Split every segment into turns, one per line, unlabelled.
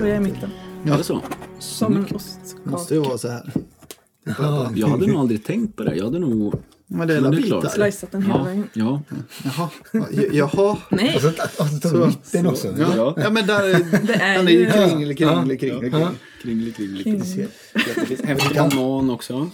Börja i mitten.
Ja. Är det så?
Som en ostkaka.
Måste ju vara så här.
Ja, jag hade nog aldrig tänkt på det. Jag hade nog...
Men det är alla
Men det är
bitar.
klart.
Sliceat den hela
Ja,
vägen.
ja,
Jaha. Ja, j- Jaha.
Nej,
Och så, och så tar vi mitten också.
Ja.
Ja.
ja men där är,
det är
den är ju
ju...
kringlig, kringlig, kringlig.
Ja.
kringlig.
kringlig, kringlig, kringlig. Jättefisk. Här fick jag banan också.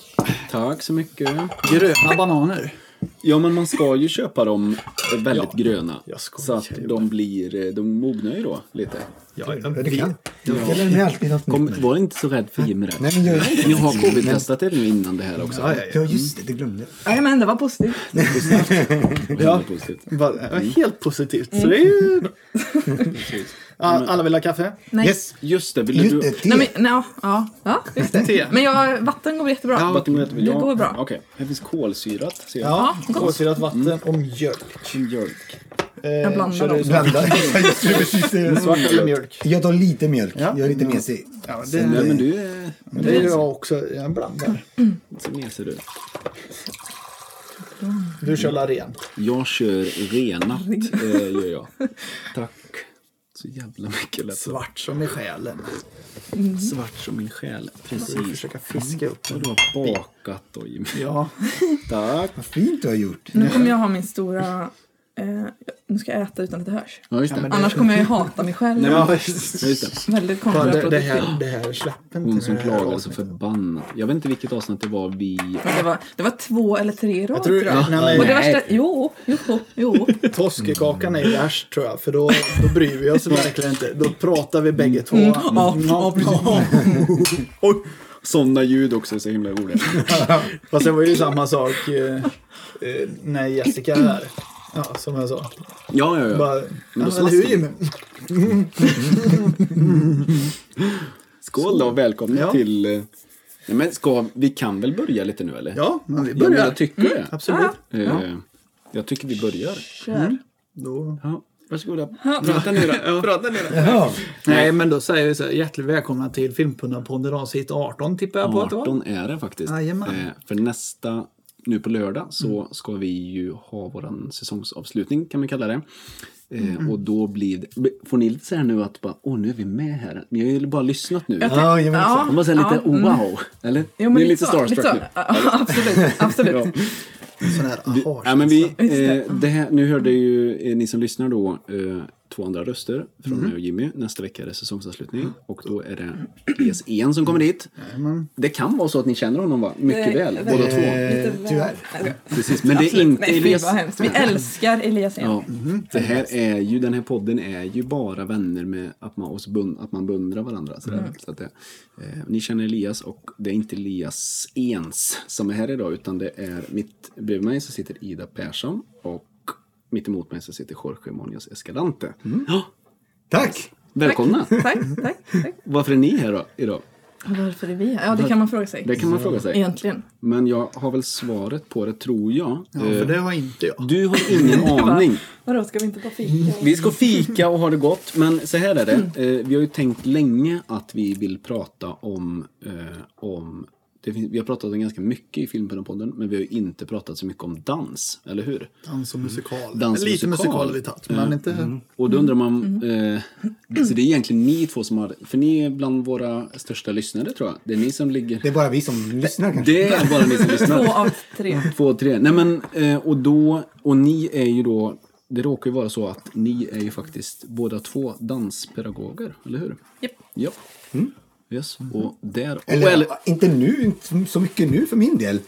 Tack så mycket.
Gröna bananer.
Ja, men man ska ju köpa dem väldigt gröna.
jag skojar
Så att de blir... eh, De mognar ju då lite.
Ja, jag
Ja, det
vet.
kan. Jag lär mig alltid något nytt.
Kom, var inte så rädd för Jimmy
Nej,
där.
men gör det.
Ni har covid-testat er nu innan det här också.
Ja, ja, ja.
Ja, just det. Det glömde jag.
Nej, men det var positivt.
Det är positivt.
Va-
Mm.
ja, Helt positivt. Så det är ju... Ah, Alla vill ha kaffe?
Nej.
Yes.
Just det, ville
Just
du...
det.
Nej,
det.
men, ja, ja, ja, just
Te.
det. Men jag, vatten går jättebra.
Ja.
Vatten går jättebra.
Det går bra.
Okej, här finns kolsyrat. Ser jag.
Ja,
Ja, gott.
kolsyrat vatten
Mm.
och mjölk.
Mjölk.
Eh,
Jag blandar
kör du
dem.
svart-
Blanda. Ja, just det, precis det.
Svart eller mjölk?
Jag tar lite mjölk.
Ja.
Jag är lite mesig.
Ja, det,
Nej, men du är...
det är jag också. Jag blandar.
Så mesig du.
Du kör la ren.
Jag kör renat, eh, gör jag. Tack så jävla mycket. Lätt.
Svart som i själen.
Svart som min själ.
Så vi
Precis.
försöka fiska upp
Vad
den.
du har bakat då, Jimmy.
Ja,
Tack.
Vad fint du har gjort.
Nu kommer jag ha min stora... Eh, nu ska jag äta utan att det hörs.
Ja, just det.
Annars kommer jag ju hata mig själv.
Nej, men-
ja.
Just
Väldigt
det.
Fan, det, det,
kontraproduktivt.
här, det här släpper inte.
Hon som
det här
klagade så
avsnittet.
förbannat. Jag vet inte vilket avsnitt det var vi...
Det var, det var två eller tre rad,
tror-
tror jag.
Ja, nej,
och det
nej.
värsta... Jo, jo, jo.
Toskekakan är ju värst tror jag, för då, då bryr vi oss verkligen inte. Då pratar vi bägge två.
Mm.
Mm.
Ja, ja, precis.
Oj! Sådana ljud också är så himla roliga.
Fast det var ju samma sak eh, eh, när Jessica är här. Ja, som jag sa.
Ja, ja, ja.
Bara,
då
ja,
smaskar
hur
vi.
Jimmy?
Skål då och välkomna
Ja.
till... eh, Nej, men ska, vi kan väl börja lite nu eller?
Ja, men vi
Ja, men
börjar.
jag tycker det.
Absolut.
Eh, Jag tycker vi börjar.
Kör.
Mm. Då.
Ja, varsågoda. Prata nu då.
Prata ner det.
Ja.
Nej, men då säger vi så här, hjärtligt välkomna till Filmpundarpodden avsnitt 18 tippar jag på att det var.
18 är det faktiskt. Eh,
Jajamän.
för nästa, nu på lördag, så
Mm.
ska vi ju ha vår säsongsavslutning kan vi kalla det.
Mm,
Eh, Och då blir det, får ni lite så här nu att bara, åh nu är vi med här. Ni har ju bara lyssnat nu.
Jag
Ja.
tänkte-
Ja, jag menar så.
Man bara så här lite
ja,
oh,
mm.
wow, eller?
Jo, men
ni är lite
så,
starstruck
så.
nu.
Ja, absolut, absolut.
Ja.
En sån här aha
Ja, men vi,
Just det. Mm.
eh, det här, nu hörde ju eh, ni som lyssnar då eh, två andra röster från
Mm.
mig och Jimmy. Nästa vecka är det säsongsavslutning och då är det GSEn som kommer dit. Det kan vara så att ni känner honom va? Mycket
Nej,
väl,
nej.
båda två.
Eh,
Lite väl-
tyvärr.
Nej,
Precis. Men det är
Absolut.
inte
Nej, fy
Elias.
vad hemskt. Vi älskar Elias igen.
Ja,
Mhm.
det här är ju, den här podden är ju bara vänner med att man, och så bund, att man beundrar varandra. Sådär.
Mm.
Så att det, eh, ni känner Elias och det är inte Elias ens som är här idag utan det är mitt, bredvid mig så sitter Ida Persson och mitt emot mig så sitter Jorge Monios Escalante.
Mm.
Ja,
Tack!
välkomna!
Tack, tack, tack.
Varför är ni här då, idag?
Varför är vi här? Ja, det kan man fråga sig.
Det kan man fråga sig.
Egentligen.
Men jag har väl svaret på det, tror jag.
Ja, för
Eh,
det har inte jag.
Du har ingen aning.
Vadå, ska vi inte ta fika?
Vi ska fika och ha det gott, men så här är det. Eh, vi har ju tänkt länge att vi vill prata om... Eh, om det finns, vi har pratat om ganska mycket i Filmpodden, men vi har ju inte pratat så mycket om dans, eller hur?
Dans och musikal.
Dans och
Lite
musikal.
musikal Mm. har vi tagit, men inte...
Och då undrar man... Eh, så det är egentligen ni två som har... För ni är bland våra största lyssnare, tror jag. Det är ni som ligger...
Det är bara vi som lyssnar kanske.
Det är bara ni som lyssnar.
Två av tre.
Två, tre. Nej men, eh, och då, och ni är ju då, det råkar ju vara så att ni är ju faktiskt båda två danspedagoger, eller hur?
Japp.
Ja. Yes. Och där,
Mm. Eller,
och, eller,
inte nu, inte så mycket nu för min del.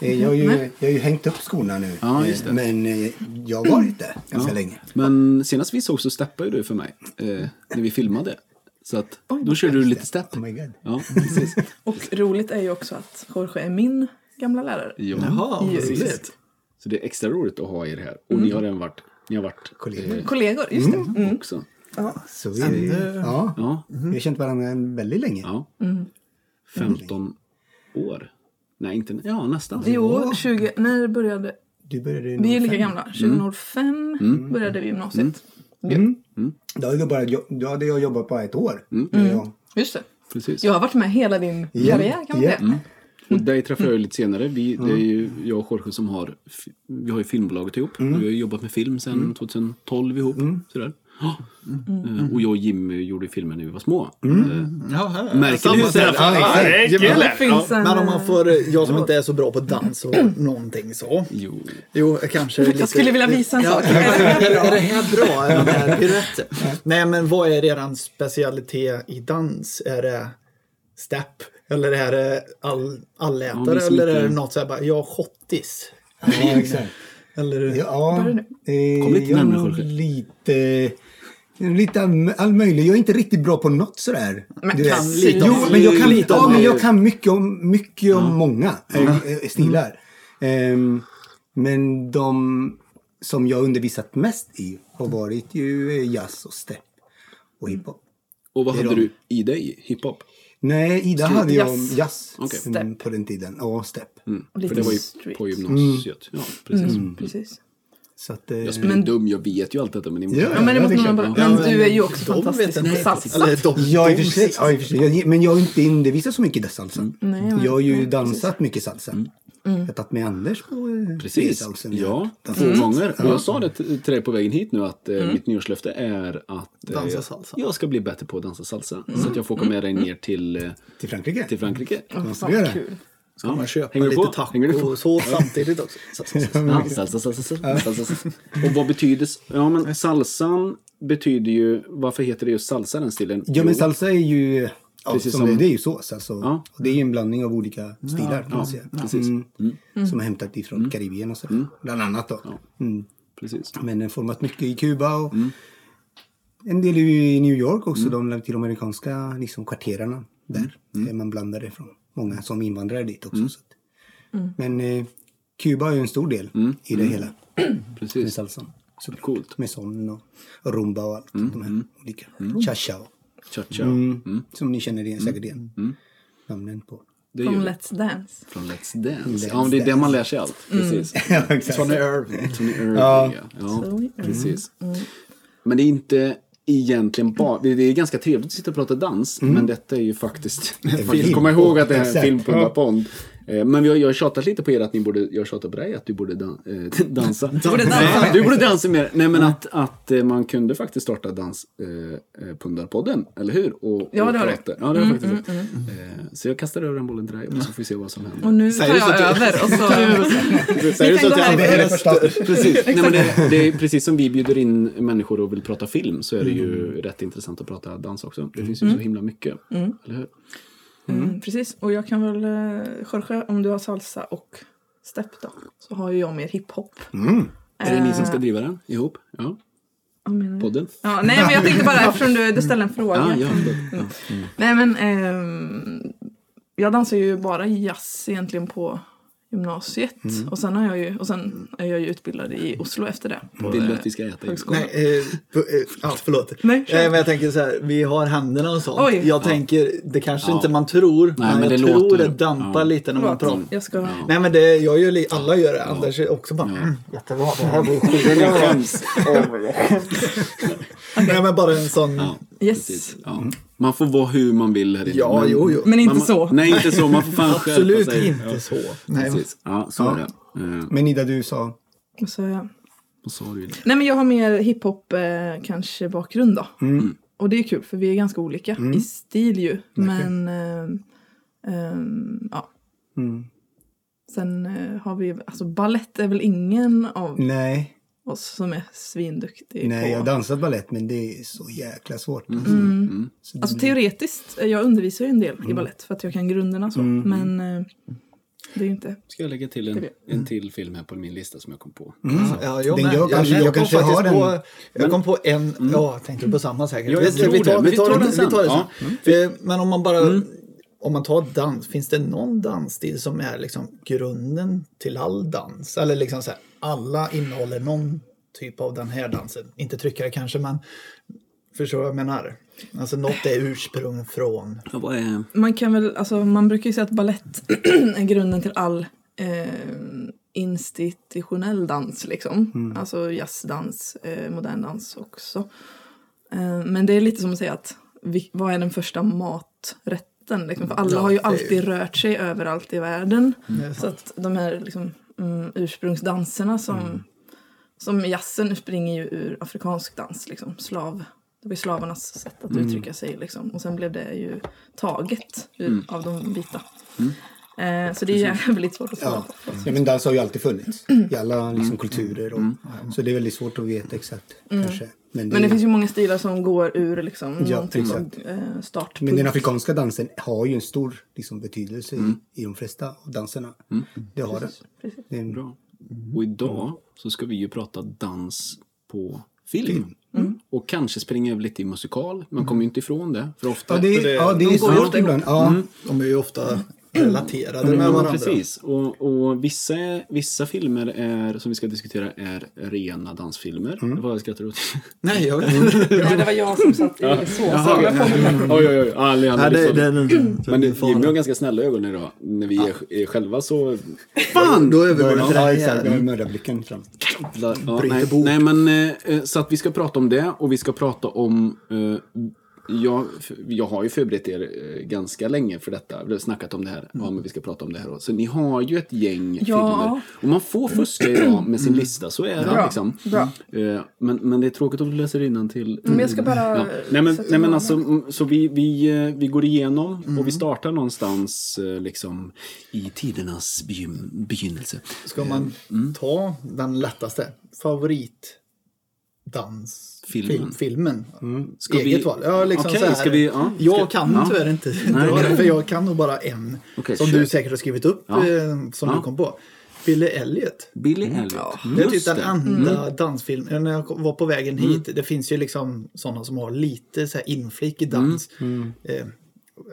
Eh, Jag har ju,
Nej.
jag har ju hängt upp skorna nu.
Ja, just det.
Eh, Men eh, jag har varit där ganska länge.
men senast vi såg så steppade ju du för mig, eh, när vi filmade. Så att, då körde du lite step.
Oh my god.
Ja, precis.
Och roligt är ju också att Jorge är min gamla lärare.
Ja.
Jaha, vad
Yes.
roligt.
Mm.
Så det är extra roligt att ha er här. Och ni har även varit, ni har varit
Eh,
Kollegor.
Kollegor, just det. Mm.
också.
Ja.
Så vi, ja,
Ja.
vi har känt varandra väldigt länge.
ja.
Mm.
15 år. Nej, inte... Ja, nästan.
Jo, 20, när började...
Du började i
Vi är
05.
lika gamla. 2005
Mm.
började vi gymnasiet.
Då hade jag, bara, jo- då hade jag jobbat bara ett år. Mm. Ja.
Just det.
Precis.
Jag har varit med hela din karriär kan man
Ja.
säga.
Mm. Och dig träffade jag ju lite senare. Vi, det är ju jag och Jorge som har, fi- vi har ju filmbolaget ihop. Vi har ju jobbat med film sedan 2012 ihop. Sådär. Ja. Eh, Och jag och Jimmy gjorde filmen när vi var små. Eh,
Jaha,
Märker ni hur
samma
sådär-
sak. Ja, exakt.
Det finns en...
Men om man får, eh, jag som inte är så bra på dans och någonting så.
Jo.
Jo, kanske lite.
Jag skulle vilja visa en sak.
Är, är det här bra? Är det här rätt? Nej, men vad är eran specialitet i dans? Är det step? Eller är det all,
Ja,
allätare?
vi som
eller är det
inte-
något så här bara, jag schottis?
Ja, exakt.
Eller?
Ja,
Börjar
eh,
Kom lite
jag är
närmare,
nog
Jorge.
Lite, lite all, all möjlig. Jag är inte riktigt bra på något sådär.
Men
Du vet.
kan lite
jo,
om-
men jag kan,
lite om
ja, men
allt.
jag kan mycket om, mycket om många eh,
Mm.
eh, stilar. Ehm, men de som jag undervisat mest i har varit ju eh, jazz och step och hiphop.
Och vad
Det är
hade
de.
du i dig? Hiphop?
Nej, Ida hade jag
Jazz.
jazz
Okej.
mm, på den tiden. Ja, step.
Mm.
Och lite
För det var ju
street.
på gymnasiet. Ja, precis.
Precis.
Så att, eh,
Jag spelar
Men-
dum, jag vet ju allt detta. Men,
Ja,
Ja, men, det måste
det är
man
klart.
bara, men du är ju också
de vet
fantastisk
inte.
på salsa.
Eller de,
Ja, i och
de
för sig. Ja, i och för sig. Jag, men jag har inte undervisat så mycket i salsa.
Mm. Nej, jag vet
jag har ju
inte. Mm.
dansat mycket salsa. Jag har tagit med Anders på eh,
Precis.
salsen.
Ja, två gånger. Och jag sa det till till dig på vägen hit nu att eh, mitt nyårslöfte är att eh,
Dansa salsa.
jag ska bli bättre på att dansa salsa. Så att jag får åka med dig ner till, eh,
Till Frankrike.
till Frankrike.
Åh,
Det är
Fan,
det.
kul.
Ja.
Man köper
Hänger du
lite
på? Hänger du
taco
på?
och så samtidigt också. Så, så, så.
Ja, salsa, salsa, salsa, salsa, salsa. Och vad betyder... s- Ja, men salsan betyder ju... Varför heter det just salsa, den stilen?
Ja, men
Jo,
salsa är ju... Ja,
Precis
som,
som-
det- det är ju sås alltså.
Ja.
Och det är ju en blandning av olika stilar kan man säga. Mm. Som är hämtat ifrån
Mm.
Karibien och sådär. Bland annat då. Mm.
Precis.
Men den format mycket i Kuba och en del i New York också. De lade till de amerikanska liksom, kvarterarna där. Där man blandade från många som invandrare dit också. Så att. Men eh, Kuba är ju en stor del i det hela. Med
Precis.
salsan. Så
Coolt.
Med son och rumba och allt. De här olika. Cha-cha. och-
Cha-cha.
Mm. Som ni känner igen, säkert igen. Namnen på.
Det
Från
gör det.
Let's Dance.
Från Let's Dance. Ja, men det är det man lär sig allt. Precis.
ja, exakt.
Tony Irv.
Tony Irving, ja. ja
Tony Irving. Mm.
precis. Men det är inte egentligen bara... Det det är ganska trevligt att sitta och prata dans, men detta är ju faktiskt...
Mm. film.
Kom ihåg att det här är en
Exakt.
film på
Ja.
Bapond. Eh, Men vi har- jag har tjatat lite på er att ni borde... Jag tjatar på dig att du borde dan, eh, dansa. Du
borde dansa.
du borde dansa mer. Nej, men att, att eh, man kunde faktiskt starta eh, Danspundarpodden, eller hur? Och,
Ja,
och
det har du. Mm,
prata. Ja, det har jag faktiskt. Eh, Så jag kastar över den bollen till dig och så får vi se vad som händer.
Och nu tar
Säger du
jag
så att du-
över och så...
Säger
Vi
du
kan
så
gå
att jag-
Det här är
härifrån.
första.
Precis. Nej, men det, det är precis som vi bjuder in människor och vill prata film så är det ju
Mm.
rätt intressant att prata dans också. Det finns ju så himla mycket. Eller hur?
Mm, precis. Och jag kan väl... eh, Jorge, om du har salsa och step då, så har ju jag mer hiphop.
Mm.
Är det ni
Eh.
som ska driva den ihop?
Mm.
Ja,
Vad menar du?
podden?
Ja, nej, men jag tänkte bara eftersom du, du ställde en fråga.
Ja, ja. förlåt. ja.
Nej, men... ehm, jag dansar ju bara jazz egentligen på gymnasiet. Och, sen har jag ju, och sen är jag ju utbildad i Oslo efter det. På,
Vill du
eh,
att vi ska äta? ihop?
högskolan.
Nej, eh, p- eh, ja, förlåt.
Nej, kör.
eh, men jag tänker så här, vi har händerna och sånt.
Oj.
Jag tänker, det kanske inte man tror,
Nej,
men,
men
jag
det
tror
låter.
det dampar
Ja.
lite när man
Förlåt,
pratar.
jag ska...
Nej men det, jag gör, li- alla gör det, Anders är också bara mm, jättebra, det här blir skit. Nej men bara en sån,
Ja,
Yes.
precis. Ja. Man får vara hur man vill här inne.
Mm. Ja,
men-
jo, jo.
Men inte
man-
så.
Nej, inte så. Man får fan skärpa
absolut
sig.
inte så. Nej, men-
Precis. Ja, så är det. Eh,
Men Ida, du sa...
Och så, ja.
Vad sa du?
Nej men jag har mer hiphop eh, kanske bakgrund då. Och det är kul för vi är ganska olika i stil ju. Men ehm, ehm, ja.
Mm.
Sen eh, har vi, alltså ballett är väl ingen av
Nej.
oss som är svinduktig
Mm. Nej, jag har
på.
dansat balett men det är så jäkla svårt.
Mm.
Mm.
Så det
Alltså teoretiskt, eh, jag undervisar ju en del i ballett för att jag kan grunderna så. Men eh, det är ju inte.
Ska jag lägga till en,
Mm.
en till film här på min lista som jag kom på?
Ja, jag,
Den
med.
jag kanske-
jag,
jag
kom
kanske
faktiskt
har den.
på, jag kom på en, ja tänkte du på samma säkert?
Ja, jag tror
vi, tar,
det,
vi, tar, den- vi tar det sen.
Ja.
För- Men om man bara, om man tar dans, finns det någon dansstil som är liksom grunden till all dans? Eller liksom så här, alla innehåller någon typ av den här dansen. Inte tryckare kanske, men Förstår du vad jag menar? Alltså något är ursprung från.
Ja, vad är...
Man kan väl, alltså man brukar ju säga att ballett är grunden till all eh, institutionell dans liksom.
Mm.
Alltså jazzdans, eh, modern dans också. Eh, men det är lite som att säga att vi, vad är den första maträtten liksom? För alla
Ja,
har ju
det är ju- Mm,
alltid rört sig överallt i världen.
Det är
Så
sant. Mm.
att de här liksom, mm, ursprungsdanserna som, som jazzen springer ju ur afrikansk dans, liksom, slav. Det var ju slavarnas sätt att uttrycka sig liksom. Och sen blev det ju taget ur, av de vita. Eh, så det är jävligt svårt att svara
Ja.
på.
ja, men dans har ju alltid funnits i alla liksom, kulturer. Och, Så det är väldigt svårt att veta exakt. Kanske. Men, det,
Mm. Men det finns ju många stilar som går ur liksom,
Ja,
någon typ av
exakt.
eh, startpunkt.
men den afrikanska dansen har ju en stor liksom, betydelse i- i de flesta av danserna. Det har den.
Precis.
Det är,
Bra.
Mm.
Och idag så ska vi ju prata dans på film. Och kanske springa över lite i musikal. Man kommer ju inte ifrån det. För ofta.
ja, det,
Mm. det-
ja, det
de
är
går
svårt
ofta
ibland. Ja.
De är ju ofta relaterade med
Ja, Mm. men
varandra.
precis. Och, och vissa, vissa filmer är, som vi ska diskutera är rena dansfilmer.
Mm.
Vad skrattar du åt?
Nej, jag vet inte.
Nej, det var jag som satt i såsen.
Jaha, oj, oj, oj. Ah, Leander,
Nej, det,
liksom.
det, det,
Men
det är
det- Jimmy har
farligt.
ganska snälla ögon idag. När vi är, är själva så... Fan!
Då övergår det till det
Ja, exakt.
här.
Med mördarblicken fram.
Ja, nej,
Bryter bok.
nej, men eh, eh, så att vi ska prata om det och vi ska prata om... Eh, jag, jag har ju förberett er eh, ganska länge för detta. Vi har snackat om det här. Ja, men vi ska prata om det här också. Så ni har ju ett gäng filmer. Och man får fuska idag med sin lista. Så är det
Bra,
liksom.
bra.
Eh, men, men det är tråkigt att du läser innantill. Mm.
Men jag ska bara...
Ja. Nej men,
sätta
nej, men
mig
alltså, mm, så vi, vi, eh, vi går igenom och
Mm.
vi startar någonstans eh, liksom i tidernas begyn- begynnelse.
Ska man
Mm.
ta den lättaste favoritdansfilmen?
Filmen.
filmen.
Ska
Eget
vi-
val. Ja, liksom
Okej,
så här.
ska vi- ja, ska-
jag kan
ja.
tyvärr inte dra det, för jag kan nog bara en.
Okej,
som
kör.
du säkert har skrivit upp,
Ja.
eh, som
Ja.
du kom på. Billy Elliot.
Billy Elliot. Mm.
Det är typ
Just
den
det. Mm.
enda dansfilmen. När jag kom- var på vägen hit, det finns ju liksom sådana som har lite så här inflik i
Mm.
dans. Eh,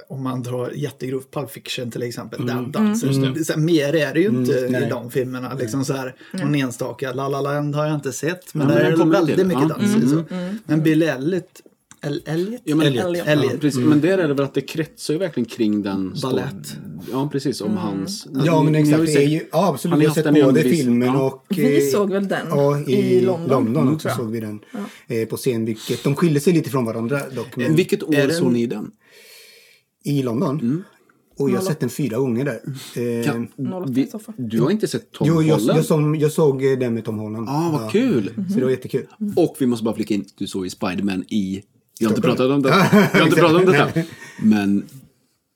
om man drar jättegrovt Pulp Fiction till exempel,
Mm.
den dansen. Det är Så här, mer är det ju inte i de filmerna. Liksom så här, någon enstaka, La La Land har jag inte sett, men
Ja, men
där är
det
det kom
kommer
väldigt
till.
mycket
Ja. Mm.
dans. Liksom. Men Bill Elliot, El Elliot?
Ja, men,
Elliot.
Ja,
Elliot.
precis.
Mm.
men där är det väl att det kretsar ju verkligen kring den... stor-
Ballett.
Ja, precis. Om hans... Mm.
Ja, men
Ni- ni har
exakt. Det är
sett-
ju, ja, absolut.
Han har
Vi har
haft den i
sett både
undervis-
filmen
ja.
och...
Vi
eh,
såg väl den
ja, i,
i London, tror
också
jag.
såg vi den eh, på scen. Vilket, de skiljer sig lite från varandra dock. Men
Vilket år
Är den-
såg ni den?
I London. Och jag har sett den fyra gånger där. Eh,
Mm. Kan,
08 i
vi,
så fall.
du har inte sett Tom
jo, jag,
Holland?
jag, såg, jag såg eh, den med Tom Holland.
ah, vad
Ja, Mm-hmm.
kul!
Så det var jättekul.
Och vi måste bara flika in, du såg ju Spiderman i... Jag har inte pratat om det. Jag har inte pratat om detta. Men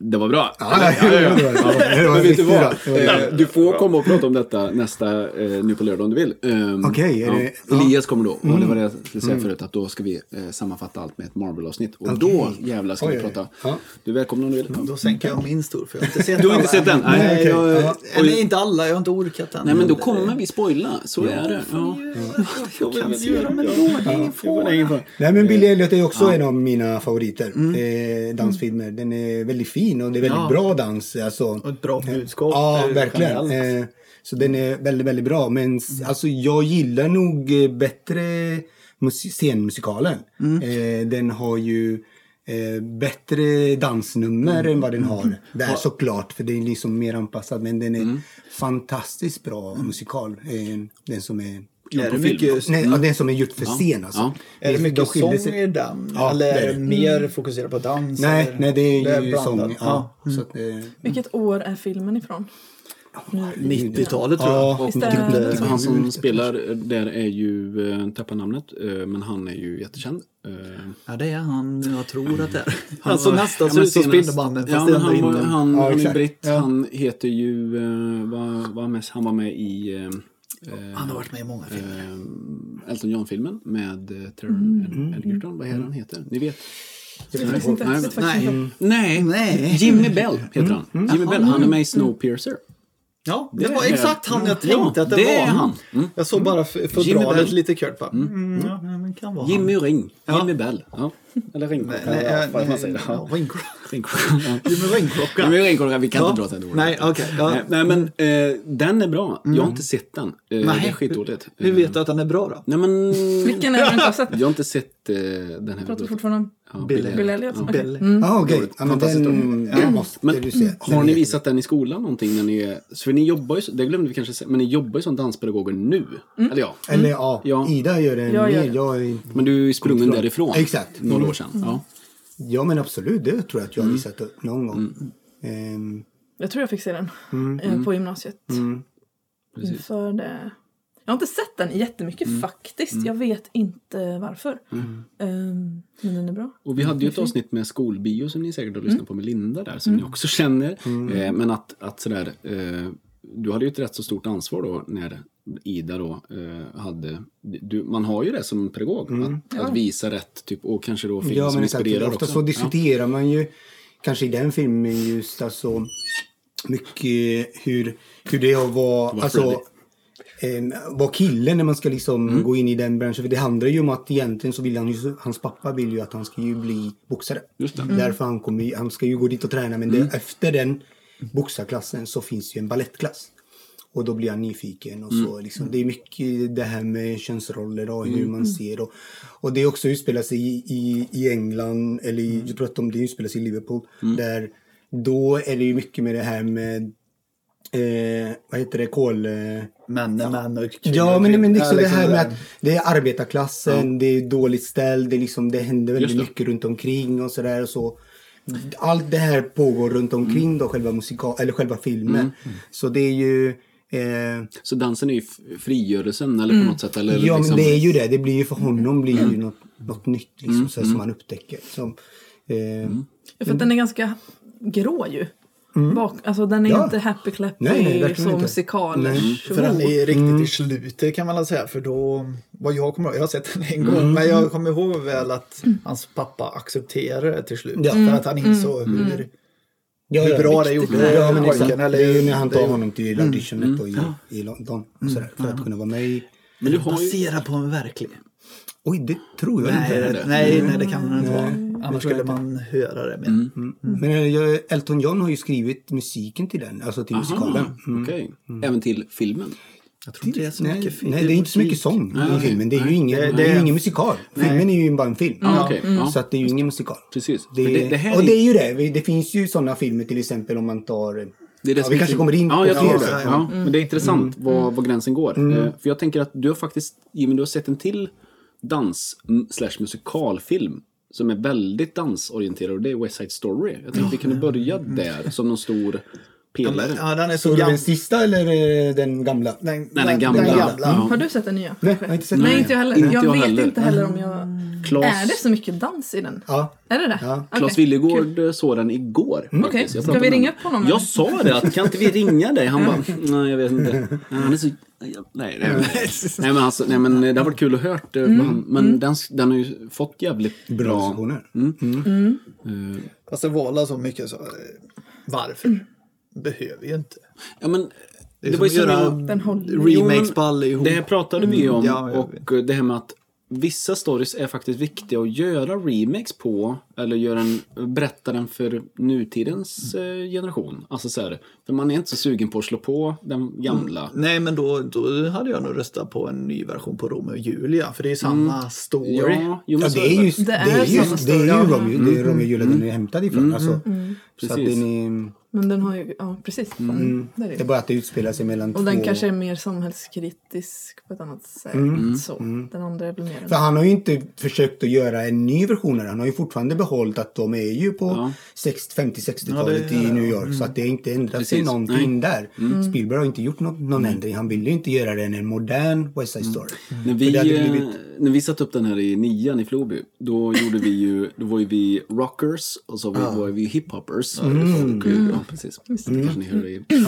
det var bra.
Ja, det var bra. Det
Men
var
vet du
riktigt
vad?
bra. Det var-
Eh, Du får komma och prata om detta nästa, eh, nu på lördag om du vill. Ehm,
Okej, är
ja.
det- Mm.
Elias kommer då. Och det var det jag skulle säga förut, att då ska vi eh, sammanfatta allt med ett Marvel-avsnitt. Och då jävlar ska
Oj,
vi
oj, oj.
prata.
Ja.
Du är välkommen om du vill.
Då sänker jag min stor, för jag har inte sett
Du har
alla
inte sett den?
än.
Nej,
Nej,
jag-
jag-
ja.
Eller inte alla, jag har inte orkat än.
Nej, men då
Det-
kommer vi spoila. Så är det. Ja. Jag vill väl göra det. Ja, det är ingen fara.
Nej,
Eh,
men Billy Elliot är också en av mina favoriter. Eh, dansfilmer. Den är väldigt fin och det är väldigt
Mm. Ja.
bra dans. Alltså.
Och ett bra budskap.
Ja,
eh,
verkligen.
generellt. Mm.
Eh, så den är väldigt, väldigt bra. Men s- alltså, jag gillar nog eh, bättre mus- scenmusikalen.
Mm.
Eh, den har ju eh, bättre dansnummer
Mm.
än vad den har där såklart. För den är liksom mer anpassad. Men den är
Mm.
fantastiskt bra musikal. Eh, den som är...
Är
på
det
film.
mycket
Nej, ja. den som är gjort för scen alltså.
mm. Ja.
Är det
De
mycket
skiljer
sång
sig-
i den?
Ja,
eller
det
är
är
det,
det.
mer fokuserat på dans?
Nej,
eller?
nej, det är ju
blandat.
sång. Ja. Så att, eh,
Vilket år är filmen ifrån? Nu-
90-talet tror jag.
ja,
Visst är
typ
det-
det-
Så han som spelar eh, där är ju, eh, tappar namnet, eh, men han är ju jättekänd. Eh,
Ja, det är han. Jag tror att det är han.
han
Alltså
var-
nästan
ja,
ser
men
ut som
senast-
Spindelmannen
Ja,
fast
men
ändå
han, var,
inte.
han,
Ja,
han är
exakt.
britt.
Ja.
Han heter ju, eh, vad, vad med, han var med i eh,
Han har varit med i många filmer.
eh, Elton John-filmen med eh, Taron Ed- Edgerton. Vad är han heter? Ni vet.
Jag vet inte, jag vet faktiskt
Nej.
inte.
Nej,
Nej.
Jimmy Bell heter han. Jimmy Bell, han är med i Snowpiercer.
Ja, det,
Det
var
är-
exakt han jag
Ja,
tänkte att det,
det
var. Mm.
är han.
Jag såg bara f-
Jimmy Bell.
fodralet lite kort. Bara. Mm, ja, men det kan vara han.
Jimmy Ring, Jimmy Bell. Ja. Eller ringklocka.
Nej,
ja,
nej,
vad man
nej,
säger.
ja,
Ja.
ringklocka.
Ringklocka. ja.
Jo, men
Ja,
ringklocka.
men ringklocka, vi kan
Ja.
inte prata det ordet.
Nej, okej. Ja. Mm.
Nej, nej, men eh, den är bra. Jag har inte sett den. Eh, det är skitdåligt. Eh,
Hur, hur vet du att den är bra då?
Nej, men...
Vilken är det du inte har sett?
Jag har inte sett eh, den här.
Pratar fortfarande om
Ja,
Bill
Bill
Bill Elliot?
Elliot. Ja.
Okej.
Bill.
Mm.
Ah, okej. Ja, men
Fantastiskt
den ja, måste
Men
du se.
har ni visat den i skolan någonting när ni är... så För ni jobbar ju, så- det glömde vi kanske säga, men ni jobbar ju som danspedagoger nu.
Mm.
Eller ja.
Mm. Eller ja,
Ja.
Ida gör det
Jag gör
mer.
det.
Jag, är-
Men du är ju sprungen därifrån.
Exakt.
Några år sedan.
Mm.
Ja.
ja, men absolut. Det tror jag att jag har
Mm.
visat upp någon gång. Ehm,
Jag tror jag fick se den
Mm,
eh, på gymnasiet. Inför det. Jag har inte sett den jättemycket
Mm.
faktiskt. Jag vet inte varför. Ehm, men den är bra.
Och vi hade ju ett avsnitt med skolbio som ni säkert har lyssnat på med Linda där, som ni också känner.
Mm.
Eh, men att, att sådär, eh, du hade ju ett rätt så stort ansvar då när Ida då eh, hade, du, man har ju det som pedagog, att, att visa rätt typ, och kanske då film
Mm. ja,
som
men exakt.
inspirerar
Ofta
också.
så diskuterar man ju, kanske i den filmen just alltså, mycket hur, hur det är att vara,
Vara
alltså, ehm, vara kille när man ska liksom
Mm.
gå in i den branschen. För det handlar ju om att egentligen så vill han ju, hans pappa vill ju att han ska ju bli boxare. Mm.
Just det. Mm.
Därför han kommer ju- han ska ju gå dit och träna. Men det, efter den boxarklassen så finns ju en balettklass. Och då blir han nyfiken. Och så,
Mm.
liksom, det är mycket det här med könsroller och hur
Mm.
man ser. Och, och det är också utspelar sig i, i, i England, eller
Mm.
i, jag tror att de, det utspelar sig i Liverpool. Där, då är det ju mycket med det här med, eh, vad heter det, kol... Eh,
Män är män och kvinnor
Ja,
är
men, men
kvinnor.
liksom
Ja,
det här
det
med
där.
att det är arbetarklassen, det är dåligt ställt, det, är liksom, det händer väldigt
det.
mycket runt omkring och sådär och så. Allt det här pågår runt omkring då, själva, musika- eller själva filmen. Så det är ju... Eh,
Så dansen är ju f- frigörelsen eller på något sätt? Eller
ja,
liksom,
men det är ju det. Det blir ju för honom blir ju något, något nytt liksom, så här, som han upptäcker. Som, eh,
Ja, för att den är ganska grå ju. Bak, alltså den är
Mm. Ja.
inte happy clappy
Nej, nej, verkligen
så
inte.
musikalisk.
För den är riktigt i slutet kan man väl säga. För då, vad jag kommer ihåg, jag har sett den en gång, men jag kommer ihåg väl att hans pappa accepterade det till slut.
Ja.
För att han insåg hur,
ja,
hur bra det gjorde.
Ja, men exakt.
pojken, eller
Det är ju när han
det Mm, är
tar
ju
honom till auditionet då i, i London och sådär, för att kunna vara med i...
men du har ju,
Baserat på en verklig.
Oj, det tror jag inte.
Nej, det, nej, nej, det kan den inte vara. Annars skulle man höra det. Mm. Men,
Mm.
Men eh, jag- Elton John har ju skrivit musiken till den, alltså till musikalen. Mm.
Aha, okej. Även till filmen?
jag tror inte det är så
Nej,
mycket film.
nej, det är inte så mycket sång i filmen. Det är ju ingen,
Det-
det,
det
är
är-
ju ingen musikal. Filmen är ju bara en film.
Ja, okej. Ja.
Så att det är ju ingen musikal.
Precis.
Det,
Men det- det här
och
är-
det är ju det. Vi- Det finns ju sådana filmer till exempel om man tar...
Det är det
ja,
som
vi
är
kanske
kul.
kommer in
ja,
på
jag tror
fler.
det.
där.
Ja, Mm. men det är intressant var, var gränsen går. Eh, För jag tänker att du har faktiskt, Jimmy, du har sett en till dans m- slash musikalfilm som är väldigt dansorienterad och det är West Side Story. Jag tänkte vi kunde börja där som någon stor pelare.
Ja, den är så
Såg du
gammal.
den sista eller eh, den gamla?
Den,
Nej, den gamla.
Den
Ja.
Har du sett den nya?
Nej, jag har inte sett
Nej,
den.
inte jag heller.
Inte
jag
jag
vet
heller.
inte heller om jag...
Claes-
Är det så mycket dans i den?
Ja.
Är det det?
Ja.
Okej. Mm,
Claes Willegård eh, såg den igår. faktiskt.
Okej,
Jag
ska
pratade
vi
med
ringa upp honom, eller? Mm.
Jag sa det, att kan inte vi ringa dig? Han bara, nej jag vet inte. Han är så... Nej, nej, nej. nej, men, alltså, nej men det har varit kul att höra. Mm. Men den, den har ju fått jävligt bra...
Bra diskussioner.
Fast det valar Alltså, så mycket så eh, varför? Behöver ju inte.
Ja, men, det,
som
var ju som
att göra
jag-
Den håller.
Jo, men
Remakes på allihop.
Det här pratade vi ju om
Mm. Ja, jag
och det här med att vissa stories är faktiskt viktiga att göra remakes på eller göra en, berätta den för nutidens eh, generation. Alltså så här, för man är inte så sugen på att slå på den gamla.
Nej, men då, då hade jag nog röstat på en ny version på Romeo och Julia. För det är samma story.
Ja, jo, men
Ja,
så
det är ju det är ju,
samma
det är
story,
ju
ja.
Romeo det är Romeo och Julia den är hämtad ifrån. Alltså. Så att
Mm. Precis.
den är,
Men den har ju... Ja, precis. Mm. Där är
det är
det.
bara att det utspelar sig mellan
Och den
två... Mm.
kanske är mer samhällskritisk på ett annat sätt.
Mm.
Så. Den andra är väl mer...
För han har ju inte försökt att göra en ny version av den. Han har ju fortfarande behållit att de är ju på 60, 50-60-talet
Ja, det- mm.
i New York. Så att det har inte ändrat sig
Precis.
någonting där. Spielberg har inte gjort någon, någon ändring. Han ville ju inte göra den en modern West Side
Mm.
Story.
När
För
vi,
det hade blivit-
eh, när vi satte upp den här i nian i Floby, då, gjorde vi ju, då var ju vi rockers och så
Ah.
var, var vi hiphoppers. Mm. Ja, precis. Det kanske ni hörde
Mm.
i...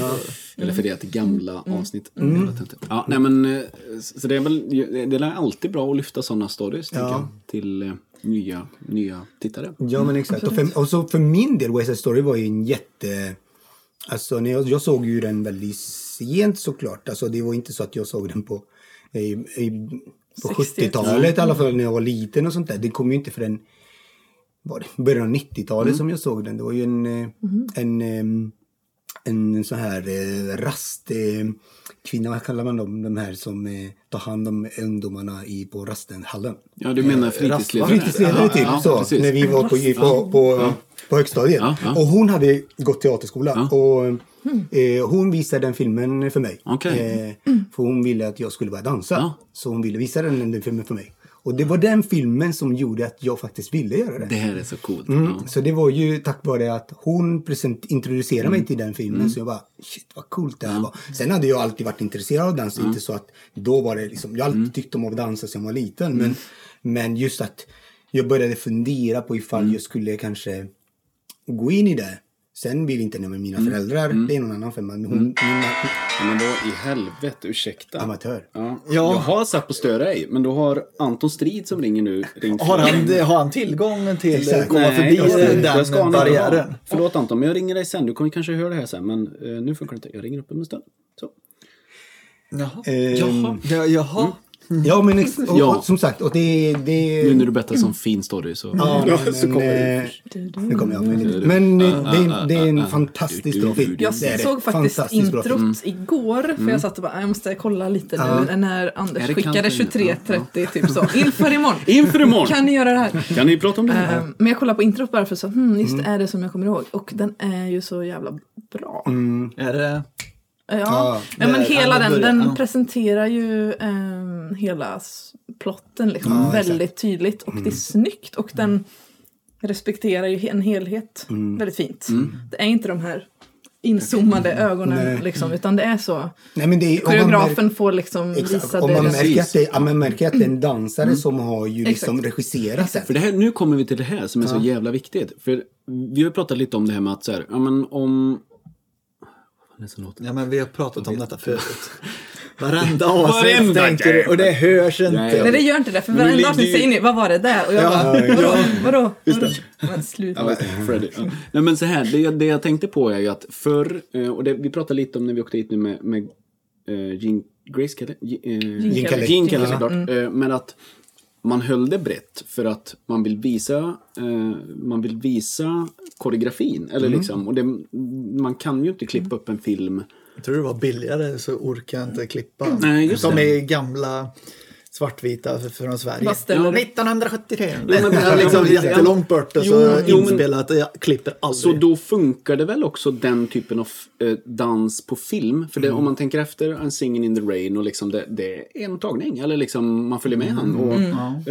Jag refererar till gamla avsnitt. Jag vet inte. Ja, nej, men, eh, så det är väl det är alltid bra att lyfta sådana stories tänker jag, till eh, nya, nya tittare.
Ja men exakt. Och, för, och så för min del, West Side Story var ju en jätte... Alltså när jag, jag såg ju den väldigt sent såklart. Alltså det var inte så att jag såg den på, i, i, på
60-talet.
70-talet i alla fall när jag var liten och sånt där. Det kom ju inte förrän var det början av 90-talet som jag såg den. Det var ju en, eh, en, ehm, en sån här eh, rast... Eh, kvinna, vad kallar man dem? De här som eh, tar hand om ungdomarna i, på rastenhallen.
Ja, du menar
Ja,
fritidsledare?
Eh, Fritidsledare typ,
ja,
så,
precis.
när vi var på, på, på, på högstadiet.
Ja, ja.
Och hon hade gått teaterskola och eh, hon visade den filmen för mig.
Okej.
Eh, för hon ville att jag skulle börja dansa.
Ja.
Så hon ville visa den, den filmen för mig. Och det var den filmen som gjorde att jag faktiskt ville göra det.
Det här är så coolt. Ja.
Mm. Så det var ju tack vare att hon present, introducerade
Mm.
mig till den filmen så jag bara shit vad coolt det här var. Sen hade jag alltid varit intresserad av dans, inte så att då var det liksom, jag har alltid
Mm.
tyckt om att dansa sedan jag var liten men, men just att jag började fundera på ifall
Mm.
jag skulle kanske gå in i det. Sen vill inte jag med
Mm.
mina föräldrar, det är någon annan femma, men hon, min
Ja, Men vad i helvete, ursäkta.
amatör.
Ja. Jag har satt på störa ej, men då har Anton Strid som ringer nu ringt.
Har han,
Nej,
har han tillgång till att
Exakt.
komma förbi
jag ska- jag ska
den
inte
barriären?
ha. Förlåt Anton, men jag ringer dig sen. Du kommer kanske höra det här sen, men eh, nu funkar det inte. Jag ringer upp om en stund. Så.
Jaha.
Jaha.
Ja, jaha.
Ehm, Ja men ex- och,
Ja.
och, som sagt, och det, det
Nu när du berättar som fin story så...
Ja, men,
så kommer det.
eh, nu kommer jag
Mm.
med lite. Men eh, det är, en- det är en fantastisk bra film.
Jag
Det är det.
såg faktiskt
Fantastiskt bra
introt
film.
igår för jag satt och bara, "Äh, jag måste kolla lite nu när Anders
Mm. Är det
skickade
kanske-
23.30 typ så. Inför imorgon.
Inför imorgon!
Kan ni göra det här?
Kan ni prata om det här?
Ehm, men jag kollade på introt bara för så, hmm, just det,
Mm.
är det som jag kommer ihåg. Och den är ju så jävla bra.
Är det...
Ja,
Ja,
ja,
det-
men hela
ja, det
den,
börjar-
den
ja.
presenterar ju ehm, hela s- plotten liksom väldigt tydligt och
Mm.
det är snyggt och den respekterar ju en helhet
Mm.
väldigt fint. Det är inte de här inzoomade ögonen liksom, utan det är så.
Nej, men det är, om man
Koreografen får liksom
märker- Exakt,
visa
om
det.
man
den-
märker, att det, ja, man märker att det är en dansare som har ju liksom
Exakt.
regisserat den.
För det här, nu kommer vi till det här som är så jävla viktigt. För vi har ju pratat lite om det här med att så här, ja men om... Vad är det som låter?
Ja, men vi har pratat om detta förut. Varenda avsnitt
Varenda
tänker du, och det hörs
Nej,
inte.
Nej det gör inte det, för
Men det
varenda
ligger
avsnitt
ju-
säger ni vad var det där? Och jag bara,
ja, ja.
vadå? vadå, vadå? Men
Ja,
sluta.
men, Freddy. Ja. Nej, men så här, det, jag- det jag tänkte på är ju att förr, eh, och det, vi pratade lite om när vi åkte hit nu med, med eh, Jean Grace Kelly. eh,
Gene Kelly. Mm.
Gene Kelly
Ja.
såklart. Eh, Men att man höll det brett för att man vill visa, eh, man vill visa koreografin. Eller
Mm.
liksom, och det, man kan ju inte klippa upp en film.
Jag tror det var billigare så orkar jag inte klippa.
Nej, just
De
det.
är gamla svartvita f- från Sverige.
Vad ställer du?
1973.
men det-
Det är liksom jättelångt bort och
Jo,
så
jo, men-
inspelat. Jag klipper
Så
aldrig.
då funkar det väl också den typen av eh, dans på film? För det, om man tänker efter en Singin' in the Rain och liksom det, det är en tagning. Eller liksom man följer med han. Och,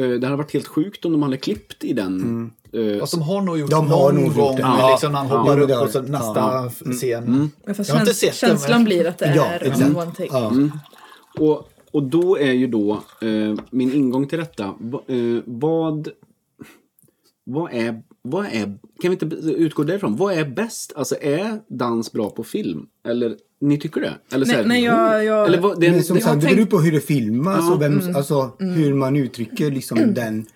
eh, det hade varit helt sjukt om de hade klippt i den. eh,
Fast de har nog gjort
De
någon
har nog gjort
gång.
det.
men Liksom när han
Ja.
hoppar
Ja.
upp och så nästa scen.
Men fast
Jag har inte
käns-
sett den, men-
känslan blir att det
Ja,
är
exakt.
one take.
Ja.
Och, och då är ju då eh, min ingång till detta. Va, eh, vad, vad är, vad är, kan vi inte be- utgå därifrån? Vad är bäst? Alltså är dans bra på film? Eller ni tycker det? Eller så
Nej,
här,
nej, jag- jag-
eller vad, det, är en-
Men som
det,
sagt, det
tänkt-
beror på hur det filmas och vem,
Mm.
alltså, hur man uttrycker liksom den,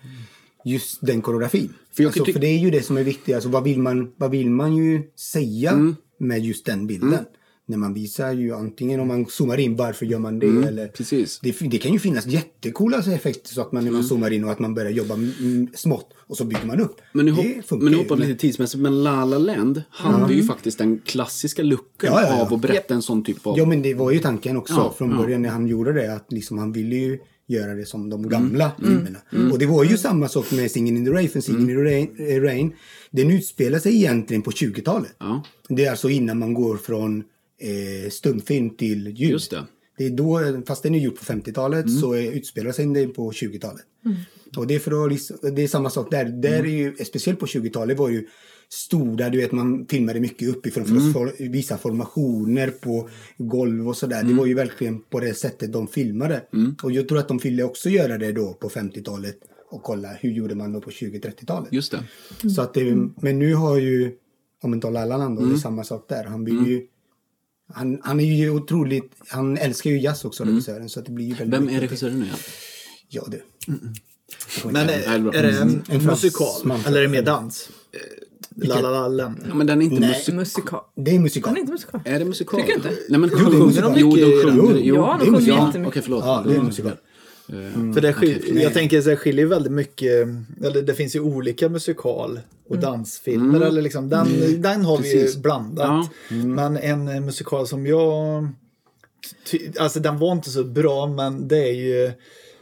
just den koreografin.
För
För,
jag
alltså,
tyck-
för det är ju det som är viktigt. Alltså, vad, vill man, vad vill man ju säga
Mm.
med just den bilden? När man visar ju antingen om man zoomar in, varför gör man det? eller,
Mm, precis. Mm.
Det, det kan ju finnas jättecoola effekter så att man, när man zoomar in och att man börjar jobba mm, smått och så bygger man upp.
Men nu,
Det
hopp,
funkar
men nu
ju. Mm.
hoppar vi lite tidsmässigt, men La La Land hade ju faktiskt den klassiska luckan
Ja, ja, ja.
av att berätta en sån typ av...
Ja, men det var ju tanken också
Ja,
från början när han gjorde det. Att liksom han ville ju göra det som
Mm.
de gamla filmerna. Och det var ju samma sak med Singin' in the Rain. För
Mm.
Singin' in the Rain, eh, Rain, den utspelar sig egentligen på 20-talet.
Ja.
Det är alltså innan man går från eh, stumfilm till ljud.
Just det. Mm.
är då, fast den är gjord på 50-talet så eh, utspelar sig den på 20-talet. Och det är, för att, liksom- det är samma sak där. där är
Mm.
ju, speciellt på 20-talet var ju stora, du vet man filmade mycket uppifrån för att
Mm.
for, visa formationer på golv och sådär.
Mm.
Det var ju verkligen på det sättet de filmade. Och jag tror att de ville också göra det då på 50-talet och kolla hur gjorde man då på 20-30-talet.
Just det.
Så att det,
Mm.
men nu har ju, om inte alla Allan då, det är samma sak där. Han vill
Mm.
ju, han, han är ju otroligt, han älskar ju jazz också regissören så att det blir ju väldigt
Mm. Vem är regissören nu igen?
Ja du.
Men
det är bra.
är, är det en,
En
musikal
fransman.
eller är det mer dans? Eh, La la la land.
Ja, men den är inte musik...
Musikal.
Det är musikal.
Den är inte musikal.
Eh,
Är det musikal?
Tycker du inte?
Nej, men
det är
sjunger
musikal.
de Jo, de
Jo,
sjunger.
det är
Jo,
musikal.
ja,
Ja,
Okej, förlåt.
Ja, det är musikal.
Mm, För det skil- jag tänker så här, skiljer väldigt mycket, eller det finns ju olika musikal och dansfilmer. Eller liksom, den, den har vi
Precis.
ju blandat. Men en eh, musikal som jag, ty- alltså den var inte så bra men det är ju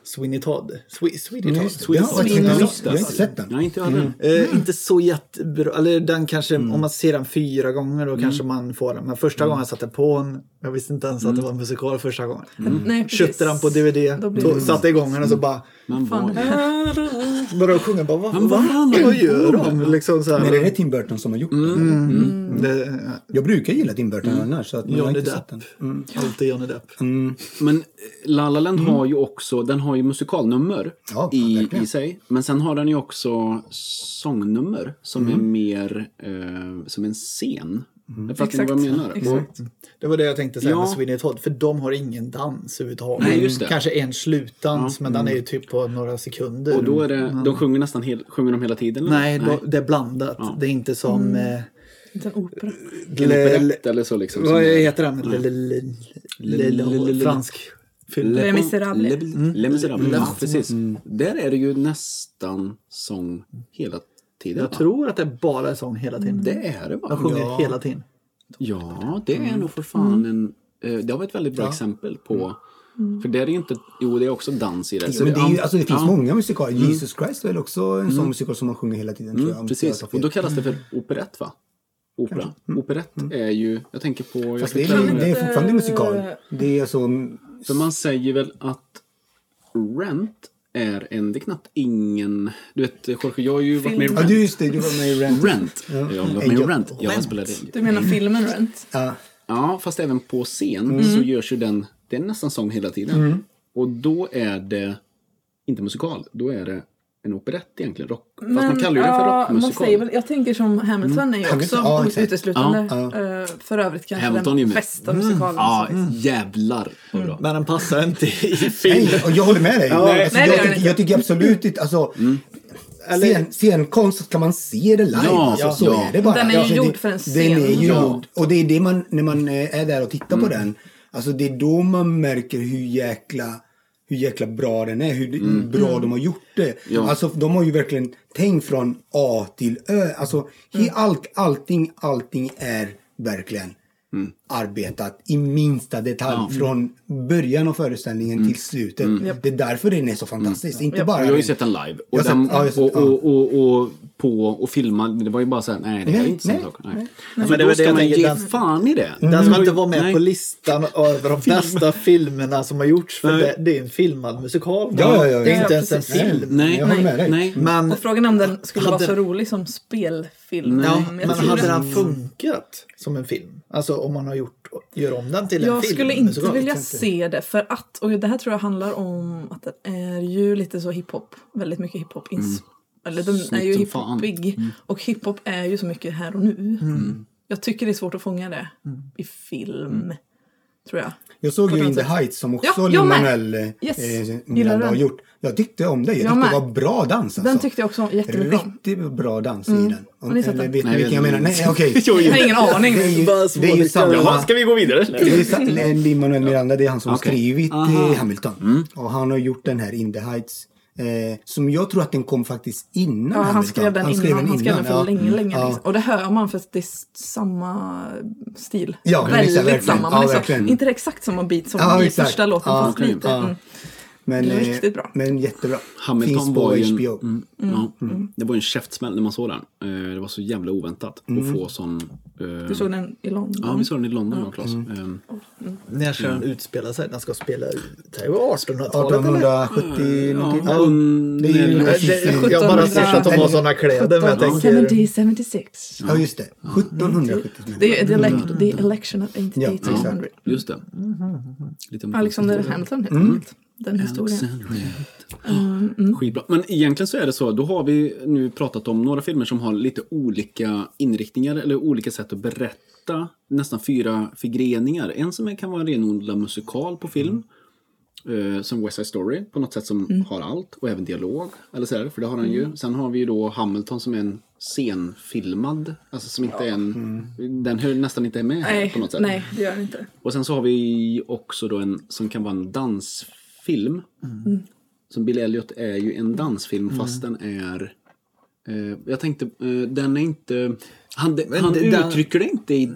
Sweeney Todd. Swe- Sweeney Todd.
Jag
Sweeney
har
Todd.
faktiskt inte-
Sweeney
jag har inte sett den.
Nej, inte jag heller.
Mm.
Eh, Inte så jättebra, eller den kanske,
Mm.
om man ser den fyra gånger då kanske man får den. Men första gången jag satte på den, jag visste inte ens att
Mm.
det var en musikal första gången. Mm.
Nej, precis.
Köpte den på DVD,
Då blir
tog-
det-
satte igång den och så
Mm.
bara
Man
Fan,
var
det här-
började sjunga. Bara, vad,
Men
vad,
vad
vad gör
fan?
de? Liksom så här.
Men är det Tim Burton som har gjort den?
Mm.
Mm.
Det, eh,
Jag brukar gilla Tim Burton annars, så att jag har
Johnny
inte sett
Depp.
den.
Mm.
Alltid Johnny Depp.
Men eh, La La Land har ju också, den har ju musikalnummer
Ja,
i,
verkligen.
i sig. Men sen har den ju också sångnummer som
Mm.
är mer eh, som en scen. Mm. Fattar ni vad jag menar?
Exakt.
Det var det jag tänkte säga
Ja.
med Sweeney Todd, för de har ingen dans överhuvudtaget.
Nej, just det. Mm.
Kanske en slutdans, men den är ju typ på några sekunder.
Och då är det, de sjunger nästan hel, sjunger de hela tiden? eller?
Nej, då, det är blandat. Det är inte som... eh,
Inte en opera.
En
le-
operett Mm. eller så liksom. som
Vad
är-
heter den? Le- le- le- le- le- le- Fransk film.
Le-
Les Misérables.
Le- Les Misérables, ja precis. Där är det ju nästan sång hela tiden.
Jag
va?
tror att det bara är sång hela tiden.
Det är det va?
De sjunger
Ja.
hela tiden.
Ja, det är nog för fan en... eh, Det var ett väldigt bra exempel på... För där är ju inte... Jo, det är också dans i det. Mm, så
Men det, är ju, alltså, det finns
ja, Mm.
många musikaler. Jesus Christ är väl också en sån musikal som man sjunger hela tiden. tror jag, om inte jag
Precis,
tar
och då
fel.
kallas det för operett va? Opera. Operett är ju... Jag tänker på... Jag
Fast det,
fick
är,
lära mig
det är
det.
fortfarande en musikal. Det är alltså...
För man säger väl att Rent är en... Det är knappt ingen... Du vet, Jorge, jag har ju varit med i
Ja,
Rent.
du just det, du var med i Rent.
Rent. Jag har varit med i
Ej,
Rent. Jag
Rent.
spelade in.
Du menar filmen
Mm.
Rent?
Ja.
Ja, fast även på scen så görs ju den, det är nästan sång hela tiden. Och då är det inte musikal, då är det en operett egentligen. Rock, fast man kallar ju det för
ja, man
rockmusikal.
säger väl, jag tänker som Hamilton är ju också
Hamilton, ja, exakt.
uteslutande. eh, För övrigt kanske
Hamilton är ju
den
med. Mm,
bästa musikalen.
Ja,
som-
jävlar vad bra.
Men den passar inte i film.
Nej, och jag håller med dig. alltså,
Nej, det gör
jag,
den
tycker,
inte.
jag tycker absolut inte... Alltså,
Eller-
Scen, scenkonst ska man se det live.
Ja,
alltså, så
ja.
är det bara.
Den är ju
Alltså,
gjord
det,
för en
Den är
scen.
ju
Ja.
gjord. Och det är det man, när man eh, är där och tittar
Mm.
på den. Alltså det är då man märker hur jäkla, hur jäkla bra den är. Hur bra de har gjort det.
Mm. Ja.
Alltså de har ju verkligen tänkt från A till Ö. Alltså
Mm.
he, allt, allting, allting är verkligen
Mm.
arbetat i minsta detalj från början av föreställningen
Mm.
till slutet. Det är därför den är så fantastisk. Inte bara
Och Jag har ju
den-
sett den live.
Jag
Och,
har sett-
den,
ja, jag har sett-
och,
ja.
och, och, och på och filma, det var ju bara såhär, nej det var
Nej,
inte sån
nej,
sak. Nej.
nej.
För
Men det
då
var det
ska
jag
man
tänker,
ge
den-
fan i det.
Mm.
Den som inte var med
Mm. Nej.
på listan över de bästa filmerna som har gjorts. För
Nej.
det, det är en filmad musikal.
Ja, ja, ja,
det är
ja,
inte ens en
precis.
film.
Nej,
Jag håller med dig. Mm.
nej.
Men,
Och frågan är om den skulle vara
Hade-
så rolig som spelfilm.
ja,
Mm, jag
men
tror
hade
det.
den funkat som en film? Alltså om man har gjort, gör om den till en
Jag
film.
skulle inte
musikal.
vilja se det för att, och det här tror jag handlar om att den är ju lite så hiphop, väldigt mycket hiphop. ins Eller den är ju
Mm. Snyggt som fan. Mm.
hiphopig. Och hiphop är ju så mycket här och nu. Jag tycker det är svårt att fånga det
Mm.
i film, tror jag.
Jag såg ju
något
In the
sätt.
Heights som också
Ja, jag med.
Lin-Manuel eh,
Yes.
eh,
Gillar
Miranda
den.
har gjort. Jag tyckte om det. Jag,
Jag
tyckte det
med.
var bra dans alltså.
Den tyckte jag också jättemycket om.
Riktigt bra dans i den. Om,
Har ni sett
eller
den?
vet ni
Nej,
vilken jag
jag
menar?
vet inte.
Nej, okej.
Jag har ingen aning.
Det är ju,
Bara
det är
smådricka.
ju samma...
vi gå vidare?
Det är sa- Lin-Manuel eh, Miranda, det är han som har
Okej.
skrivit eh,
Aha. Mm.
Hamilton. Och han har gjort den här In the Heights. Eh, som jag tror att den kom faktiskt innan
Ja, han
Hamilton.
skrev den innan. han skrev den för
ja. Mm.
länge, länge.
Ja.
Liksom. Och det hör man för att det är s- samma stil.
Ja, men
väldigt
exakt, verkligen.
samma. Man
Ja,
är så,
verkligen.
inte det exakt samma beat som
Ja,
i
exakt.
första låten,
Ja,
fast
okej.
lite.
Ja.
Mm.
Men, eh,
Riktigt bra.
men jättebra.
Hamilton
Finns på
var ju en,
HBO.
Mm, Ja, Det var ju en käftsmäll när man såg den. Eh, Det var så jävla oväntat
Mm.
att få sån... eh,
Du såg den i London?
Ja, vi såg den i London, jag och
Mm.
Claes. Ehm,
När ska den utspela sig? Den ska spela ut. Det är ju 1800-talet eller?
1870 någonting.
Mm. Ja,
Ja.
um,
det är ju-
nej,
Det- det- Jag har bara sett att de har sådana kläder. Men jag tänker,
70, 76.
Ja, just det. 1770.
Det är the, elec- the election of 88
Ja,
ja,
1800.
Just det. Lite om-
Mm. Alexander liksom Hamilton helt
Mm.
enkelt. Den historien.
Mm. Skitbra. Men egentligen så är det så, då har vi nu pratat om några filmer som har lite olika inriktningar eller olika sätt att berätta. Nästan fyra förgreningar. En som är- kan vara en renodlad musikal på film.
Mm.
eh, som West Side Story, på något sätt som har allt och även dialog. Eller så här, för det har han
Mm.
ju. Sen har vi ju då Hamilton som är en scenfilmad, alltså som inte är en... Den hör nästan inte med här på
Mm. Nej,
något sätt.
nej, det gör den inte.
Och sen så har vi också då en som kan vara en dansfilm. som Bill Elliot är ju en dansfilm fast den är... Eh, jag tänkte, eh, den är inte... Han, de-
Men
han
det- den-
uttrycker det inte i...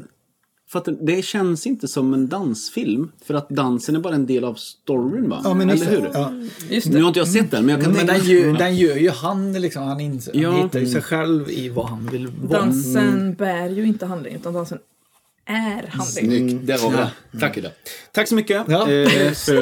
För att det känns inte som en dansfilm. För att dansen är bara en del av storyn va?
Ja, men
Eller
exakt.
hur?
Ja.
Just
Nu
det.
har inte jag sett den men jag kan
Mm. Men
tänka
den
mig...
gör, den gör ju han liksom. Han, ins-
Ja.
han hittar ju sig själv i vad han vill vara.
Dansen bär ju inte handlingen utan dansen är handlingen.
Snyggt, där har vi det. Tack Ida. Mm. Tack så mycket.
Ja.
eh, för-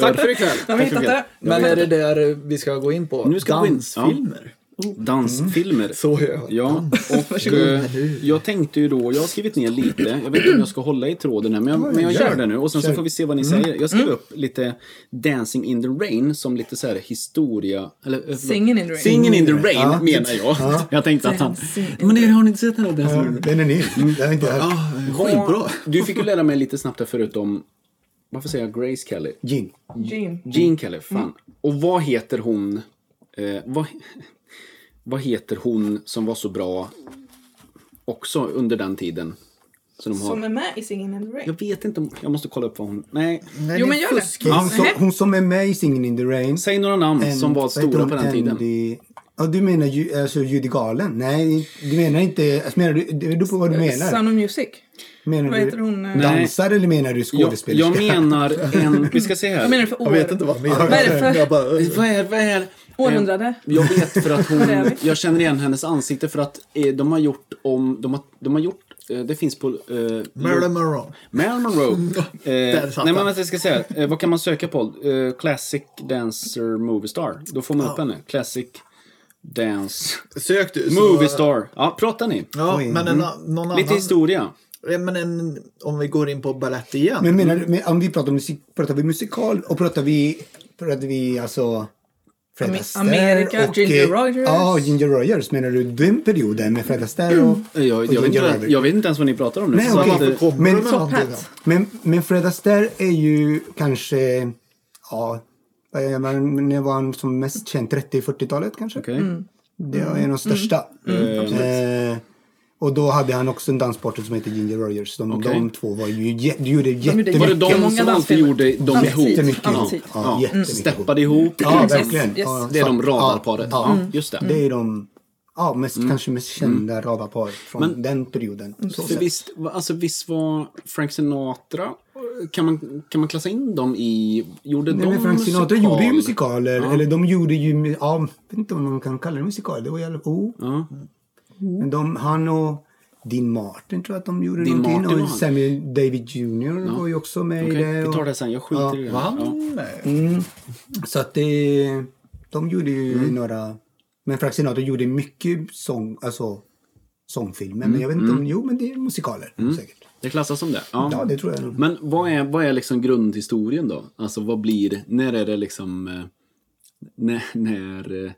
Tack för ikväll.
De har hittat det.
Men är det där vi ska gå in på?
Nu ska vi gå in-
Dansfilmer.
Dansfilmer.
Så gör jag.
Ja, och eh, jag tänkte ju då, jag har skrivit ner lite, jag vet inte om jag ska hålla i tråden här, men jag, men jag
gör
gör det Mm. nu och sen så
Kör.
får vi se vad ni säger. Jag skrev
Mm.
upp lite Dancing in the Rain som lite så här historia, eller eh, förlåt.
Singing in the Rain.
Singing in the Rain menar jag. Jag tänkte att han,
Dancing in the
men det har ni inte sett den här Dancing in the Rain?
Den är ny.
Mm.
Den har inte jag hört.
Vad- Du fick ju lära mig lite snabbt här förut om, varför säger jag Grace Kelly?
Gin.
Jean.
Jean Kelly, fan. Och vad heter hon... Eh, vad, vad heter hon som var så bra också under den tiden? Så de har,
Som är med i Singing in the Rain.
Jag vet inte om... Jag måste kolla upp vad hon... Nej.
Jo men gör det.
Hon, som,
Nähä.
hon som är med i Singin' in the Rain.
Säg några namn
En-
som var
vad heter
stora
hon?
på den tiden.
Andy- Ja, du menar ju, alltså Judy Garland? Nej, du menar inte... Alltså, menar du, det beror på vad du menar.
Sound of Music.
Menar
Vad heter hon? eh,
du dansare eller menar du
Jag,
skådespelerska?
jag menar en... Vi ska se här.
Vad menar du för år?
Jag vet inte vad han menar.
Vad är det för-
Jag bara, eh,
Vad är, vad är... eh,
Århundrade?
Jag vet för att hon...
Vad är vi?
Jag känner igen hennes ansikte för att eh, de har gjort om... De har, de har gjort... eh, Det finns på... Eh,
Marilyn Monroe.
Marilyn Monroe. eh,
Mm. satt
nej, men
han.
vänta, jag ska säga. Eh, vad kan man söka på? Eh, classic Dancer Movie Star. Då får man upp henne. Classic Dance
Sök du. så- Mm.
Movie Star. Ja, pratar ni?
Ja,
Oj.
men en, någon annan.
Lite historia.
Ja, Men en, om vi går in på balett igen.
Men menar du, men om vi pratar musik, pratar vi musikal och pratar vi, pratar vi alltså Fred
Ami-
Astaire
Amerika,
och,
Ginger
eh,
Rogers.
Ja, Ginger Rogers. Menar du den perioden med Fred Astaire och,
Jag, Mm. jag,
och
vet
Ginger
inte,
Rogers?
jag vet inte ens vad ni pratar om nu.
Nej,
Så
okej.
att, eh,
Varför kommer
Men-
du med
Top
någonting
Hat.
Men, men Fred Astaire är ju kanske, ja, vad är man- när var han som mest känd? 30-40-talet kanske?
okej.
Mm.
Det är en av de största. eh, och då hade han också en danspartner som heter Ginger Rogers. De,
Okej.
de två var ju, jä- de gjorde
Var det
jättemycket,
Hur
de
många
som alltid
dansfilmer?
gjorde dem
Alltid.
ihop?
jättemycket ihop.
Alltid.
Ja,
Ja.
jättemycket ihop.
Steppade ihop.
Ja,
Yes,
verkligen.
yes.
Ja,
Det är de
så-
radarparet.
Ja,
Ja, just det. Mm.
Det är de ja, mest, kanske mest kända radarparet från den perioden. Så
För
sett.
visst, alltså, visst var Frank Sinatra... Kan man, kan man klassa in dem i... Gjorde
Nej,
de
men Frank Sinatra
musikal?
gjorde ju musikaler. Eller de gjorde ju, ja, jag vet inte om man kan kalla det musikal. Det var jävla, oh.
Ja.
Men de, han och Dean Martin tror jag att de gjorde
Mm. Dean
någonting.
Martin var
och
han.
Samuel David Jr var ju också med
Okej,
i det.
vi
Och,
tar det sen. Jag skiter i det.
Var
Ja.
han med?
Så att det, de gjorde ju
Mm.
några... Men Frank Sinatra gjorde mycket sång, alltså, sångfilmer.
Mm.
Men jag vet inte om... Jo, men det är musikaler säkert.
Det klassas som det? Ja.
Ja, det tror jag nog.
Men vad är, vad är liksom grundhistorien då? Alltså vad blir, när är det liksom... eh, När, när, eh,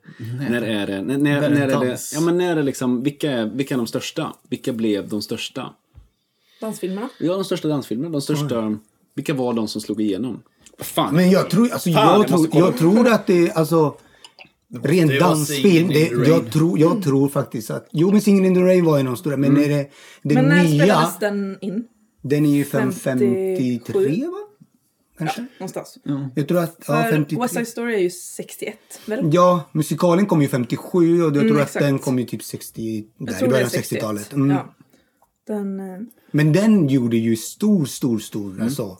när är det... När, när,
När är
när
det
är det
dans?
ja, men när är det liksom, vilka, är, vilka är de största? Vilka blev de största?
Dansfilmerna.
Ja, de största dansfilmerna. De största... Vilka var de som slog igenom? Fan.
Men jag tror, alltså,
Fan,
jag
jag måste
tror,
kolla.
jag tror att det är, alltså... Ren
ju vara Singin'
dansfilm.
in
Det,
the Rain.
jag, tror, jag tror faktiskt att... Jo, men Singin' in the Rain var en av de stora. Men
Mm.
är det, den
Men när
nya,
spelades den in?
den är ju fem-
57?
53 va? Kanske?
Någonstans.
Jag tror att... Ja, Mm.
För
53.
West Side Story är ju 61, väl?
Ja, musikalen kom ju 57 och jag tror att
Mm, exakt.
den kom ju typ 60,
Jag
där i
tror det är
början av
61.
60-talet. Mm.
Ja. Den, eh,
Men den gjorde ju stor, stor, stor alltså.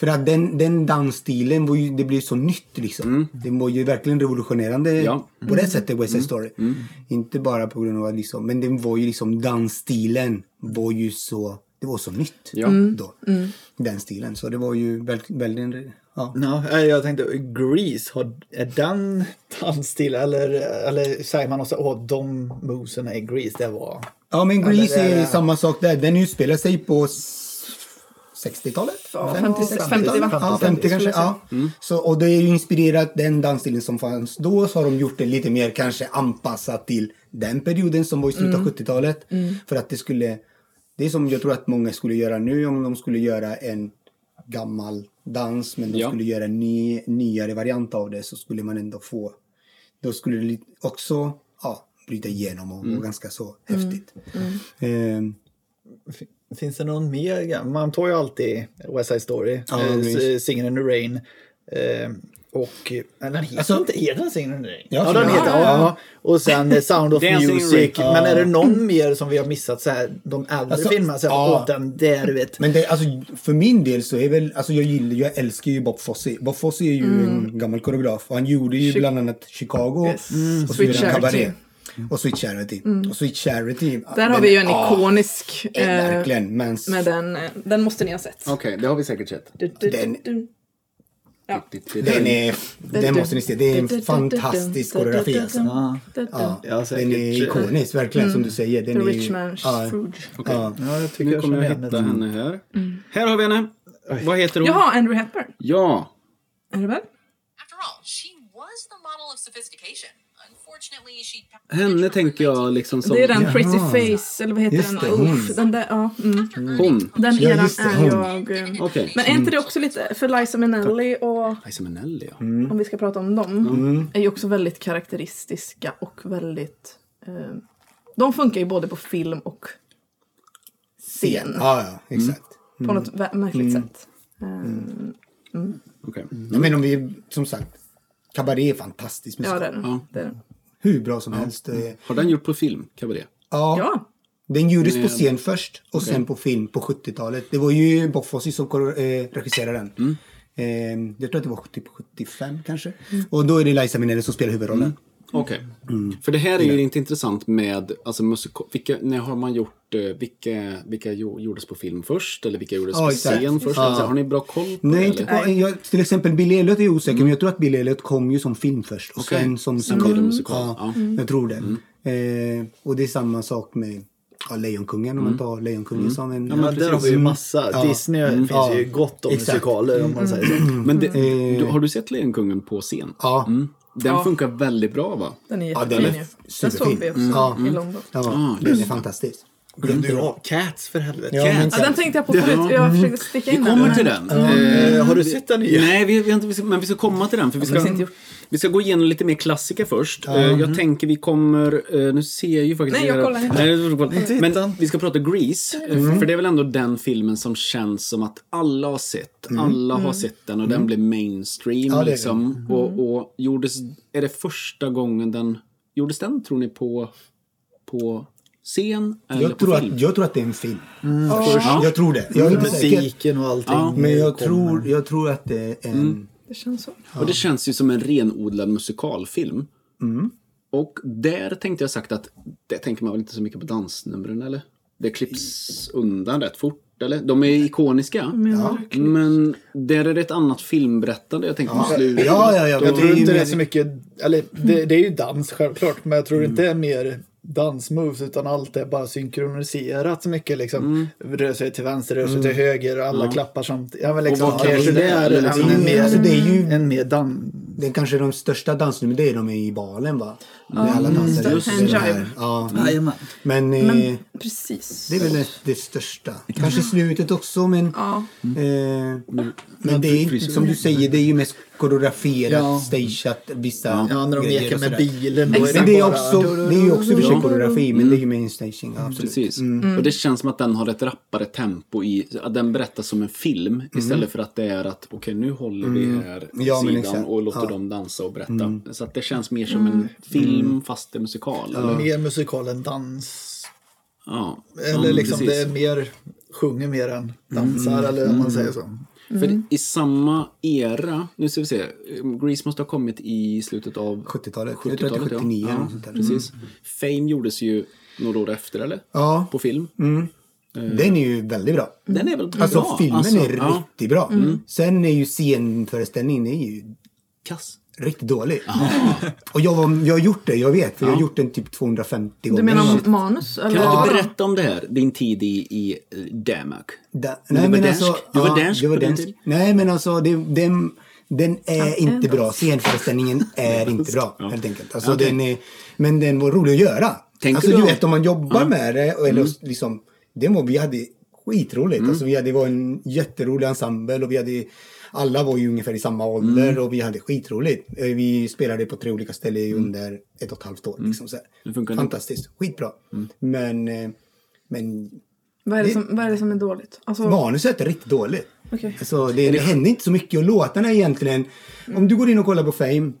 För att den, den dansstilen var ju, det blev så nytt liksom. Den var ju verkligen revolutionerande
Ja.
på det sättet, West Side Story. Inte bara på grund av att liksom, men den var ju liksom dansstilen var ju så, det var så nytt
Ja.
då. Den stilen, så det var ju väldigt, väldigt ja.
Ja, eh, jag tänkte Grease, har, är den dansstil eller, eller säger man också åh de movesen i Grease, det var...
Ja, men Grease
Ja, det-
är samma sak där. Den utspelar sig på s- 60-talet?
Ja,
50,
50,
60-talet?
va?
Ja, 50 kanske.
skulle jag
Ja. Så, och det är ju inspirerat den dansstilen som fanns då. Så har de gjort det lite mer kanske anpassat till den perioden som var i slutet av 70-talet. För att det skulle... Det är som jag tror att många skulle göra nu om de skulle göra en gammal dans men de
Ja.
skulle göra en ny, nyare variant av det så skulle man ändå få då skulle det li- också ja, bryta igenom och vara ganska så häftigt. Ehm,
Fin- Finns det någon mer? gam- Man tar ju alltid West Side Story,
Ja,
eh,
Grease.
S- Singin' in the Rain. Eh, Och eh, den heter inte, heter den Singing in the Rain?
Ja,
Ja, den
ja,
heter,
ja,
ja, ja. Och sen eh, Sound of
Det är en Singing in the
Music.
Rain.
Men är det någon mer som vi har missat så här, de äldre
Alltså,
filmerna? Så här,
ja.
åh, den där du vet.
Men det, alltså, för min del så är väl, alltså jag gillar, jag älskar ju Bob Fosse. Bob Fosse är ju
Mm.
en gammal koreograf och han gjorde ju
Chi-
bland annat Chicago
Yes. Mm.
och så
Sweet
gjorde han
Charity. Mm.
Cabaret. Och Sweet Charity. Och Sweet Charity.
Där har
den-
vi ju en
ja,
ikonisk...
eh,
Eh,
verkligen. Men s-
med den, eh, den måste ni ha sett.
Okej, det har vi säkert sett.
Du, du,
Den-
du, du. Ja.
den, är, den måste ni se. Det är en
Du, du, du,
fantastisk
du, du, du, du,
koreografi
du,
alltså.
du,
Ja.
du, du.
Ja,
Ja, säkert.
den är ikonisk verkligen som du säger. Den
Mm. The
är,
Rich Man's
ja,
Food.
ja.
Ja, jag tycker
Nu
jag
kommer
känner
jag
igen
hitta
den.
henne här. Här har vi henne. Vad heter hon?
Jaha, Andrew Hepburn.
Ja.
Är det väl?
After all, she was the model of sophistication. Unfortunately, she
Henne tänker jag liksom som...
Det är den
Jaha.
Pretty Face, eller vad heter
Just
den?
det,
Uff, den där, ja. Mm.
Hon.
Den
Ja,
eran
just det,
är
hon.
jag... eh,
Okej.
Men är inte det också lite, för Liza Minnelli och,
Liza Minnelli, ja.
Mm.
om vi ska prata om dem, är ju också väldigt karaktäristiska och väldigt... Eh, de funkar ju både på film och scen.
ja, ja, exakt.
På något vä- märkligt
Mm.
sätt. Eh,
Okej.
Ja, men om vi, som sagt, Cabaret är fantastisk musik.
ja, det är den.
Ja.
Det är den.
Hur bra som helst. Eh,
Har den gjort på film, Cabaret?
Ja.
Ja.
Den gjordes på
Men-
scen först och sen på film på 70-talet. Det var ju Bob Fosse som kor- eh, regisserade den. Eh, jag tror att det var 70 på 75 kanske. Och då är det Liza Minnelli som spelar huvudrollen.
Okej.
Mm.
För det här är ju inte intressant med alltså, musik... Vilka, när har man gjort... eh, Vilka, vilka jo- gjordes på film först? Eller vilka gjordes
Ja,
på
exakt.
scen först?
Ja.
Alltså, har ni bra koll på det?
Nej, inte
eller?
på, jag, till exempel Bill Elliot är jag osäker, men jag tror att Bill Elliot kom ju som film först och
Okej.
sen som
Sen blev det musikal,
Ja,
ja.
Jag tror det. Eh, och det är samma sak med ja, Lejonkungen, om man tar Lejonkungen som en... Mm.
Ja, där har vi ju massa.
Ja. Mm.
Disney finns
Ja.
ju gott om
Exakt. Mm.
musikaler om man säger så.
Men det, du, har du sett Lejonkungen på scen? Mm.
Ja.
Den funkar väldigt bra, va?
Den är
Ja,
jättefin
den är
ju. Den
superfin.
såg vi också
Ja.
i London.
Ja, den är fantastisk.
Glömde ju av Mm. Cats för helvete.
Ja, men-
Cats.
Ja, den tänkte jag på förut. Jag försökte sticka
Vi
in
kommer
men-
till den.
Eh, har du sett den nya?
Nej, vi, vi, har inte- vi ska- men vi ska komma till den. För vi, ska,
inte gjort.
vi ska gå igenom lite mer klassiker först. Eh, jag tänker vi kommer... eh, nu ser jag ju faktiskt...
Nej, jag kollar inte.
Nej, jag kollar inte.
Titta.
Men vi ska prata Grease. eh, För det är väl ändå den filmen som känns som att alla har sett. Alla har sett den och den blev mainstream.
det är det.
liksom. Och, och gjordes... Är det första gången den... Gjordes den, tror ni, på, på scen eller
Jag
på
tror,
film?
att, jag tror att det är en film.
Ja.
Jag tror det. Jag är inte säker.
Musiken och allting.
Men jag tror, jag tror att det är en...
Det känns så.
Och det känns ju som en renodlad musikalfilm.
Mm.
Och där tänkte jag sagt att, det tänker man väl inte så mycket på dansnumren eller? Det klipps undan rätt fort eller? De är ikoniska. Men där är det ett annat filmberättande. Jag tänker på slutet.
Ja, ja, ja.
Jag
är
tror
ju
inte det är
mer- Mm.
så mycket, eller det, det är ju dans självklart, men jag tror inte det är mer dansmoves utan allt är bara synkroniserat så mycket
Mm.
liksom. Rör sig till vänster, rör sig till höger och alla klappar samtidigt. Ja men liksom,
Och vad
ja,
kallas
så det
det?
är
Eller
en,
liksom-
en mer,
Alltså, det är ju-
en mer dans...
Det är kanske de största dansnumren, det är de i balen va? Mm. Alla dansar
Just
efter
det.
det här.
Jive.
Ja.
Jajamän.
Men, eh,
Men precis.
det är väl det, det största. Kanske slutet också men...
Ja.
Mm.
Eh, men det är, som du säger, det är ju mest koreograferat,
Ja.
stageat, vissa
Ja, när de
grejer
leker
och
med
sådär.
bilen. Då är
Men
det,
det är
bara...
också, det är ju också i och för sig koreografi, men det är ju main staging, ja, absolut.
Precis. Och det känns som att den har ett rappare tempo i, att den berättas som en film istället för att det är att okej nu håller vi här
Mm. Ja, men
sidan
exakt.
och låter
Ja.
dem
Mm.
dansa och berätta. Så att det känns mer som en film fast det är musikal. eller?
mer musikal än dans.
Ja.
Eller
Ja,
liksom
precis.
det är mer, sjunger mer än dansar eller om man säger så.
För i samma era, nu ska vi se, Grease måste ha kommit i slutet av
70-talet. Jag tror att det är
70-talet,
79 eller
ja.
något sånt där. Mm.
ja precis. Fame gjordes ju några år efter, eller?
Ja.
På film.
Den är ju väldigt bra.
Den är väl bra?
Alltså filmen
Alltså,
är
ja,
riktigt bra. Mm. Sen är ju scenföreställningen är ju
kass.
riktigt dålig. Och jag, var, jag har gjort det, jag vet. För jag har gjort den typ 250 gånger.
Du menar om manus? Eller?
Kan
Ja.
du berätta om det här, din tid i, i eh, Danmark?
Da,
du
nej,
var
men
dansk.
alltså,
Du var
ja,
dansk
jag var
på den
dansk.
tiden.
Nej, men alltså det, den, den är inte
ändå.
bra. Scenföreställningen är inte bra, helt enkelt. Alltså, den är, men den var rolig att göra.
Tänker
alltså,
du Mm.
du,
om-
vet, om man jobbar med det, och- eller liksom, det var, vi hade skitroligt.
Mm.
Alltså, vi hade, det var en jätterolig ensemble och vi hade alla var ju ungefär i samma ålder
Mm.
och vi hade skitroligt. Eh, Vi spelade på tre olika ställen i under ett och ett halvt år. Liksom, så här.
Det Mm. Mm. funkar nu.
Fantastiskt, skitbra. Men, eh, men
Vad, är det som, vad är det som är dåligt? Alltså,
manuset är riktigt dåligt.
Okej.
Alltså, det, det hände inte så mycket och låtarna egentligen.
Mm.
Om du går in och kollar på Fame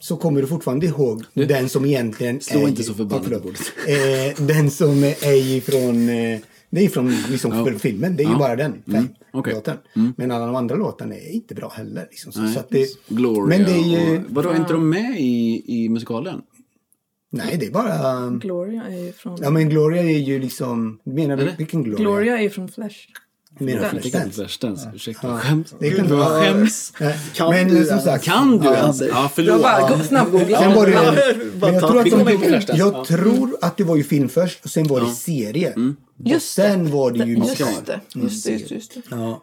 så kommer du fortfarande ihåg den som egentligen
Mm. slå
är...
inte så förbannat
Ja, förlåt.
på bordet.
Eh, den som är ifrån... Eh, det är från liksom,
Ja.
filmen. Det är
Ja. Mm.
ju bara den. Fame,
Okej. Mm.
låten. Men alla de andra låtarna är inte bra heller. Liksom. Så,
Nej.
så att det,
Gloria
men det är ju...
och... Vadå, är inte de med i, i musikalen?
Nej, det är bara...
Gloria är ju från...
Ja, men Gloria är ju liksom... Menar du
Eller?
vilken Gloria?
Gloria är ju från Flash.
Du menar
Flashdance.
Flashdance?
Flashdance. Ursäkta,
Ja.
skäms.
Det
Gud,
kan
vad
vara-
skäms.
Nej,
Kan
Eh, men
du
som
ens?
sagt.
Kan du
Ja,
ens? Ja,
Jag
förlåt.
bara gå- snabbgoogla.
Sen var det,
Ja,
men
bara
jag
ta-
tror, att
vi kommer
in på
de,
Flashdance.
jag tror att det var ju film först och sen var det serie. Och
Just
sen var det ju
Just
musikal.
det, just det, just det, just det.
Ja.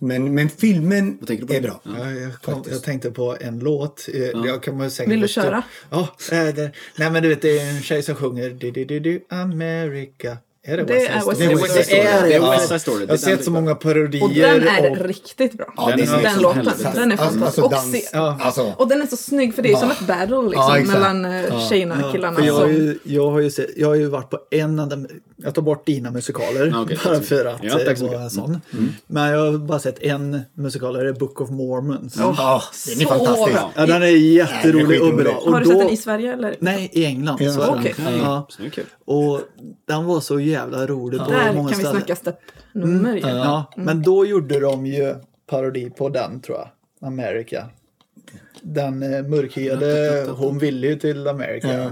Men, men filmen
tänker du på?
är bra.
Ja, jag, kom, jag tänkte på en låt. Eh, Jag kan väl säga
Vill du köra?
Ja. eh, det, nej, men du vet, det är en tjej som sjunger du, du, du, du, America. Är det,
Det
West
är
Side Story?
West Side Story.
Det är det.
Det är
ja.
West Side Story.
Jag har
Det är den
sett så
typen.
många
Och den är
parodier.
riktigt bra.
Ja, det är så-
den
som
låten.
helvete.
Den är
Alltså,
fantastisk.
alltså,
och,
dans.
se-
Ja. Alltså,
och den är så snygg för det är som ett battle liksom,
Ja, exakt.
mellan eh, tjejerna och killarna.
För jag, har
som-
ju, jag, har ju sett, jag har ju varit på en enda, jag tar bort dina musikaler
Ja, okej,
bara
tack så
för att
mycket. Ja, tack så
eh, vara
mycket.
sån. Men jag har bara sett en musikal, och det är Book of Mormons.
ja, den är
så
fantastisk.
bra.
Ja, den är jätterolig och bra. Och
Har du
då-
sett den i Sverige eller?
Nej, i England.
Ja,
så är den.
okej.
Ja.
Så det är kul.
Och den var så jävla rolig på
Där
många
kan vi
ställen.
snacka steppnummer ju.
Ja, men då gjorde de ju parodi på den tror jag. America. Den eh, mörkhyade, hon ville ju till Amerika.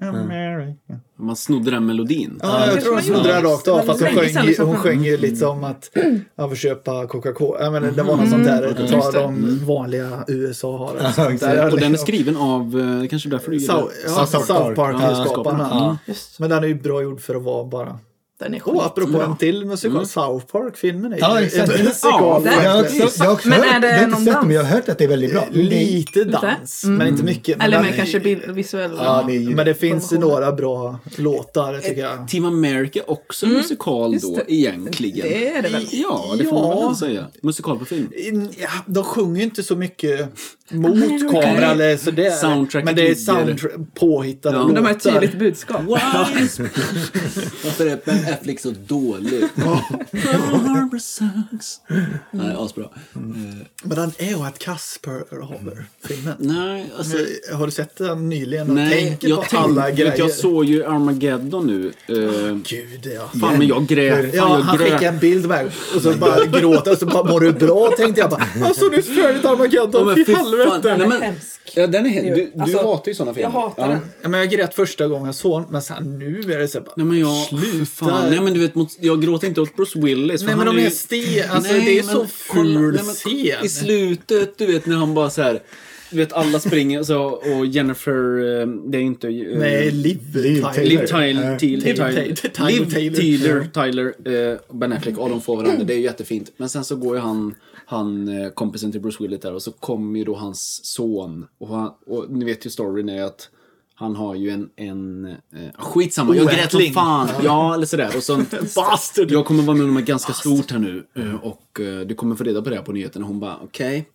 America.
Man snodde den melodin.
Ja, jag tror hon snodde det rakt av. Fast hon
Det var länge sedan
sjöng, ju-
liksom.
hon sjöng ju lite som att jag får köpa Coca-Cola. Jag menar, det var
Mm.
något sånt där. Ta de vanliga USA har. det. Sånt där.
Och den är skriven av, eh, det kanske är därför du gillar
South,
den.
ja,
South
South
Park.
Park-skaparna.
Ja.
Just.
Men den är ju bra gjord för att vara bara
Den är
Och apropå
skitbra.
en till musikal, South Park-filmen är ju
Ja, exakt.
en musikal.
Ja,
Jag
det är
har också, jag har också
Men
hört,
är det
jag har inte
någon
sett den, men jag har
dans?
hört att det är väldigt bra. Men det,
Lite dans, men inte mycket. Men
Mm. Eller
den
med
är-
kanske bild, visuella.
ja, det är ju,
Men det finns ju några bra låtar tycker jag.
Team America också en musikal
just
då,
det.
egentligen.
Det är det väl?
Ja, det får man väl
Ja.
ändå säga. Musikal på film.
In- Ja, de sjunger ju inte så mycket mot kameran eller sådär.
Soundtracket
men det är
ligger-
soundtrack, påhittade
Ja.
låtar.
Men de har ett tydligt budskap.
Varför är Ben Affleck så dålig? Pearl Harbor sucks. Nej, asbra. Eh,
Men den är ju att Casper Haber-filmen.
Nej, alltså...
Har du sett den nyligen? Och
Nej,
tänker
jag
på alla
tänkte...
grejer.
Jag såg ju Armageddon nu. eh,
Gud ja.
Fan, men jag grät.
Ja,
Fan,
han
jag grät.
skickade en bild med och så bara gråta och så bara mår du bra tänkte jag bara. "Alltså, Jag såg nyss färdigt
Ja,
Armageddon,
men
fy
fy fan.
helvete.
Nej, men-
Hemsk.
Ja, den är hemsk. Du, du
Alltså,
hatar ju såna filmer.
jag hatar
ja.
den.
Ja, men jag grät första gången jag såg den, men sen nu är det så här bara.
Nej men jag... Sluta. Fan. Nej men du vet, mot, jag gråter inte åt Bruce Willis. för
Nej, men
han
de
är
är sti- alltså, det är ju så ful scen.
I slutet, du vet när han bara så här... Du vet alla springer så, och Jennifer, eh, det är inte... eh,
Nej, Liv
Liv
Tyler.
Tyler, Tyler,
Liv
Tyler,
Eh, Taylor.
Liv
Taylor.
Tyler, Tyler, eh, Ben Affleck, ja de får varandra, det är ju jättefint. Men sen så går ju han, han eh, kompisen till Bruce Willis där och så kommer ju då hans son. Och, han, och ni vet ju storyn är att han har ju en, en eh, skitsamma, jag grät som
Oättling.
fan. Ja, eller sådär. Och så,
Bastard.
jag kommer vara med om något ganska stort här nu eh, och eh, du kommer få reda på det här på nyheterna. Hon bara okej,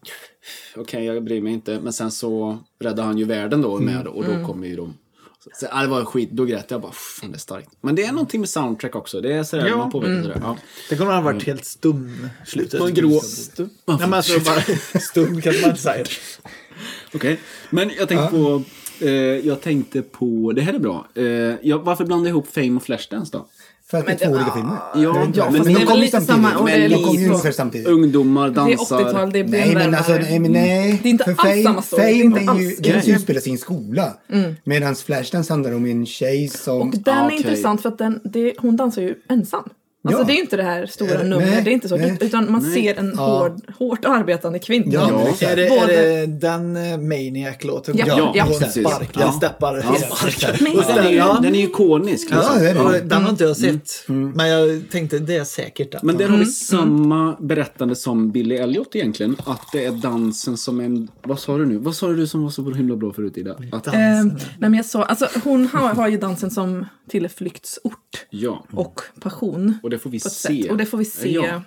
okej jag bryr mig inte. Men sen så räddar han ju världen då
Mm.
med och då kommer ju de. Så, ja, det var skit, då grät jag bara fan det är starkt. Men det är någonting med soundtrack också, det är sådär
Ja.
man
Mm.
påverkas av det. Ja.
Tänk om den hade varit helt stum i slutet.
Mm. Man grå... Man
Nej men alltså bara stum kan man inte säga.
Okej. Men jag tänkte på... Eh, jag tänkte på... Det här är bra. Eh, jag, varför blanda ihop Fame och Flashdance då?
för att det är två olika filmer.
Ja,
Ja,
fast
men
det är
de kom
väl
ju
lite
samtidigt.
samma- och det är
Men de
lite
kom ju
så.
ungefär samtidigt.
Ungdomar
Det är
dansar.
80-tal, det är
Nej, men
brunvärmare.
alltså, nej, men nej.
Mm. Det är inte
För
alls
Fame,
samma story.
Fame
Det är inte
är ju,
alls- Mm.
den utspelar sig i en skola. Medan Flashdance handlar om en tjej som...
Och den är
okej.
intressant för att den, det, hon dansar ju ensam. Alltså
Ja.
det är inte det här stora
Eh,
numret,
nej,
det är inte så.
nej.
utan man ser en hård, hårt arbetande kvinna.
Ja, men exakt.
Är det, är
Både-
det den eh, Maniac-låten?
Ja, Ja, ja.
Hon
precis.
sparkar,
Ja.
steppar.
Ja.
sparkar.
Men-
Och
Den är
sen-
ju,
ja.
den är ju ikonisk. Liksom.
Ja, det är det.
Och Den har inte jag sett. Men jag tänkte det är säkert den.
Mm. Men där har vi samma berättande som Billy Elliot egentligen. Att det är dansen som en... Vad sa du nu? Vad sa du som var så himla bra förut Ida? Att,
Ehm, nej men jag sa, alltså hon har, har ju dansen som tillflyktsort
ja.
och passion.
Och det får vi
på ett
se.
sätt. Och det får vi se
Ja.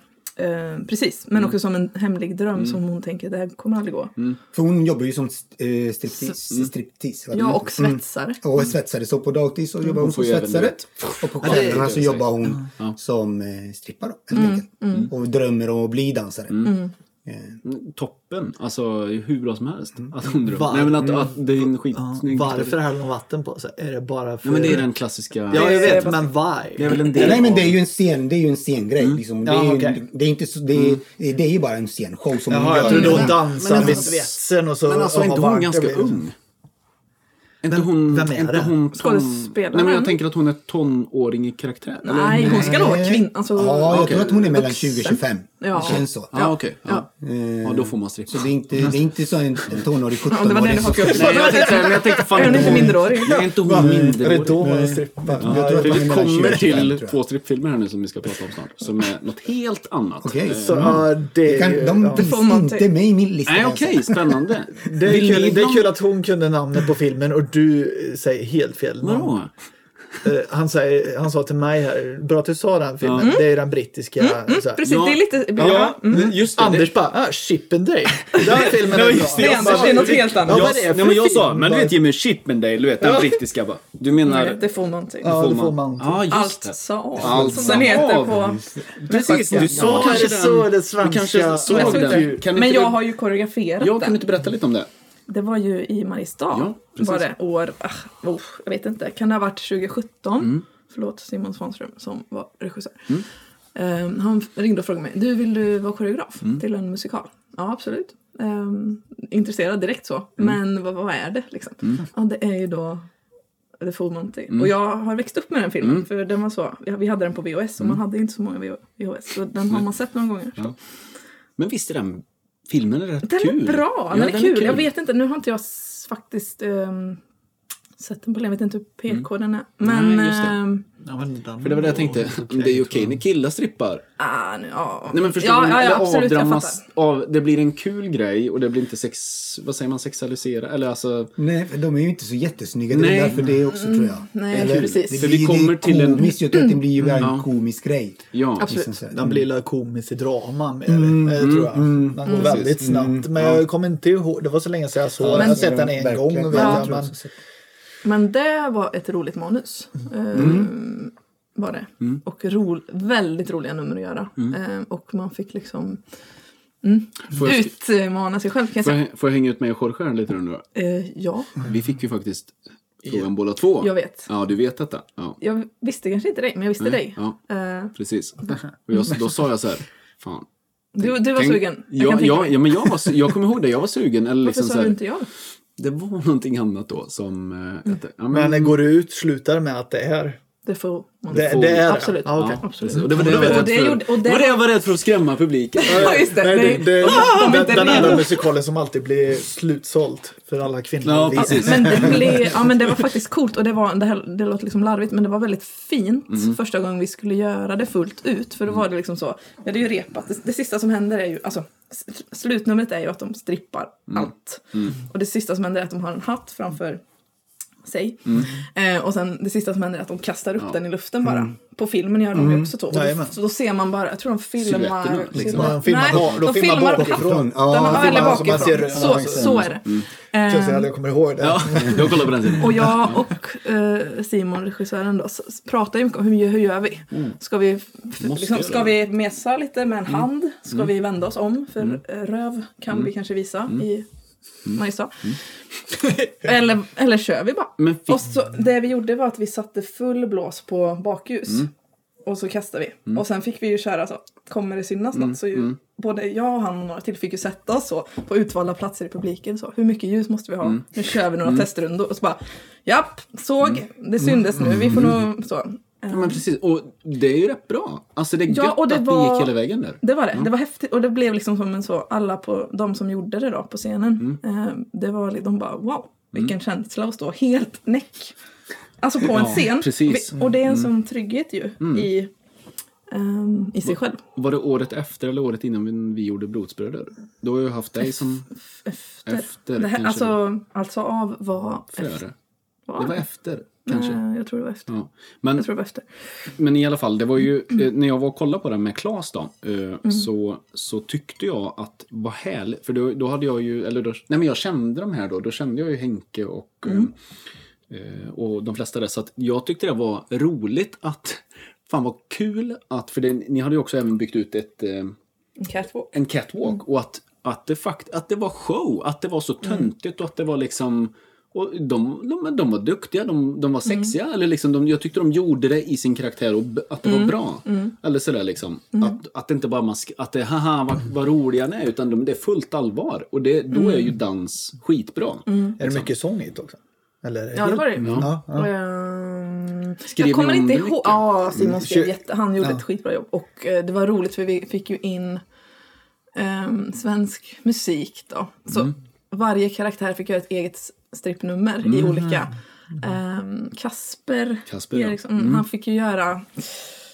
Eh, precis, men också som en hemlig dröm som hon tänker det här kommer aldrig gå.
För hon jobbar ju som eh, striptease. striptease va?
Ja, och svetsare.
Ja, Mm. och är svetsare. Så på dagtid så jobbar hon,
Mm. Hon får
som
ju även
svetsare.
det.
Och på
Ja, det är
kvällarna
det
så
jag säger.
jobbar hon
Ja. Mm.
som eh, strippare. helt
Mm,
enkelt. Och drömmer om att bli dansare. Eh,
Toppen, alltså hur bra som helst. Att hon drömmer.
Mm. Var-
Nej men att, att det är en
Ja,
skitsnygg
varför hade hon vatten på sig? Är det bara för...
Nej men det är den klassiska.
Ja, jag vet,
Det är-
men why?
Det är väl en del
Nej men det är
av-
ju en scen, det är ju en scengrej.
Mm.
Liksom. Det, är
Ja,
ju,
okej.
det, är inte så, det, är, det är ju bara en scenshow som
Jaha,
hon
jag
gör.
trodde hon
Men-
dansade
men- alltså-
vid svetsen och så...
Men alltså
och
är inte
har
hon
varmt.
ganska ung? Är inte hon,
vem är
inte
det?
hon ton...
Skådespelaren?
Nej men jag tänker att hon är tonåring i karaktär. eller?
Nej, hon ska nog vara kvinna. Alltså,
Ja, jag tror att hon är mellan
vuxen.
20 och 25.
Ja.
Det känns så.
Ja, okej. Ja. Ja. då får man strippa.
Så det är inte, det är inte så en en tonårig
Ja, det var den
17-åring
du
som
hakade upp
Nej, jag tänkte, men jag tänkte fan
Är hon inte minderårig?
Nej, Är inte
Va?
hon
Är
minderårig?
det då man strippar? Jag tror att
För
man är
vi kommer
mellan 20 och 25,
till
tror
två strippfilmer här nu som vi ska prata om snart. Som är något helt annat.
Okej.
Eh,
Så, ja, det,
jag.
är ju-
Kan, de
ja.
finns
får man
inte
till.
med i min lista. alltså.
Nej
kan jag
okej,
säga.
spännande.
det, är
Vill ni
kul, det är
någon-
kul att hon kunde namnet på filmen och du eh, säger helt fel namn.
Vadå?
Eh, Han, säger, han sa till mig här, bra att du sa den filmen, det är den brittiska.
Mm,
så här.
Precis, det är lite...
Ja,
Ja. Mm.
just det.
Anders bara, ah, Chip and Dale. Den filmen är bra.
just
Det är,
jag
Anders,
sa-
det är något helt annat.
Jag,
vad är det för
nej, men jag
film?
sa, men du vet Jimmy Chippendale, du vet den brittiska bara. Du menar...
Nej, det får man till.
Ja, det får man.
Ja, just det.
Allt sa
Allt
som
sa
den heter
av.
på...
Precis, du sa
Ja, kanske
den-
så är det
Du kanske
svenska-
såg
Jag såg
den.
inte.
Kan
Men
inte
jag
du-
har ju koreograferat
Ja, kan
den.
du inte berätta lite om det?
Det var ju i Mariestad.
Ja, precis.
var det år, ah, oh, jag vet inte, kan det ha varit 2017?
Mm.
Förlåt Simon Svanström som var regissör. Ehm, han ringde och frågade mig, du vill du vara koreograf
Mm.
till en musikal? Ja absolut. Ehm, intresserad direkt
Mm.
så, men vad, vad är det liksom? Ja det är ju då The Full Monty.
Mm.
Och jag har växt upp med den filmen för den var så, ja, vi hade den på VHS och
Mm.
man hade inte så många VHS så den har man sett några gånger.
Men visst är den filmen är rätt
Den
kul?
är bra, den, är,
Ja,
kul. Jag vet inte, nu har inte jag s- faktiskt ehm, sett den på länge. Jag vet inte hur PK den är. Men...
Mm. Nej, just det.
ehm,
Ja, men den-
För det var det jag tänkte, om det är Mm, okej när killar strippar.
ah, nu, ja.
Nej men förstår
ja,
du?
ja,
Eller
ja, absolut, jag
avdramas
fattar.
av, det blir en kul grej och det blir inte sex, vad säger man, sexualisera? Eller alltså,
Nej, för de är ju inte så jättesnygga. Det
Nej.
är därför det också tror jag.
Mm. nej, precis.
Det
För
blir,
vi kommer
det
till
är
en- Mm.
komiskt. Jag tror att det blir ju en
Ja.
komisk grej. Liksom
ja.
Absolut.
så här.
Den blir lite komisk i drama med det, eh, tror jag. Den går väldigt snabbt. Men jag kommer inte ihåg, Mm, det var så länge sedan jag såg den. Jag har sett den en
Verkligen.
gång. Vet
Ja,
jag,
tror
men,
också så.
Men det var ett roligt manus. Ehm,
Mm.
Var det. Och ro, väldigt roliga nummer att göra. Ehm, och man fick liksom
Mm. Får jag,
utmana sig själv kan jag
får,
säga.
jag, får jag hänga ut mig och Jorge här lite nu då?
Eh, ja,
Vi fick ju faktiskt frågan båda två.
jag vet.
Ja, du vet detta. Ja,
Jag visste kanske inte dig, men jag visste
Nej,
dig.
ja.
Ehm,
precis. Och jag, då sa jag så här, fan.
du, du var
tänk-
sugen. Jag
Ja,
kan
ja,
tänka mig.
ja, men jag, var, su- jag kommer ihåg det, jag var sugen. Eller
Varför
liksom så
sa du
här,
inte Mm. jag?
det var någonting annat då som... eh, jag tänkte, Ja,
men det går ut, slutar med att det är...
Det får man
Det,
får-
det är
Absolut.
Ja, okej.
Ja,
Absolut.
precis. Och det var det jag var
Mm. Och
rädd
det
för.
gjorde- och
det
det-
var det jag var rädd för att skrämma publiken.
Ja, just det.
Nej, det, det,
Ah, de är
den,
inte
den
redo.
enda musikalen som alltid blir slutsåld för alla kvinnor.
Ja,
Det-
precis.
Men det, blev, ja, men det var faktiskt coolt och det, var, det, här, det låter liksom larvigt men det var väldigt fint
Mm.
första gången vi skulle göra det fullt ut. För då var det liksom så, vi hade ju repat, det, det sista som händer är ju, alltså s- slutnumret är ju att de strippar
Mm.
allt. Och det sista som händer är att de har en hatt framför sig.
Mm.
Eh, och sen det sista som händer är att de kastar upp den i luften bara. På filmen gör de ju också så. Och då,
Mm. Jajamän.
så då ser man bara, jag tror de
Siluetterna,
filmar...
liksom.
Ja, de filmar bak- de filmar bakifrån.
hatten.
Ja,
de
de
har eller
filmar
som man ser
bakifrån.
röda
Så,
laser.
så är det.
Mm.
Jag ska
Ehm,
säga att jag kommer ihåg det.
Ja, jag kollade på den sidan.
och jag och eh, Simon, regissören, då, s- s- pratar ju mycket om hur, hur gör vi? Ska vi, f- liksom,
göra
ska vi mesa lite med en hand? Ska vi vända oss om? För eh, röv kan vi kanske visa i Mariestad. eller, eller kör vi bara?
Men fick-
och så, det vi gjorde var att vi satte full blås på bakljus. Och så kastade vi. Och sen fick vi ju köra så, kommer det synas något? Så ju, Både jag och han och några till fick ju sätta oss så på utvalda platser i publiken. Så, hur mycket ljus måste vi ha? Nu kör vi några testrundor. Och så bara, japp, såg, det syndes nu. Vi får nog så. Eh,
Ja, men precis. Och det är ju rätt bra. Alltså det är
Ja,
gött
och det
att ni
var-
gick hela vägen där.
Det var det. Det var häftigt. Och det blev liksom som en så, alla på, de som gjorde det då på scenen.
Mm.
Eh, det var, li- de bara wow, vilken känsla att stå helt näck. Alltså på en
Ja,
scen.
precis. Mm.
Och det är en sån trygghet ju i, ehm, i sig själv.
Var det året efter eller året innan vi gjorde Blodsbröder? Då har jag haft dig som...
Efter.
Efter,
det här,
kanske
alltså, alltså av var...
Före. Det var efter. Kanske. Mm.
Eh, jag tror det var efter.
Ja. Men,
Jag tror det var efter.
men i alla fall, det var ju, eh, när jag var och kollade på den med Claes då, eh, så, så tyckte jag att, vad härligt, för då, då hade jag ju, eller då, nej men jag kände de här då, då kände jag ju Henke och, eh, eh, och de flesta där, så att jag tyckte det var roligt att, fan vad kul att, för det, ni hade ju också även byggt ut ett eh,
Catwalk.
en catwalk. Och att, att, det fakt att det var show, att det var så töntigt och att det var liksom... Och de, de, de var duktiga, de, de var sexiga. Eller liksom de, jag tyckte de gjorde det i sin karaktär och b- att det var bra. Eller sådär liksom. Att, att det inte bara man sk- att det haha vad, vad roliga ni är, utan de, det är fullt allvar. Och det, då är ju dans skitbra.
Är det mycket sång i det också? Eller
Ja, det var det.
Mm.
Ja, ja.
Ehm,
Skrev ni Mm.
jag kommer inte
under
ihåg.
mycket?
Ja, Simon skrev
Kör-
jätte... Han gjorde ett skitbra jobb. Och eh, det var roligt för vi fick ju in ehm, svensk musik då. Så
Mm.
varje karaktär fick göra ett eget strippnummer i olika. Ehm, Kasper,
Mm. Kasper, ja. Mm.
Eriksson, mm, han fick ju göra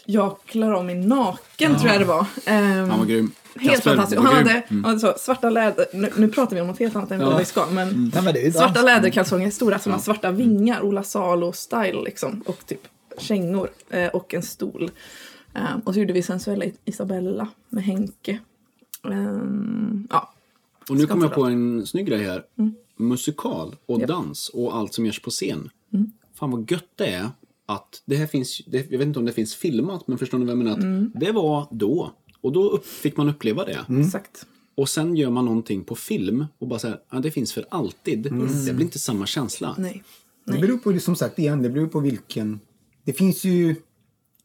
Jag klarar av mig naken tror jag det var. Ehm,
Han var grym.
Helt
Kasper
fantastisk. Och
var
han
grym.
hade, han hade så, svarta läder... Nu, nu pratar vi om något helt annat än vad vi ska. Men
Nej, men det är ju dans.
Svarta läderkalsonger, stora som har svarta vingar, Ola Salo-style liksom. Och typ kängor eh, och en stol. Eh, och så gjorde vi sensuella Isabella med Henke. Ehm, ja. Ska
Och nu
Mm.
kommer jag
ta
på en snygg grej här. Musikal och dans och allt som görs på scen.
Mm.
Fan vad gött det är att det här finns, det, jag vet inte om det finns filmat, men förstår ni vad jag menar? Att
Mm.
Det var då. Och då upp, fick man uppleva det.
Exakt.
Och sen gör man någonting på film och bara så här, ja, det finns för alltid. Det blir inte samma känsla.
Nej.
Det beror på, som sagt igen, det beror på vilken. Det finns ju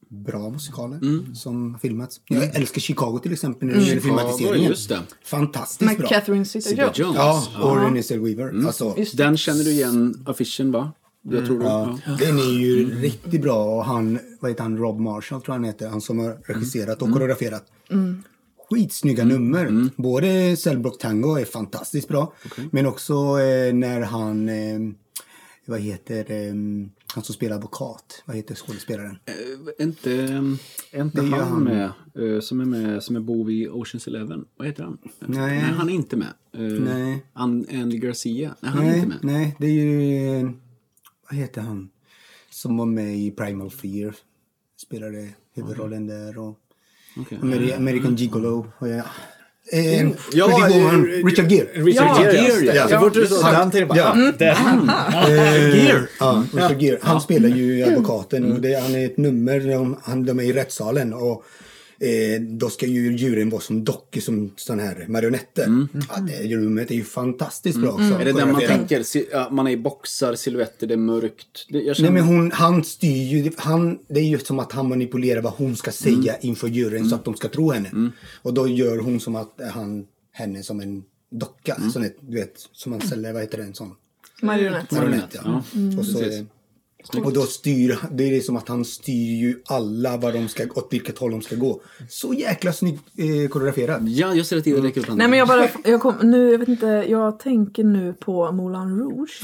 bra musikaler som har filmats. Jag älskar Chicago till exempel när det gäller filmatiseringen.
just det.
Fantastiskt
Med
bra.
Catherine
Zeta
Zeta-Jones.
Jones.
Ja, och Renée Zellweger. Alltså,
Just
Den känner du igen, affischen va? Jag tror du, ja.
Den är ju riktigt bra och han, vad heter han, Rob Marshall tror jag han heter, han som har regisserat och koreograferat.
Mm.
Skitsnygga nummer. Både Cellbrock Tango är fantastiskt bra, men också eh, när han, eh, vad heter, eh, han som spelar advokat, vad heter skådespelaren?
Är Eh, inte, är inte
Det
han,
är han.
med, eh, som är med som är bov i Oceans Eleven? Vad heter han?
Nej.
han är inte med. Eh,
Nej.
An- Andy Garcia? Nej, han är
nej,
inte med.
nej, det är ju, eh, vad heter han, som var med i Primal Fear, spelade huvudrollen där och
Okej. Eh, Mm.
Ameri- American Gigolo. Och jag, Eh,
Ja,
Pretty Woman,
eh,
Richard Gere.
Richard
Ja, Mm.
Gere, ja.
ja.
Så fort du sa
Ja.
den till det bara,
Ja.
ah, där.
Gere. Eh,
Mm.
Ja, Richard Gere. Han spelar ju advokaten och det, han är ett nummer. De, han, de är i rättssalen och eh, då ska ju djuren vara som dockor, som sådana här marionetter. Ja, det rummet är ju fantastiskt bra också.
Mm. Är det där man
koreograferat.
tänker? Si- ja, Man är i boxar, silhuetter, det är mörkt. Det, jag känner,
Nej men hon, han styr ju, han, det är ju som att han manipulerar vad hon ska säga inför juryn så att de ska tro henne. Och då gör hon som att han, henne som en docka, sån ett, du vet, som man säljer, vad heter det, en sån
Marionett.
marionett. Ja.
Ja.
Och, så,
Precis.
och då styr, det är som att han styr ju alla vad de ska, åt vilket håll de ska gå. Så jäkla snyggt eh, koreograferat.
Ja, jag ser att
Mm.
tiden räcker upp handen.
Nej men jag bara, jag, kom, nu, jag vet inte, jag tänker nu på Moulin Rouge.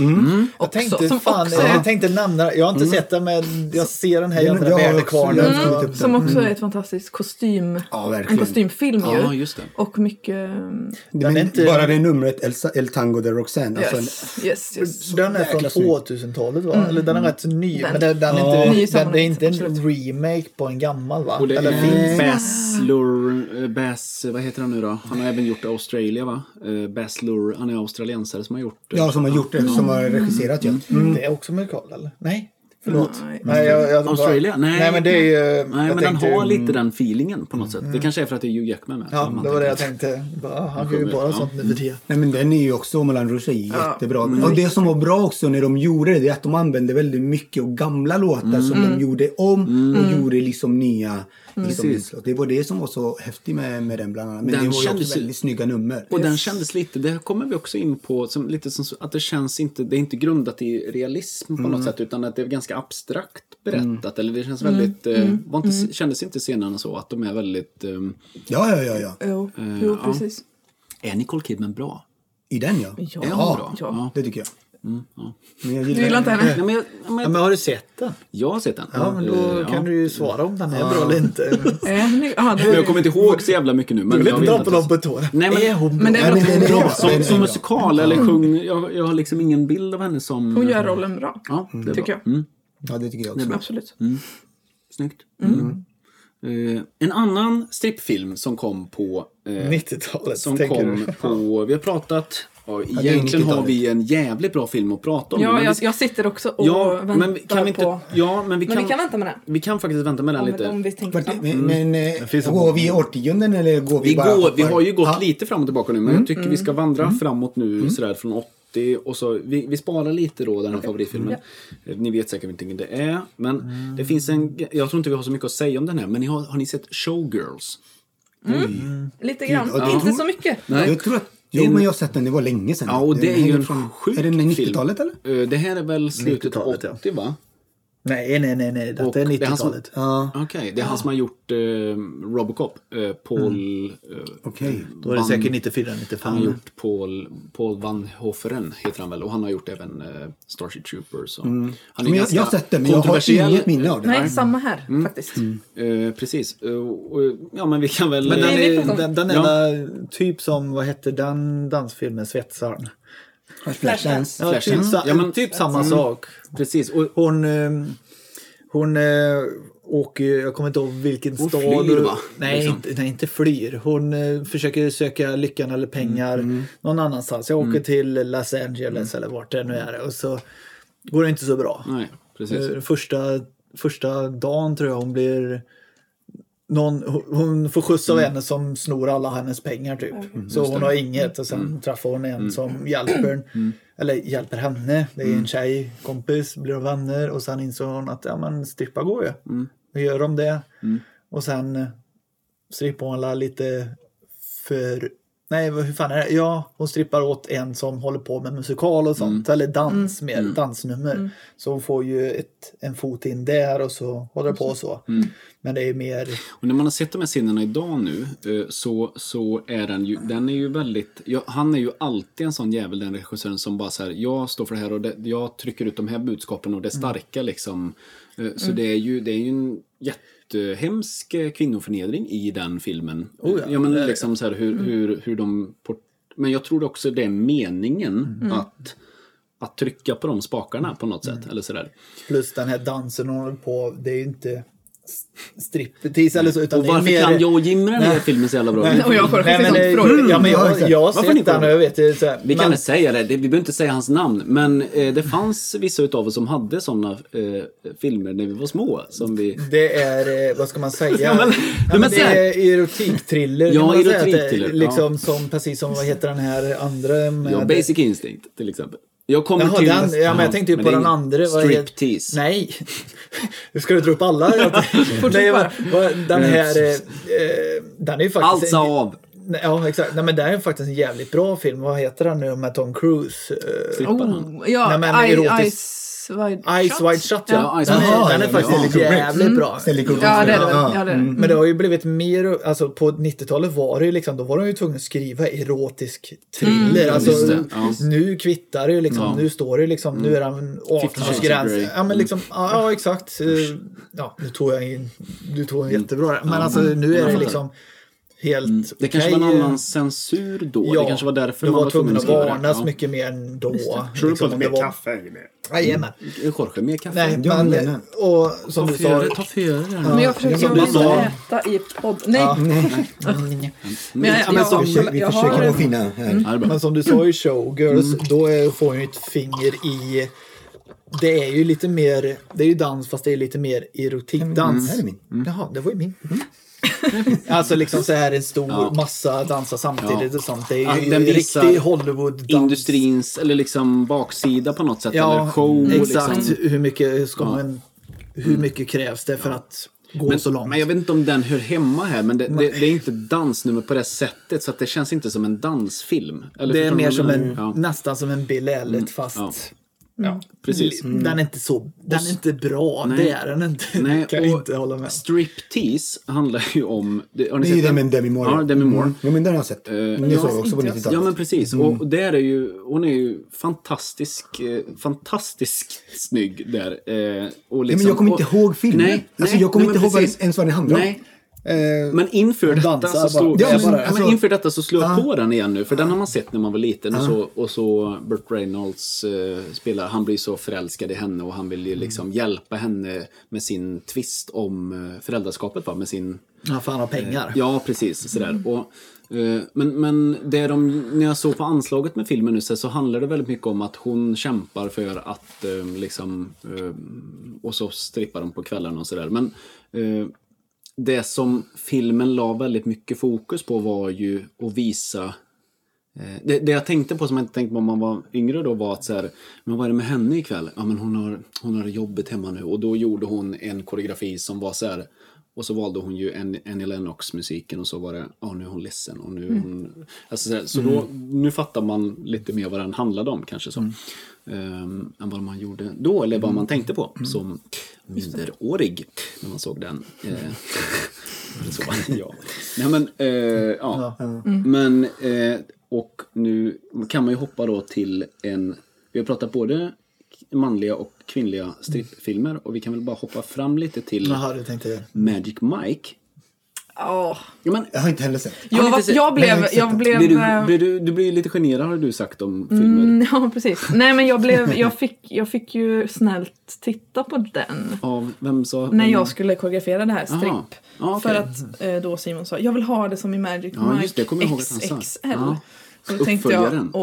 Jag tänkte,
Också, som
fan,
också är-
jag tänkte nämna, jag har
Mm.
inte sett den men jag ser den här
Den-
jävla
jag har
väderkvarnen.
också-
och-
Mm. Typ
Som
den.
också är ett fantastiskt kostym,
Ja,
en
verkligen.
kostymfilm ju.
Ja, just det.
Och mycket, mm,
Men
är inte-
Bara det numret El, El Tango de Roxanne. Alltså,
yes, yes, yes.
Mm.
Så Den är från
jäkla snygg.
2000-talet va? Eller den är rätt så ny.
Mm. Den.
Men den, den,
Ja.
är inte, den,
Ny
det är
sammanhang,
inte en
absolut.
remake på en gammal va?
Och det
Eller
är
finns
Baz Luhr- eh, Baz, vad heter han nu då? Han har även gjort Australia va? Eh, Baz Luhr, han är australiensare som har gjort eh, det.
ja, som har gjort det, som har regisserat ju.
det är också musikal eller? Nej? Förlåt.
Nej.
Nej, jag, jag,
Australia? Nej.
Nej men det är ju... eh,
Nej,
jag
men den
tänkte-
har lite den feelingen på något sätt. Det kanske är för att det är Hugh Jackman med.
Ja,
om man
det var det
tänker
jag
efter.
tänkte. Bara, ah, han gör ju
sjunger,
bara
ja.
sånt nu för tiden.
Nej men den är ju också, Moulin Rouge är jättebra.
Mm.
Och det som var bra också när de gjorde det, det är att de använde väldigt mycket av gamla låtar
Mm.
som de gjorde om och gjorde liksom nya. Liksom, inslag. det var det som var så häftigt med, med den bland annat. Men
Den
det var ju
kändes
också
ju-
väldigt snygga nummer.
Och den kändes lite, det här kommer vi också in på, som, lite som att det känns inte, det är inte grundat i realism på
Mm.
något sätt utan att det är ganska abstrakt berättat. Eller det känns väldigt, eh,
Mm.
var inte, kändes inte scenerna så att de är väldigt, ehm,
Ja, ja, ja, ja.
Mm,
Jo, jo precis.
är Nicole Kidman bra?
I den ja.
Ja.
Är hon bra? Mm,
Ja.
Det tycker jag.
ja.
Men jag
Du gillar inte henne?
Nej, men jag, ja,
Ja,
men
men har du sett den?
jag har sett den.
Ja, men
Eh,
då
ja.
kan du ju svara om den är bra eller inte.
Är hon ny- Eh, aha, det
Mm. Men
var-
jag kommer inte ihåg så jävla mycket nu. Men
Du vill
jag
inte dra
vet
på
att
dem
jag-
på tårna.
Nej, men-
Är hon
Men det
Nej,
är
men den är bra.
Som,
Den är
som
bra.
musikal eller sjung, jag, jag har liksom ingen bild av henne som...
Hon gör rollen bra,
Ja, det är
tycker
bra.
jag.
Mm.
Ja, det tycker jag också.
Absolut.
Snyggt. Mm. Eh, en annan strippfilm som kom på... eh,
90-talet,
Som
tänker
kom
du?
på... Vi har pratat... Ja,
det är
egentligen har
90-talet.
vi en jävligt bra film att prata om.
Ja,
men
jag,
vi-
jag sitter också och
ja,
väntar
men vi kan
på...
inte, Ja, men vi
Men
kan,
vi kan vänta med den.
vi kan faktiskt vänta med den lite.
Om, om vi tänker
Vart-
så.
Men, men eh,
finns en-
går vi i årtionden eller går vi,
Vi,
bara...
går, vi har ju gått
Ja. Mm.
lite fram och tillbaka nu, men jag tycker vi ska vandra framåt nu sådär från 80 och så vi, vi sparar lite då den här favoritfilmen. Eh, Ni vet säkert vilken det är, men
Mm.
det finns en... Jag tror inte vi har så mycket att säga om den här, men ni har, har ni sett Showgirls?
Lite grann.
Ja, det
Inte
tror-
så mycket.
Nej.
Jag tror att... Jo, men jag har sett den. Det var länge sedan.
Ja, och det
Den
är ju
hänger
en
från-
sjuk
Är den med
film.
90-talet eller?
Eh, Det här är väl slutet av
90-talet, ja.
80, va?
Nej, nej, nej, nej.
Och
Detta är
han som-
90-talet.
Ja, Mm.
Okej, det är han som har gjort eh, Robocop. Eh, Paul... eh,
okej.
Då är det
Van-
säkert 94,
Han har
Mm.
95.
gjort Paul, Paul Van Hoferen, heter han väl. Och han har gjort även eh, Starship Troopers. Och, Han är
Mm. Men jag,
ganska
jag har sett den, men jag har
kontroversiell.
inget minne av den.
Nej, samma här
Mm.
faktiskt.
Eh, precis. Eh, och, eh, ja, men vi kan väl...
Men den,
Nej, vi pratar
är,
om-
den, den
Ja.
enda typ som, vad hette den dansfilmen, Svetsaren?
Flashdance.
Ja, typ,
Flashdance.
sa,
Ja, men- Mm.
typ samma sak.
Precis. Och,
Hon, eh, hon eh, åker ju, jag kommer inte ihåg vilken
Hon
stad.
flyr, va?
Nej,
Liksom.
inte, nej, inte flyr. Hon eh, försöker söka lyckan eller pengar
Mm,
någon annanstans. Jag åker till Los Angeles eller vart det nu är. Och så går det inte så bra.
nej, precis.
Eh, Första, första dagen tror jag hon blir... Någon, hon- hon får skjuts av en som snor alla hennes pengar typ. så hon har inget och sen träffar hon en som hjälper, eller hjälper henne. Det är en tjej, kompis, blir de vänner och sen insåg hon att ja, men strippa går ju. Då gör de det. Och sen strippar hon alla lite för... Nej, vad- hur fan är det? Ja, hon strippar åt en som håller på med musikal och sånt.
Mm.
Eller dans mer, dansnummer. Så hon får ju ett, en fot in där och så håller det på så.
Mm.
Men det är mer...
Och när man har sett de här scenerna idag nu eh, så, så är den ju, den är ju väldigt, ja, han är ju alltid en sån jävel den regissören som bara så här, jag står för det här och det, jag trycker ut de här budskapen och
Mm.
det starka liksom. Eh, Så det är ju, det är ju en jättehemsk eh, kvinnoförnedring i den filmen.
Oh ja,
men
det Mm. är det.
liksom så här hur, hur, hur de, port- men jag tror också det är meningen
Mm.
att att trycka på de spakarna på något sätt. Eller sådär.
Plus den här dansen hon håller på, det är ju inte s- striptease eller så. Utan
Och
det är
varför
mer...
kan jag och Jim den här
Nej.
filmen så jävla bra?
Och jag får
Nej, men,
precis som
det-
Freud.
ja, men
Ja,
jag,
exakt.
jag har
Mm. Varför ni
sett den
på-
och jag vet ju så här,
Vi kan
men-
väl säga det, det- vi behöver inte säga hans namn, men eh, det fanns vissa utav oss som hade sådana eh, filmer när vi var små. Som vi...
Det är, eh, vad ska man säga? ja,
men-
men,
men så
det
här-
är erotiktriller.
Ja,
kan man säga att det är
erotiktriller, ja.
Liksom som, precis som vad heter den här andra med...
Ja, Basic Instinct till exempel. Jag kommer
Jaha,
till...
den, ja, men jag tänkte ju
men
på
det är
den
ingen-
andra. vad heter-
Striptease.
Nej. Nu ska du dra upp alla. Nej, vad, vad, den här... eh, eh, Den är ju faktiskt...
Allt sa av.
Nej, Ja, exakt. Nej, men det här är faktiskt en jävligt bra film. Vad heter den nu med Tom Cruise? Eh,
Stripparna.
Oh, ja,
Nej, men
I-
erotisk-
Ice Wide
Ice Wide Shut,
Ja, Ice
den,
Wide Shut.
är, den är
Ja,
faktiskt
ja.
jävligt bra.
Stanley Kubrick.
Mm. Ja, det är det. väl.
Ja.
Ja, det, är det.
Mm.
Men det har ju blivit mer, alltså på 90-talet var det ju liksom, då var de ju tvungna att skriva erotisk thriller. Alltså,
Just det, Mm, ja.
Nu kvittar det ju liksom,
Ja. Mm.
nu står det ju liksom, nu är det en
Shades of
18-årsgräns.
Grey.
Ja men
Mm.
liksom, ja, ja exakt. Eh, Ja, nu tog jag in, du tog en
Mm.
jättebra där. Men alltså nu är det liksom helt
Det kanske
okej.
var en annan censur då. det kanske var därför
du
man
var tvungen att
skriva det.
varnas
Ja.
mycket mer än då. liksom,
Tror du på att det
om
blir
var-
kaffe i det?
Jajamän.
Mm. Jorge, mer kaffe.
Nej,
Ja,
men,
men-
och som
ta
du sa,
fyra, ta fyra.
Men jag försöker
som du sa.
inte äta i podd. Nej, men
Ja, men
jag,
som-
jag,
Vi försöker- Vi
jag
försöker vara
har...
fina här.
Ja, det är bra.
Men som du sa i Showgirls,
Mm.
då är, får hon ju ett finger i... Det är ju lite mer, det är ju dans fast det är lite mer
Mm.
erotikdans.
här är min.
Jaha, det var ju min. alltså liksom så här en stor massa dansar samtidigt
Ja.
och sånt. Det är ju
Ja,
en
den visar
riktig Hollywood-dans.
Industrins, eller liksom baksida på något sätt. eller
Ja,
show.
exakt.
Liksom. Mm.
Hur mycket ska man, hur mycket krävs det för att gå
Men,
så långt?
men jag vet inte om den hör hemma här, men det, det, det är inte dansnummer på det sättet så att det känns inte som en dansfilm. Eller
det är
förstår
mer
du vad jag
som en,
menar? Ja,
Mm.
nästan som en Bill Elliot fast
Mm. ja. precis.
Mm.
Den är inte så, den är inte bra. Det är den inte.
Nej,
kan
och
jag inte hålla med.
Striptease handlar ju om... Det, har ni
Det är ju
sett
den med Demi Moore.
Ja, Demi Moore. Eh,
Mm. Jo, men den har jag sett. Men det såg jag också på Mm. 90-talet.
Ja men precis. Och där är ju, hon är ju fantastisk, eh, fantastiskt snygg där. Eh, och liksom,
jag kommer inte
och,
ihåg filmen. Alltså, jag kommer inte ihåg vad- ens vad den handlar om.
nej.
Eh,
Men inför detta,
Dansa
så slog,
bara. Ja,
ja,
men-
men,
alltså-
inför detta så slog jag på den igen nu, för den har man sett när man var liten. Och, så, och så Burt Reynolds eh, spelar, han blir så förälskad i henne och han vill ju liksom hjälpa henne med sin tvist om eh, föräldraskapet, va? med sin
ja, för han har pengar.
Ja, precis. Sådär. Och, eh, men men det de, när jag såg på anslaget med filmen nu så, så handlar det väldigt mycket om att hon kämpar för att eh, liksom... Eh, och så strippar de på kvällarna och sådär. Men eh, det som filmen la väldigt mycket fokus på var ju att visa Eh, Det, det jag tänkte på som jag inte tänkte på om man var yngre då var att så här, men vad är det med henne ikväll? Ja men hon har, hon har jobbet hemma nu och då gjorde hon en koreografi som var så här och så valde hon ju Annie- Annie Lennox musiken och så var det, ja nu är hon ledsen och nu är hon... Alltså så här, så då, nu fattar man lite mer vad den handlade om kanske så. Ehm, än vad man gjorde då eller vad man tänkte på som minderårig när man såg den. Eh, så, ja. Nej, men, eh, ja. men eh, och nu kan man ju hoppa då till en... Vi har pratat både manliga och kvinnliga strippfilmer och vi kan väl bara hoppa fram lite till
Jaha, du tänkte...
Magic Mike.
Ja.
Ja, men,
Jag har inte heller sett.
Har ni
Jag, var,
inte sett-
jag
Nej,
blev...
jag har
Jag
inte
blev
blir du,
eh,
blir du, du blir lite generad har du sagt om filmer.
mm, ja, precis. Nej, men jag, blev, jag, fick, jag fick ju snällt titta på den.
Av vem sa...
När jag skulle koreografera det här
Mm. Aha.
strip.
Ja, okej.
För att eh, då Simon sa, jag vill ha det som i Magic
Ja, just det. Jag
Mike
kommer ihåg att han sa.
XXL.
Ja.
Och då tänkte jag,
Uppföljaren.
och,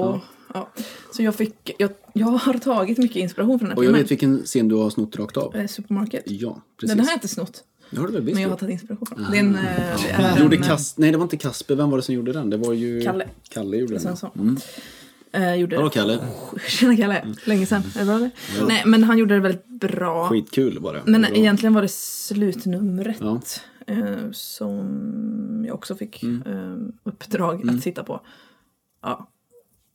Ja.
ja. Så jag fick, jag, jag har tagit mycket inspiration från den
Och
här
jag
filmen.
vet vilken scen du har snott rakt av.
Eh, Supermarket.
Ja, precis.
den har jag inte snott.
Det har du väl visst
Men jag har
gjort?
tagit inspiration från den. Det är en, eh, det är
Gjorde
en, eh,
Kas- Nej, det var inte Kasper. Vem var det som gjorde den? Det var ju...
Kalle.
Kalle gjorde den.
Svensson. Eh, gjorde
Mm. Hallå Kalle. Mm.
Tjena Kalle, länge sedan. Är det bra eller? Nej, men han gjorde det väldigt bra.
Skitkul var det.
Men
Bra.
egentligen var det slutnumret
Ja. Mm.
eh, som jag också fick eh, uppdrag att titta på. Ja,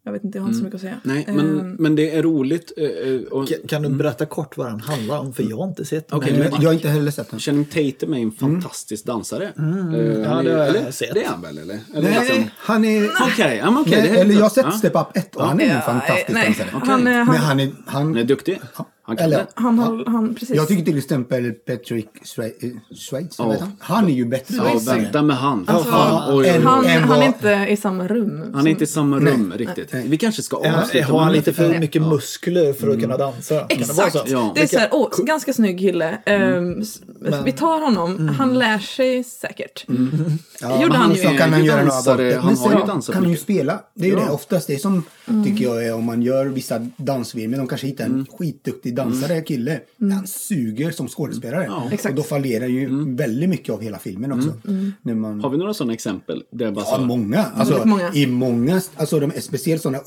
jag vet inte, jag har inte så mycket att säga.
Mm. Nej, men,
Ehm.
Eh,
men det är roligt. eh, eh, Och
Ka- Kan du berätta kort vad den handlar om? För jag har inte sett den.
Okej,
Nej,
Jag, jag har inte heller sett den.
Channing Tatum är en fantastisk dansare.
Mm.
Eh,
Ja,
han är-
det har jag
eller,
sett.
Det är han väl, eller? eller liksom-
Nej, han är...
Okej, ja, men okej. det
Nej,
är-
eller jag har sett
Ja.
Step Up 1 och han är en fantastisk
nej,
dansare.
Han, eh,
Men
han,
han är... Han,
Han är duktig. Han kan
eller,
det.
han, han, han, precis.
jag tycker till exempel Patrick Schwe- eh, Schweiz,
Ja.
oh. han? han är ju bättre
Ja,
dansare.
vänta med han.
Alltså,
Fan, oj, oj, oj.
en-
han,
en
han
var-
är inte i samma rum.
han är inte i samma rum riktigt. Vi kanske ska
Har-
avsluta
Har han
med
lite för
lite-
mycket muskler för att kunna dansa? Kan det vara
Exakt!
så?
Ja.
Det är såhär, åh, ganska snygg kille.
Mm.
Ehm, s- Vi tar honom, han lär sig säkert.
Mm.
Ja,
Gjorde
men
han ju.
så kan
ju
han göra några
dansare,
aborter.
han
Men
har
sen
ju dansat
kan han ju
mycket.
spela. Det är ju
Ja.
det oftast det som
Mm.
tycker jag är om man gör vissa dansfilmer. De kanske hittar en
Mm.
skitduktig dansare, kille. Han suger som skådespelare. Och
Mm. Exakt.
då fallerar ju
Mm.
väldigt mycket av hela filmen också. När man...
Har vi några sådana exempel? Där bara
Ja,
så-
många. Alltså,
Väldigt många.
I många, alltså de, speciellt sådana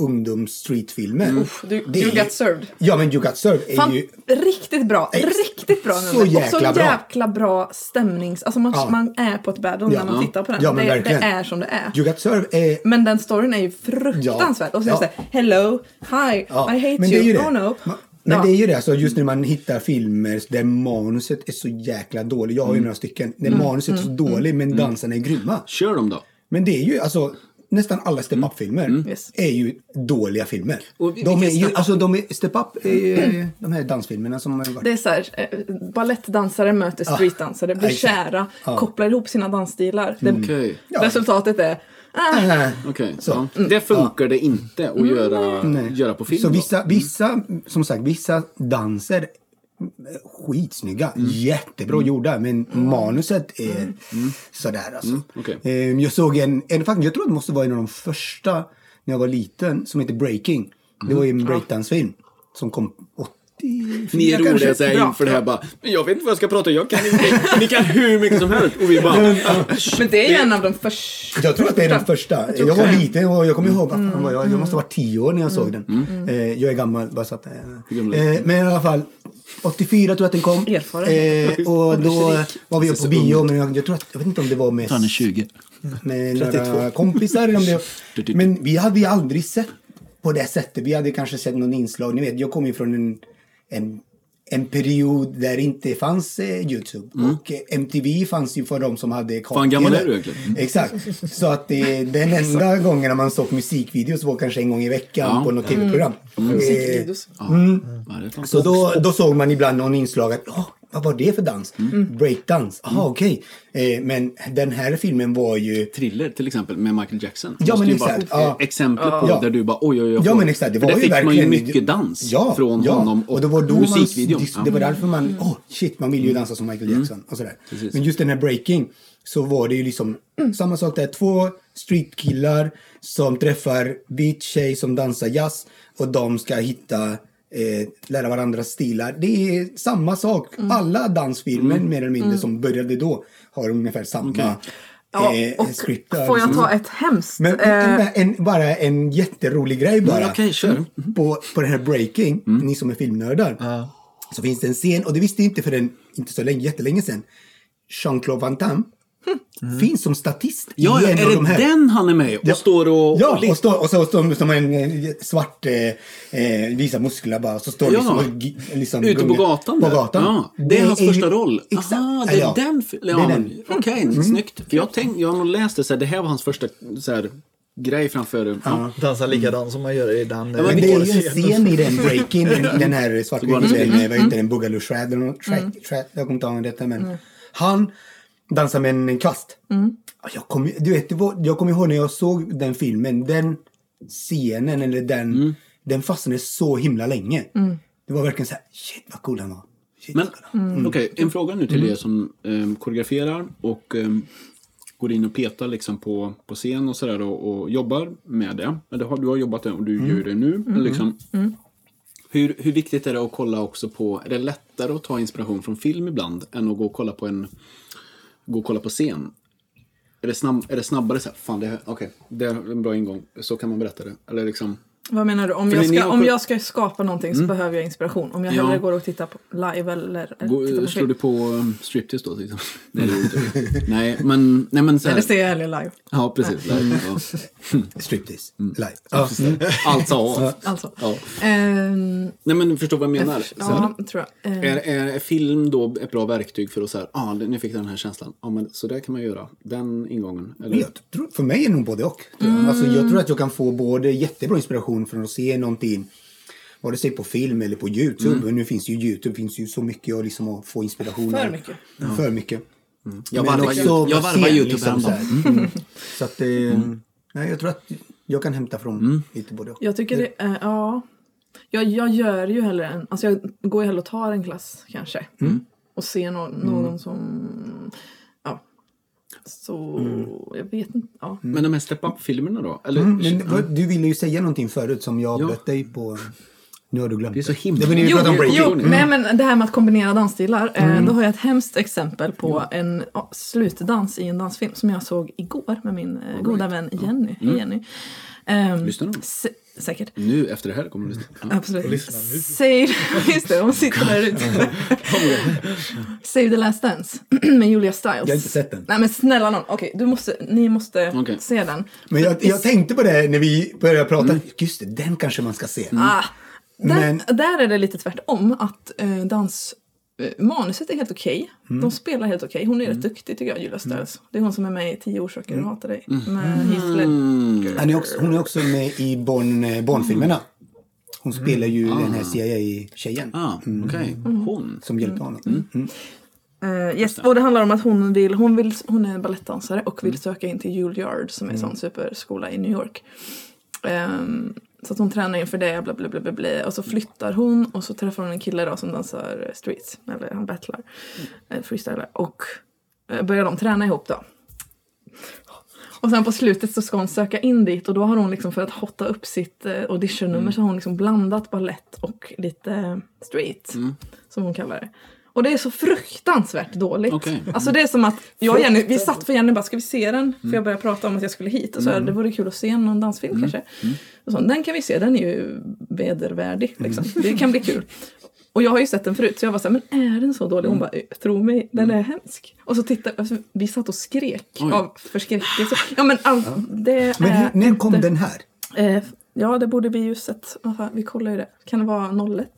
ungdoms-streetfilmer.
Du,
Det är
you
ju-
got served.
Ja, men You Got Served är
Fan,
ju...
riktigt bra.
Ex-
Riktigt bra
så
nummer. och
jäkla
så
bra.
jäkla bra stämnings... Alltså man,
Ja.
man är på ett battle
Ja.
när man tittar på den.
Ja, men
det, det
verkligen.
är som det är.
You Got Served är...
Men den storyn är ju fruktansvärd.
Ja.
Och så är det
Ja.
såhär, hello, hi,
Ja,
I hate
men det är ju
you,
det.
oh no.
Ma- Men
Ja.
det är ju det, alltså, just när man hittar filmer där manuset är så jäkla dåligt. Jag har ju
Mm.
några stycken. Där manuset är så dåligt men dansarna är grymma.
Kör dem då.
Men det är ju alltså nästan alla Step Up-filmer
Mm. Yes.
är ju dåliga filmer.
Och vi-
de är
vilken
ju,
Step Up?
alltså de är, Step Up är ju de här dansfilmerna som har varit.
Det är så här, eh, balettdansare möter streetdansare, blir
exakt.
kära, kopplar ihop sina dansstilar. Det,
Okej.
Ja.
Resultatet är... Ah,
Äh,
Okej.
Så. Mm,
Ja. Det funkar det inte att göra,
nej.
göra på film.
Så
då. Mm.
vissa, vissa, som sagt, vissa danser eh, skitsnygga,
Mm.
jättebra gjorda, men manuset är sådär alltså.
Mm. okej.
Ehm, Jag såg en, en, faktiskt, jag tror att det måste vara en av de första när jag var liten, som heter Breaking.
Mm.
Det var ju en breakdancefilm som kom 84
Ni är
kanske.
roliga så här
Bra.
inför det här bara, "Men jag vet inte vad jag ska prata om, jag kan inte. Ni kan hur mycket som helst. Och vi bara,
men det är ju en av de första.
Jag tror att det är den första. Jag, var liten och jag kommer ihåg, mm. jag, jag måste ha varit tio år när jag såg den. Eh, jag är gammal, bara så att, eh,
gammal är
eh, Men i alla fall, 84 tror jag att den kom.
Erfaren.
Eh, och då var vi
Det är
uppe
så
på bio, men jag, jag tror att, jag vet inte om det var med,
Han är 20.
med några kompisar. eller Om det, men vi hade ju aldrig sett på det sättet. Vi hade kanske sett någon inslag. Ni vet, jag kommer ju från en, en en period där det inte fanns eh, Youtube. Och eh, MTV fanns ju för de som hade kabel.
Mm. gammal är du egentligen?
Exakt. Så att eh, den enda gången man såg musikvideos var kanske en gång i veckan
Ja. Mm.
på något tv-program. Eh,
Musikvideos.
Ja, det är fan-
så då, då såg man ibland någon inslag att "Åh, Vad var det för dans?
Mm.
Breakdans? Jaha, okej. Eh, men den här filmen var ju...
Thriller till exempel med Michael Jackson.
Ja,
Måste
men
ju vara
exakt,
ett
ja.
Exempel på
Ja.
där du bara oj, oj, oj.
Ja,
oj.
men exakt. Det
För
var
där
ju
fick man ju
verkligen...
mycket dans
ja,
från
ja.
honom och,
och det var då
musikvideon. Mm.
Man,
Ja. Mm.
det var därför man, åh shit, man ville ju dansa som Michael Jackson och sådär.
Precis.
Men just den här breaking så var det ju liksom samma sak där. Två streetkillar som träffar beat tjej som dansar jazz och de ska hitta Eh, lära varandra stilar. Det är samma sak.
Mm.
Alla dansfilmer mer eller mindre som började då har ungefär samma
Ja,
eh,
och
script.
får jag ta ett hemskt...
Men
eh,
en, en, bara en jätterolig grej bara.
Mm, okej, kör.
På, Mm-hmm. på den här Breaking,
Mm.
ni som är filmnördar, så finns det en scen, och det visste jag inte förrän inte så länge, jättelänge sedan, Jean-Claude Van Damme Mm. finns som statist
Hm. Ja, ja,
i en av
är
de
det
här.
den han är med i? och
Ja.
står och... liksom
Ja,
och li-
och, står, och så står som en eh, svart, eh, eh, visar muskler bara, så står
Ja.
liksom, och gi- liksom
Ute på
gungar.
gatan?
På
där?
gatan.
Ja, det är hans
ju-
första roll?
Exakt.
Aha, det är
Ja, ja.
den fi- ja,
Det är
men-
den. Mm.
Okej, snyggt. För jag, tänk, jag har nog läst det så här, det här var hans första så här, grej framför... Ja.
Dansa likadan som man gör i den. eh,
men
Men det är ju en
porrscenen.
scen i den breaking, den, den här svartvita
Mm.
killen, vad heter den, Boogaloo Shred, eller något, Shred, Shred, jag kommer inte ihåg detta men. Han dansar med en kvast. Ja, Jag kommer du vet, det var- jag kommer ihåg när jag såg den filmen, den scenen eller den, den fastnade så himla länge. Det var verkligen så här, shit vad cool han var. Shit,
Men
vad cool han var.
okej, en fråga nu till er som um, koreograferar och ehm, går in och petar liksom på, på scen och sådär och, och jobbar med det. Men det har, du har jobbat det och du gör det nu. men Liksom, hur, hur viktigt är det att kolla också på, är det lättare att ta inspiration från film ibland än att gå och kolla på en, gå och kolla på scen? Är det, snabb, är det snabbare så här, fan det, här- okej, det är en bra ingång, så kan man berätta det. Eller liksom,
Vad menar du? Om
För
jag,
ni
ska,
har-
om jag ska skapa någonting så behöver jag inspiration. Om jag
Ja.
hellre går och tittar på live eller... eller
gå,
tittar på
slår du
film.
på um, striptease då? Liksom? Nej, det gjorde du inte. nej, men, nej, men så här,
Eller ser jag hellre live.
Ja, precis.
Mm.
Live. Ja.
Striptease, live. Ja.
Alltså, ja.
Alltså.
Ja.
Ehm,
Nej, men förstår vad jag menar. Så här,
ja, tror jag. Ehm,
är, är film då ett bra verktyg för att säga, ah, nu fick jag den här känslan. Ja, men så där kan man göra. Den ingången. Eller?
Men jag Mm. tror, för mig är det nog både och. Tror
Mm.
jag. Alltså, jag tror att jag kan få både jättebra inspiration från att se någonting, vare sig på film eller på Youtube. Och nu finns ju Youtube, finns ju så mycket att, liksom, att få inspiration
Mm. För
av.
mycket.
För mycket.
Mm. Jag
Men
varvar
också
Youtube. Jag
på
varvar
scen,
Youtube Mm.
så,
häromdagen.
här. Mm. så att, eh, nej, jag tror att jag kan hämta från
Mm.
lite både och.
Jag tycker det är, ja. Jag, jag gör ju hellre en, alltså jag går ju hellre och tar en klass kanske.
Mm.
Och ser no, någon som, ja. Så
Mm.
jag vet inte, ja.
Men de här step up-filmerna då? Eller,
Mm, Men, vad- Du ville ju säga någonting förut som jag avbröt dig på. Nu har du glömt
Det är så himla-
Det var när vi
Jo,
pratade om breaking.
jo nej,
Mm.
men det här med att kombinera dansstilar. Eh, då har jag ett hemskt exempel på en ja, slutdans i en dansfilm som jag såg igår med min eh, goda vän Jenny. Hej
Mm.
Jenny. Ehm,
Lyssnar hon?
sä- säkert.
Nu efter det här kommer du lyssna. Ja.
Absolut. Save, just det, hon sitter där ute. Save the last dance med Julia Stiles.
Jag har inte sett den.
Nej men snälla nån. Okej, du måste, ni måste
Okej.
se den.
Men jag, jag tänkte på det när vi började prata.
Mm.
Just det, den kanske man ska se.
Ah, där,
Men-
där är det lite tvärtom. Att eh, dans, eh, manuset är helt okej. De spelar helt okej. Hon är rätt duktig tycker jag, Julia Stiles. Det är hon som är med i Tio orsaker att hata dig. Med Heath Ledger.
Han är också, hon är också med i Born, eh, Born-filmerna. Hon spelar ju den här CIA-tjejen
Ah, okej.
Mm.
Hon.
som hjälpte honom. Mm.
Eh, yes, och det handlar om att hon, vill, hon, vill, hon är en balettdansare och vill söka in till Juilliard som är en sån superskola i New York. Ehm, så att hon tränar inför det, bla bla bla bla bla. Och så flyttar hon och så träffar hon en kille då som dansar streets, eller han battlar, mm. freestylar. Och eh, börjar de träna ihop då. Och sen på slutet så ska hon söka in dit och då har hon liksom för att hotta upp sitt eh, auditionnummer så har hon liksom blandat ballett och lite eh, street. Som hon kallar det. Och det är så fruktansvärt dåligt.
Okej.
Alltså det är som att jag och Jenny, vi satt för Jenny och bara ska vi se den? För jag började prata om att jag skulle hit och så här, det vore kul att se någon dansfilm kanske. Och så, den kan vi se, den är ju vedervärdig liksom. Det kan bli kul. Och jag har ju sett den förut så jag var såhär, men är den så dålig? Hon bara, tro mig, den är hemsk. Och så tittade, alltså, vi satt och skrek
Oj.
av förskräckelse. Ja men all, det
Men
är
hur, när kom
inte-
den här?
Eh, ja det borde bli ljuset. Vad fan, Vi kollar ju det. Kan det vara 01?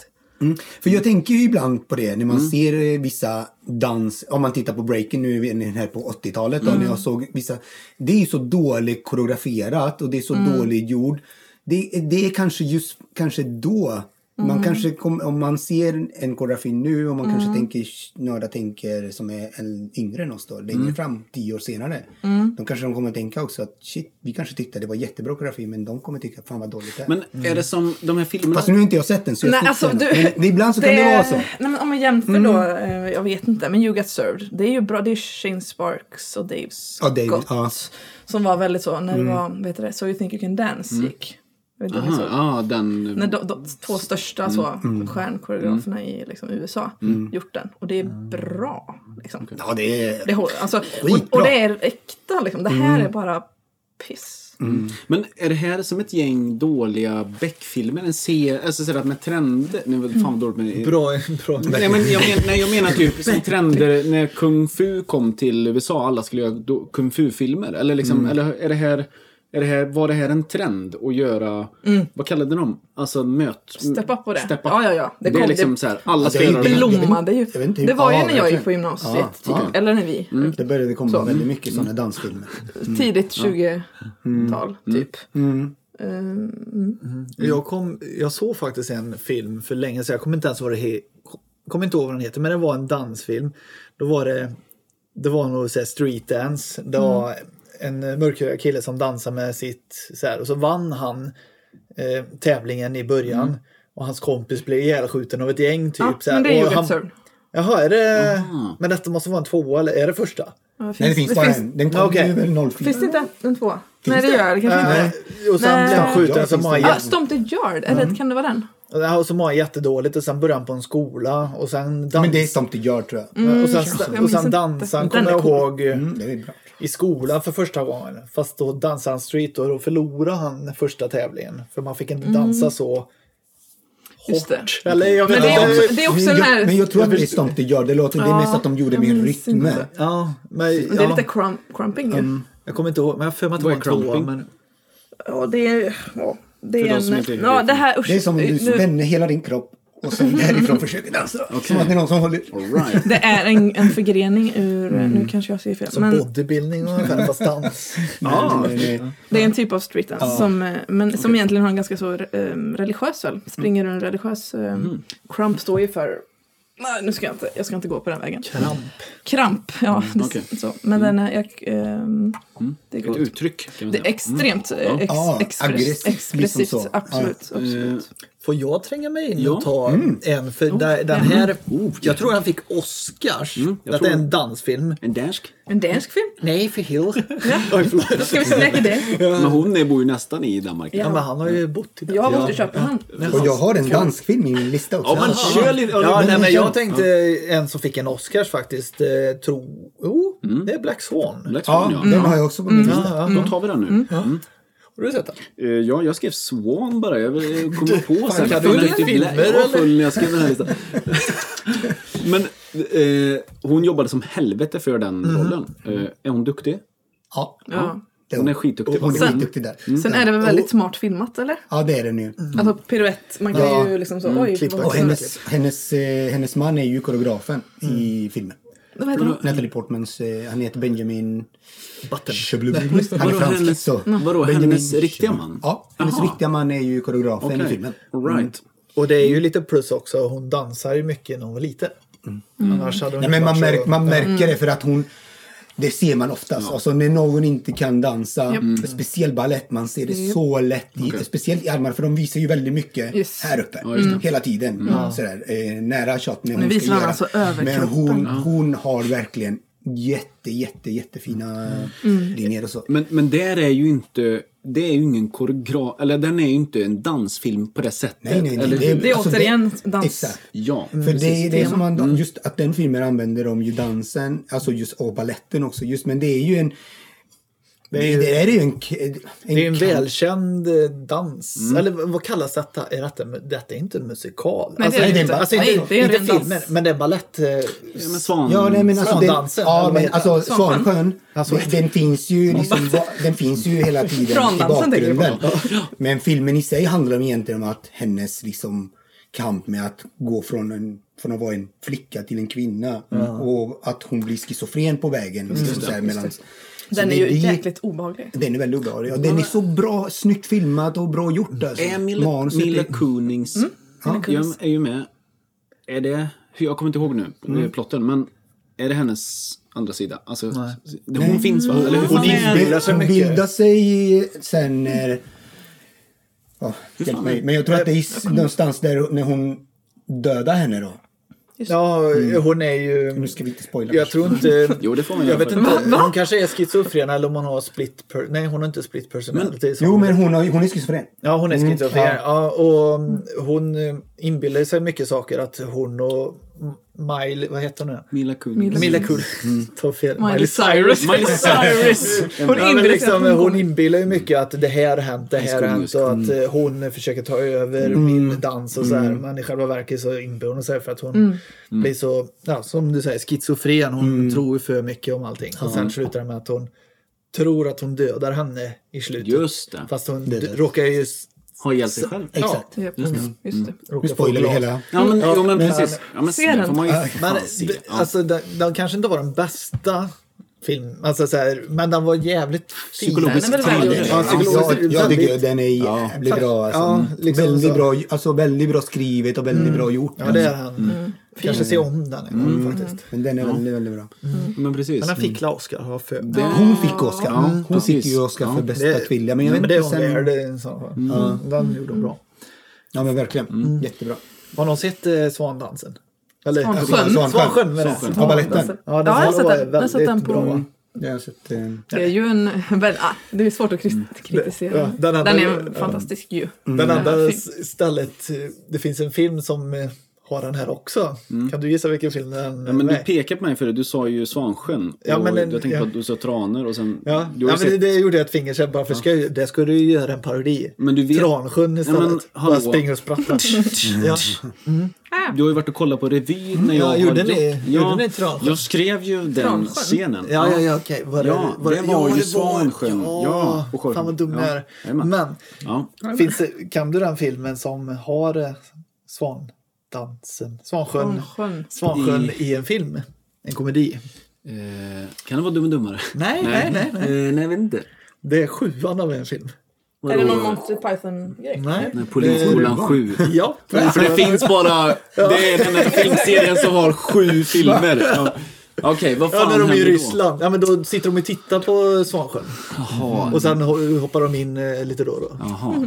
Mm. För jag tänker ju ibland på det när man
Mm.
ser eh, vissa dans, om man tittar på breaking nu är den här på 80-talet
Mm.
då, när jag såg vissa, det är ju så dåligt
Mm.
koreograferat och det är så dåligt gjord. Det, det är kanske just kanske då
Mm.
Man kanske kom, om man ser en koreografi nu och man kanske tänker, några tänker som är en yngre än oss då, längre
Mm.
fram, tio år senare. De kanske de kommer tänka också att shit, vi kanske tyckte det var jättebra koreografi men de kommer tycka fan vad dåligt det är.
Men är det som de här filmerna?
Fast nu har inte jag sett den så jag
Nej,
ska inte
alltså,
säga
du,
något. Men ibland så kan det vara så. Mm.
Nej, men om man jämför då, eh, jag vet inte, men You Got Served. Det är ju bra, det är Shane Sparks och Dave
Ja,
Scott.
David, ja. Mm.
Som var väldigt så, när det var, vad heter det, So You Think You Can Dance gick. Jag vet inte om ni
Aha,
såg
ja, den...
när de, de två största så,
Mm.
stjärnkoreograferna i liksom, USA gjort den. Och det
Ah.
är bra. Liksom.
Ja, det är...
Det, håller- alltså, och,
Skitbra. Mm.
och det är äkta. Liksom. Det här är bara piss.
Men är det här som ett gäng dåliga Beck-filmer? En serie, alltså sådär med trender? Nu fan
Mm.
vad dåligt med...
Bra, bra.
Nej, men jag, men, nej, jag menar typ som trender när kung fu kom till USA. Alla skulle göra do, kung fu-filmer. Eller liksom,
Mm.
eller är det här... Är det här, var det här en trend att göra, vad kallade de? Alltså möt...
Steppa Mm. på det.
Step up.
Ja, ja, ja.
Det,
Det kom-
är liksom
det-
så här,
Alltså,
alla ska
det är
göra
ju
det.
blom-
Blommade ju.
Jag vet inte hur-
Det var ju
ja,
när jag gick på
verkligen.
gymnasiet.
Ja,
typ.
ja.
Eller när vi.
Mm.
Det började komma väldigt mycket sådana dansfilmer.
Tidigt 20-tal, typ. Ehm,
Jag, kom, jag såg faktiskt en film för länge sedan, jag kommer inte ens vad det he, kommer inte ihåg vad den heter, men det var en dansfilm. Då var det, det var nog så här street dance. Det var en eh, mörkhyad kille som dansade med sitt, så här, och så vann han eh, tävlingen i början. Och hans kompis blev ihjälskjuten av ett gäng typ.
Ja,
så här.
Ah, men det är ju
Och
Red Zone.
Jaha, är det... Men detta måste vara en tvåa, eller är det första?
ja,
Nej, det finns bara en. Den kom
Okej.
ju väl 04.
Finns det inte en tvåa? Nej, det gör det kanske inte.
Och sen
Nej.
blev han
Ja,
skjuten, så
finns
var han
det.
Ah,
jätte-
Stomped Yard, eller kan det vara den?
och han- och så mår han jättedåligt och sen började han på en skola och sen dans...
Men det är sånt det gör tror jag.
Eh,
Mm.
och sen,
kanske. Jag
och
minns
sen
inte.
dansade han,
Den
kommer
är
jag ihåg,
cool.
eh,
Mm, det är bra.
i skolan för första gången. Fast då dansade han street och då förlorade han första tävlingen. För man fick inte dansa så hårt.
Mm. Just det.
Eller jag vet
Men det
inte.
är också, det är också
men,
den här...
jag, men jag tror att det är sånt det gör. Det låter det är mest att de gjorde
jag
med
minns inte.
rytmer.
Ja, men,
Men Det är
ja, Mm.
lite crum, crumping ju.
jag kommer inte ihåg, men jag har för mig att det
Vad
var
är
en tvåa.
crumping?
Men,
Ja, det är... Ja, det
För
är
de som inte
en...
riktigt
Ja,
vet.
det här... Usch,
Det är som om du
nu-
spänner hela din kropp och sen därifrån försöker dansa. Som att det är någon som håller...
All right.
Det är en, en förgrening ur... Nu kanske jag säger fel.
som
men
bodybuilding ungefär, fast dans.
Ah.
Nej, nej, nej.
det är en typ av street dance som, eh, men, som egentligen har en ganska så eh, religiös
Mm.
väl. Springer ur en religiös... eh,
Mhm.
Crump står ju för... Nej, nu ska jag inte, jag ska inte gå på den vägen.
Kramp.
Kramp, ja.
Mm,
det-
okej.
så. Men den är... Jag, ehm, det är
Ett
gott.
uttryck kan man
Det är
säga.
extremt eh, ex,
Ja,
express,
aggressivt, liksom
expressivt.
så. Ja. eh,
Absolut, absolut.
Får jag tränga mig in
Ja.
och ta en?
Oh,
För där, den här,
Mm.
jag tror han fick Oscars. att
jag
Mm, det är
tror-
en dansfilm.
En dansk?
En dansk film.
Nej, för Hill.
Då ska vi snacka det.
Men hon bor ju nästan i Danmark.
Ja, men han har ju bott i
Jag har bott i Köpenhamn.
Och jag har en danskfilm i min lista också.
Ja, men kör lite.
Ja, nej, men jag
kör.
tänkte en som fick en Oscars faktiskt. Eh, tro... Jo, det är Black Swan.
Black Swan,
Ja,
ja.
den har jag också på
Mm.
min lista.
Ja,
Då tar vi den nu.
Har du sett den?
Eh, ja, jag skrev Swan bara. Jag eh, kom på sen.
kan
Jag
du
var
inte
riktigt
filmer,
lä- jag var
eller?
full när jag skrev den här listan. Men eh, hon jobbade som helvete för den rollen. Eh, är hon duktig?
Mhm. Ja,
Ja.
Hon är skitduktig.
hon
va?
är
Sen-
skitduktig där.
Sen är det väl
Mm. Och-
väldigt smart filmat eller?
Ja, det är det nu.
Alltså piruett, man kan
Ja.
ju liksom så,
Mm.
oj,
klippa.
vad
Och
var det?
hennes, hennes, eh, hennes man är ju koreografen i
Mm.
filmen.
Vad heter han?
Natalie Portmans, eh, han heter Benjamin...
Button.
Cheblou. Han är
Vadå
fransk.
hennes,
Så.
vadå,
Benjamin
hennes riktiga
Cheblou.
man?
Ja, hennes
Jaha.
riktiga man är ju koreografen i
Okej.
filmen.
All Right.
Och det är ju lite plus också. Hon dansar ju mycket när hon var liten. Annars hade hon
Nej,
inte
men man,
varit så-
märk, man märker det för att hon... Det ser man oftast. Alltså när någon inte kan dansa,
Mm.
speciellt ballett, man ser det så lätt. I, Speciellt i armarna, för de visar ju väldigt mycket
Yes.
här uppe. Hela tiden.
Mm.
Sådär, eh, nära shot. när
Nu
hon ska
visar man
göra.
alltså
Men
överkroppen.
hon, hon har verkligen jätte, jätte, jättefina
Mm.
linjer och så.
Men, men där är ju inte... Det är ju ingen koreograf... Eller den är ju inte en dansfilm på det sättet.
Nej, nej, nej.
Eller hur?
Det är återigen dans.
Exakt.
Ja.
Mm,
För det, är det
tema.
som man,
Mm.
just att den filmen använder om ju dansen, alltså just och baletten också, just men det är ju en... Det är ju, det är ju en... en,
Det är en
kamp.
välkänd eh, dans. Eller vad- vad kallas detta? Är detta, detta är inte en musikal.
Nej, det är
alltså, inte,
det
inte.
alltså, inte,
Nej, det är
inte
en
filmen,
dans.
men det är balett. eh,
Ja, men Svan...
Ja, nej men alltså... Den,
Svandansen, eller
ja,
vad
men
heter
alltså
den?
Svansjön,
Alltså-
den, den finns ju liksom, va- den finns ju hela tiden i
Trandansen tänker du på?
bakgrunden. Men filmen i sig handlar om egentligen om att hennes liksom kamp med att gå från, en, från att vara en flicka till en kvinna och att hon blir schizofren på vägen. Liksom, så här, mellan, så
Den är
det-
ju
det-
jäkligt obehaglig.
Den är väldigt obehaglig. Ja, den är så bra, snyggt filmad och bra gjort. Alltså.
Är Mila,
Manuset är-
Mila Kunings Ja, Jöm är ju med. Är det, jag kommer inte ihåg nu mm. plotten, men är det hennes andra sida? Alltså, det- hon finns va? Eller hur
Hon
fan
är-
är
bildar sig
Hon
mycket.
bildar sig sen när... Ja, hjälp
fan
mig. Men jag tror att det är s- någonstans där när hon dödar henne då.
Ja, hon är ju...
Nu ska vi inte spoila.
Jag tror inte...
Jo, det får man
jag
göra
vet
för-
inte. Hon kanske är schizofren eller om hon har split... Per... Nej, hon har inte split personality. som-
Jo, men hon, har, hon är schizofren.
Ja, hon är
Mm,
schizofren.
ja.
Ja, och mm, hon eh, inbillar sig mycket saker. Att hon och M- Miley... Vad heter
Mm.
hon nu?
Mila Kunis.
Mila-
Mila Kunis. Ta fel.
Miley Cyrus.
Miley Cyrus.
Hon
Ja, men
inbillar sig
liksom,
att hon
hon
kommer-
inbillar ju mycket att det här har hänt, det här har hänt
Skolmusiken.
och att eh, hon försöker ta över
Mm.
min dans och så här. Men i själva verket så inbillar hon sig för att hon
Mm.
blir så, ja, som du säger, schizofren. Hon tror ju för mycket om allting. Och sen slutar det med att hon tror att hon dödar henne i slutet.
Just det.
Fast hon
Det
d-
där.
råkar ju s-
Har ihjäl sig själv.
Ja.
Exakt.
Ja, precis. Just det.
råkar
Nu
få
spoilar vi
glas.
hela.
Ja, men, jo, men
men-
precis. Ja, men
Se
det
den.
får man ju
Men
fan se.
d-
Ja.
alltså, den, den kanske inte var den bästa filmen, alltså, så här, men den var jävligt fin.
Psykologiskt
Den är väl
fan,
välgjord.
det är-
Ja,
Ja,
psykologiskt
jag
väldigt-
tycker den är jävligt bra. Alltså.
Ja, liksom
väldigt,
så. Mm.
bra, alltså, väldigt bra skrivet och väldigt bra gjort. alltså.
Ja, det är han. Mm. Kanske se om den en gång faktiskt.
Men den är väldigt, väldigt bra.
Men precis.
Men han fick la Oscar, har jag för mig.
Hon fick Oscar.
Ja,
hon
precis.
fick ju Oscar
Ja.
för bästa kvinnliga. Men jag
men
vet
det är
inte
hon värd
sen...
i så fall. Den gjorde hon bra.
Ja, men verkligen.
Mm.
Mm, Jättebra.
Har någon sett eh, Svandansen? Eller,
Svansjön.
Svansjön. Svansjön menar jag.
Svansjön.
Ja, baletten.
Ja,
Ja, jag har
den
sett
var
den. Jag har sett
väldigt
den på- Mm.
bra.
Jag har sett... eh,
Mm.
Det är ju en... Väl, ah, det är svårt att kris- kritisera.
Mm. Ja, Mm.
Den
den hade-
är fantastisk ju.
Den andra
film.
s- stället, eh, det finns en film som eh, har den här också. Kan du gissa vilken film den
Ja, men du
är?
pekade på mig för det. Du sa ju Svansjön.
Ja,
och
men den-
jag tänkte på
ja.
att du sa Tranor och sen...
Ja,
du har
ja
ju
men det,
sett,
det gjorde jag ett finger så jag bara för ska, det ska du ju göra en parodi.
Men du vet-
Transjön istället.
men
bara
hallå. Mm.
springa och sprattla. ja.
Du har ju varit och kollat på revyn när
Mm. Ja,
jag
gjorde
har
ni-
gjort-
gjorde ni Transkär?
Jag skrev ju den
Transkär?
scenen.
Ja, ja, ja, okej. Var
Ja, det var ju Svansjön. Ja, och Sjösjön.
fan vad dum
Ja,
jag är.
jajamän.
Men,
Ja.
finns det, kan du den filmen som har eh, svandansen, Svansjön,
Svansjön.
Svansjön i en film? En komedi?
Eh, kan det vara Dum och Dummare?
Nej, nej, nej. nej.
Eh, nej, jag vet inte.
Det är sjuan av en film.
Är det någon Monty Python-grej?
Nej.
Nej,
Eh,
Polisskolan 7.
Ja,
För det finns bara... Det är den här filmserien som har sju filmer. Ja. Okej, vad fan
Ja, när de är i
händer då?
Ryssland. Ja, men då sitter de och tittar på Svansjön.
Jaha.
Och sen ho- hoppar de in eh, lite då och då.
Jaha.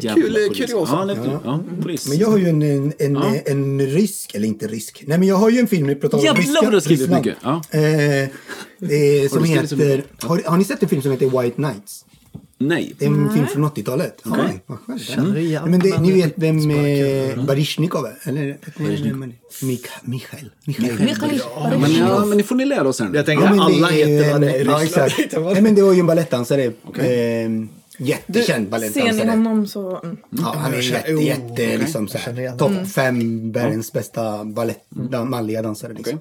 Jävla
Kul,
polis.
kuriosa.
Ja, lite, ja, polis.
Men jag har ju en, en, en, en rysk, eller inte rysk, nej men jag har ju en film nu på tal om
Jävlar
ryska-
vad du har skrivit
Ryssland.
mycket. Ja.
Eh, eh, som
du skrivit så
heter, har, har ni sett en film som heter White Knights?
Nej.
Det är en film från 80-talet. Ja, vad skönt.
Känner igen
men det,
den.
ni vet vem eh, Baryshnikov är? Eller? Mika- Mikhail. Mikhail.
Ja, men, ja, men det får ni lära oss sen.
Jag tänker
Ja, men
alla
det är
heter vad det är i
en- ja,
Ryssland.
exakt. Nej, men det var ju en balettdansare. Eh, jättekänd
Ser ni
balettdansare.
honom så... Mm.
Ja, han är jätte,
Oh,
jätte
okej.
liksom så
Jag känner
här,
igen Mm.
topp fem världens bästa ballett, dan, manliga dansare. Liksom.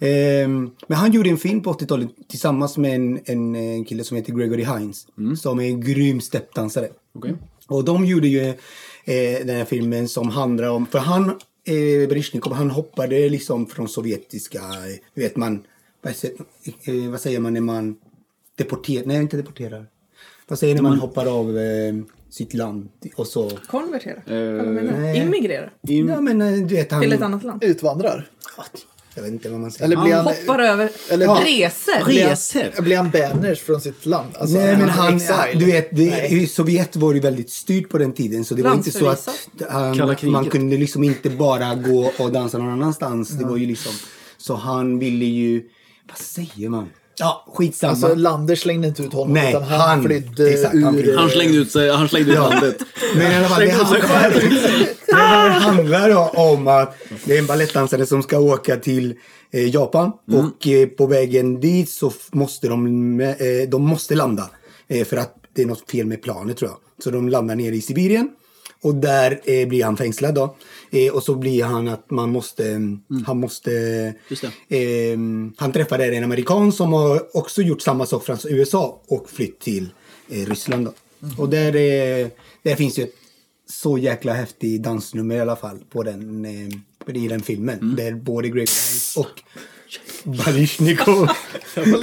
Ehm, men han gjorde en film på 80-talet tillsammans med en, en, en kille som heter Gregory Hines.
Mm.
Som är en grym steppdansare.
Okej.
Och de gjorde ju eh, den här filmen som handlar om, för han, eh, Berishnikov, han hoppade liksom från sovjetiska, eh, du vet man, vad, sä- eh, vad säger man när man deporterar, nej inte deporterar. Vad säger man när man hoppar av eh, sitt land och så
Konvertera? Eller vad menar du? Immigrera?
Ja, men eh, du vet han...
Till ett annat land?
Mm. Utvandrar.
Jag vet inte vad man säger.
Eller blir han...
Hoppar över
Eller- Ja.
resor?
blir han-
Reser.
Blir han banners från sitt land? Alltså,
Nej,
är
men
han
han,
exile?
du vet, det,
Nej.
i Sovjet var det väldigt styrt på den tiden så det var inte så att
Kalla
han,
kriget.
man kunde liksom inte bara gå och dansa någon annanstans. Det var ju liksom, så han ville ju, vad säger man? Ja, skitsamma.
Alltså, Lander slängde inte ut honom,
Nej,
utan han,
han-
flydde
exakt,
ur...
han flydde.
Han slängde ut sig. Han slängde ut landet.
Men i alla fall, det handlar, det handlar då om att det är en balettdansare som ska åka till eh, Japan.
Mm.
Och eh, på vägen dit så f- måste de, eh, de måste landa. Eh, för att det är något fel med planet tror jag. Så de landar nere i Sibirien. Och där eh, blir han fängslad då. Eh, och så blir han att man måste,
Mm.
han måste,
Just
eh, han träffar där en amerikan som har också gjort samma sak från USA och flytt till eh, Ryssland då.
Mm.
Och där, eh, där finns ju ett så jäkla häftig dansnummer i alla fall på den, eh, i den filmen.
Mm.
Där både Greg Hines och Baryshnikov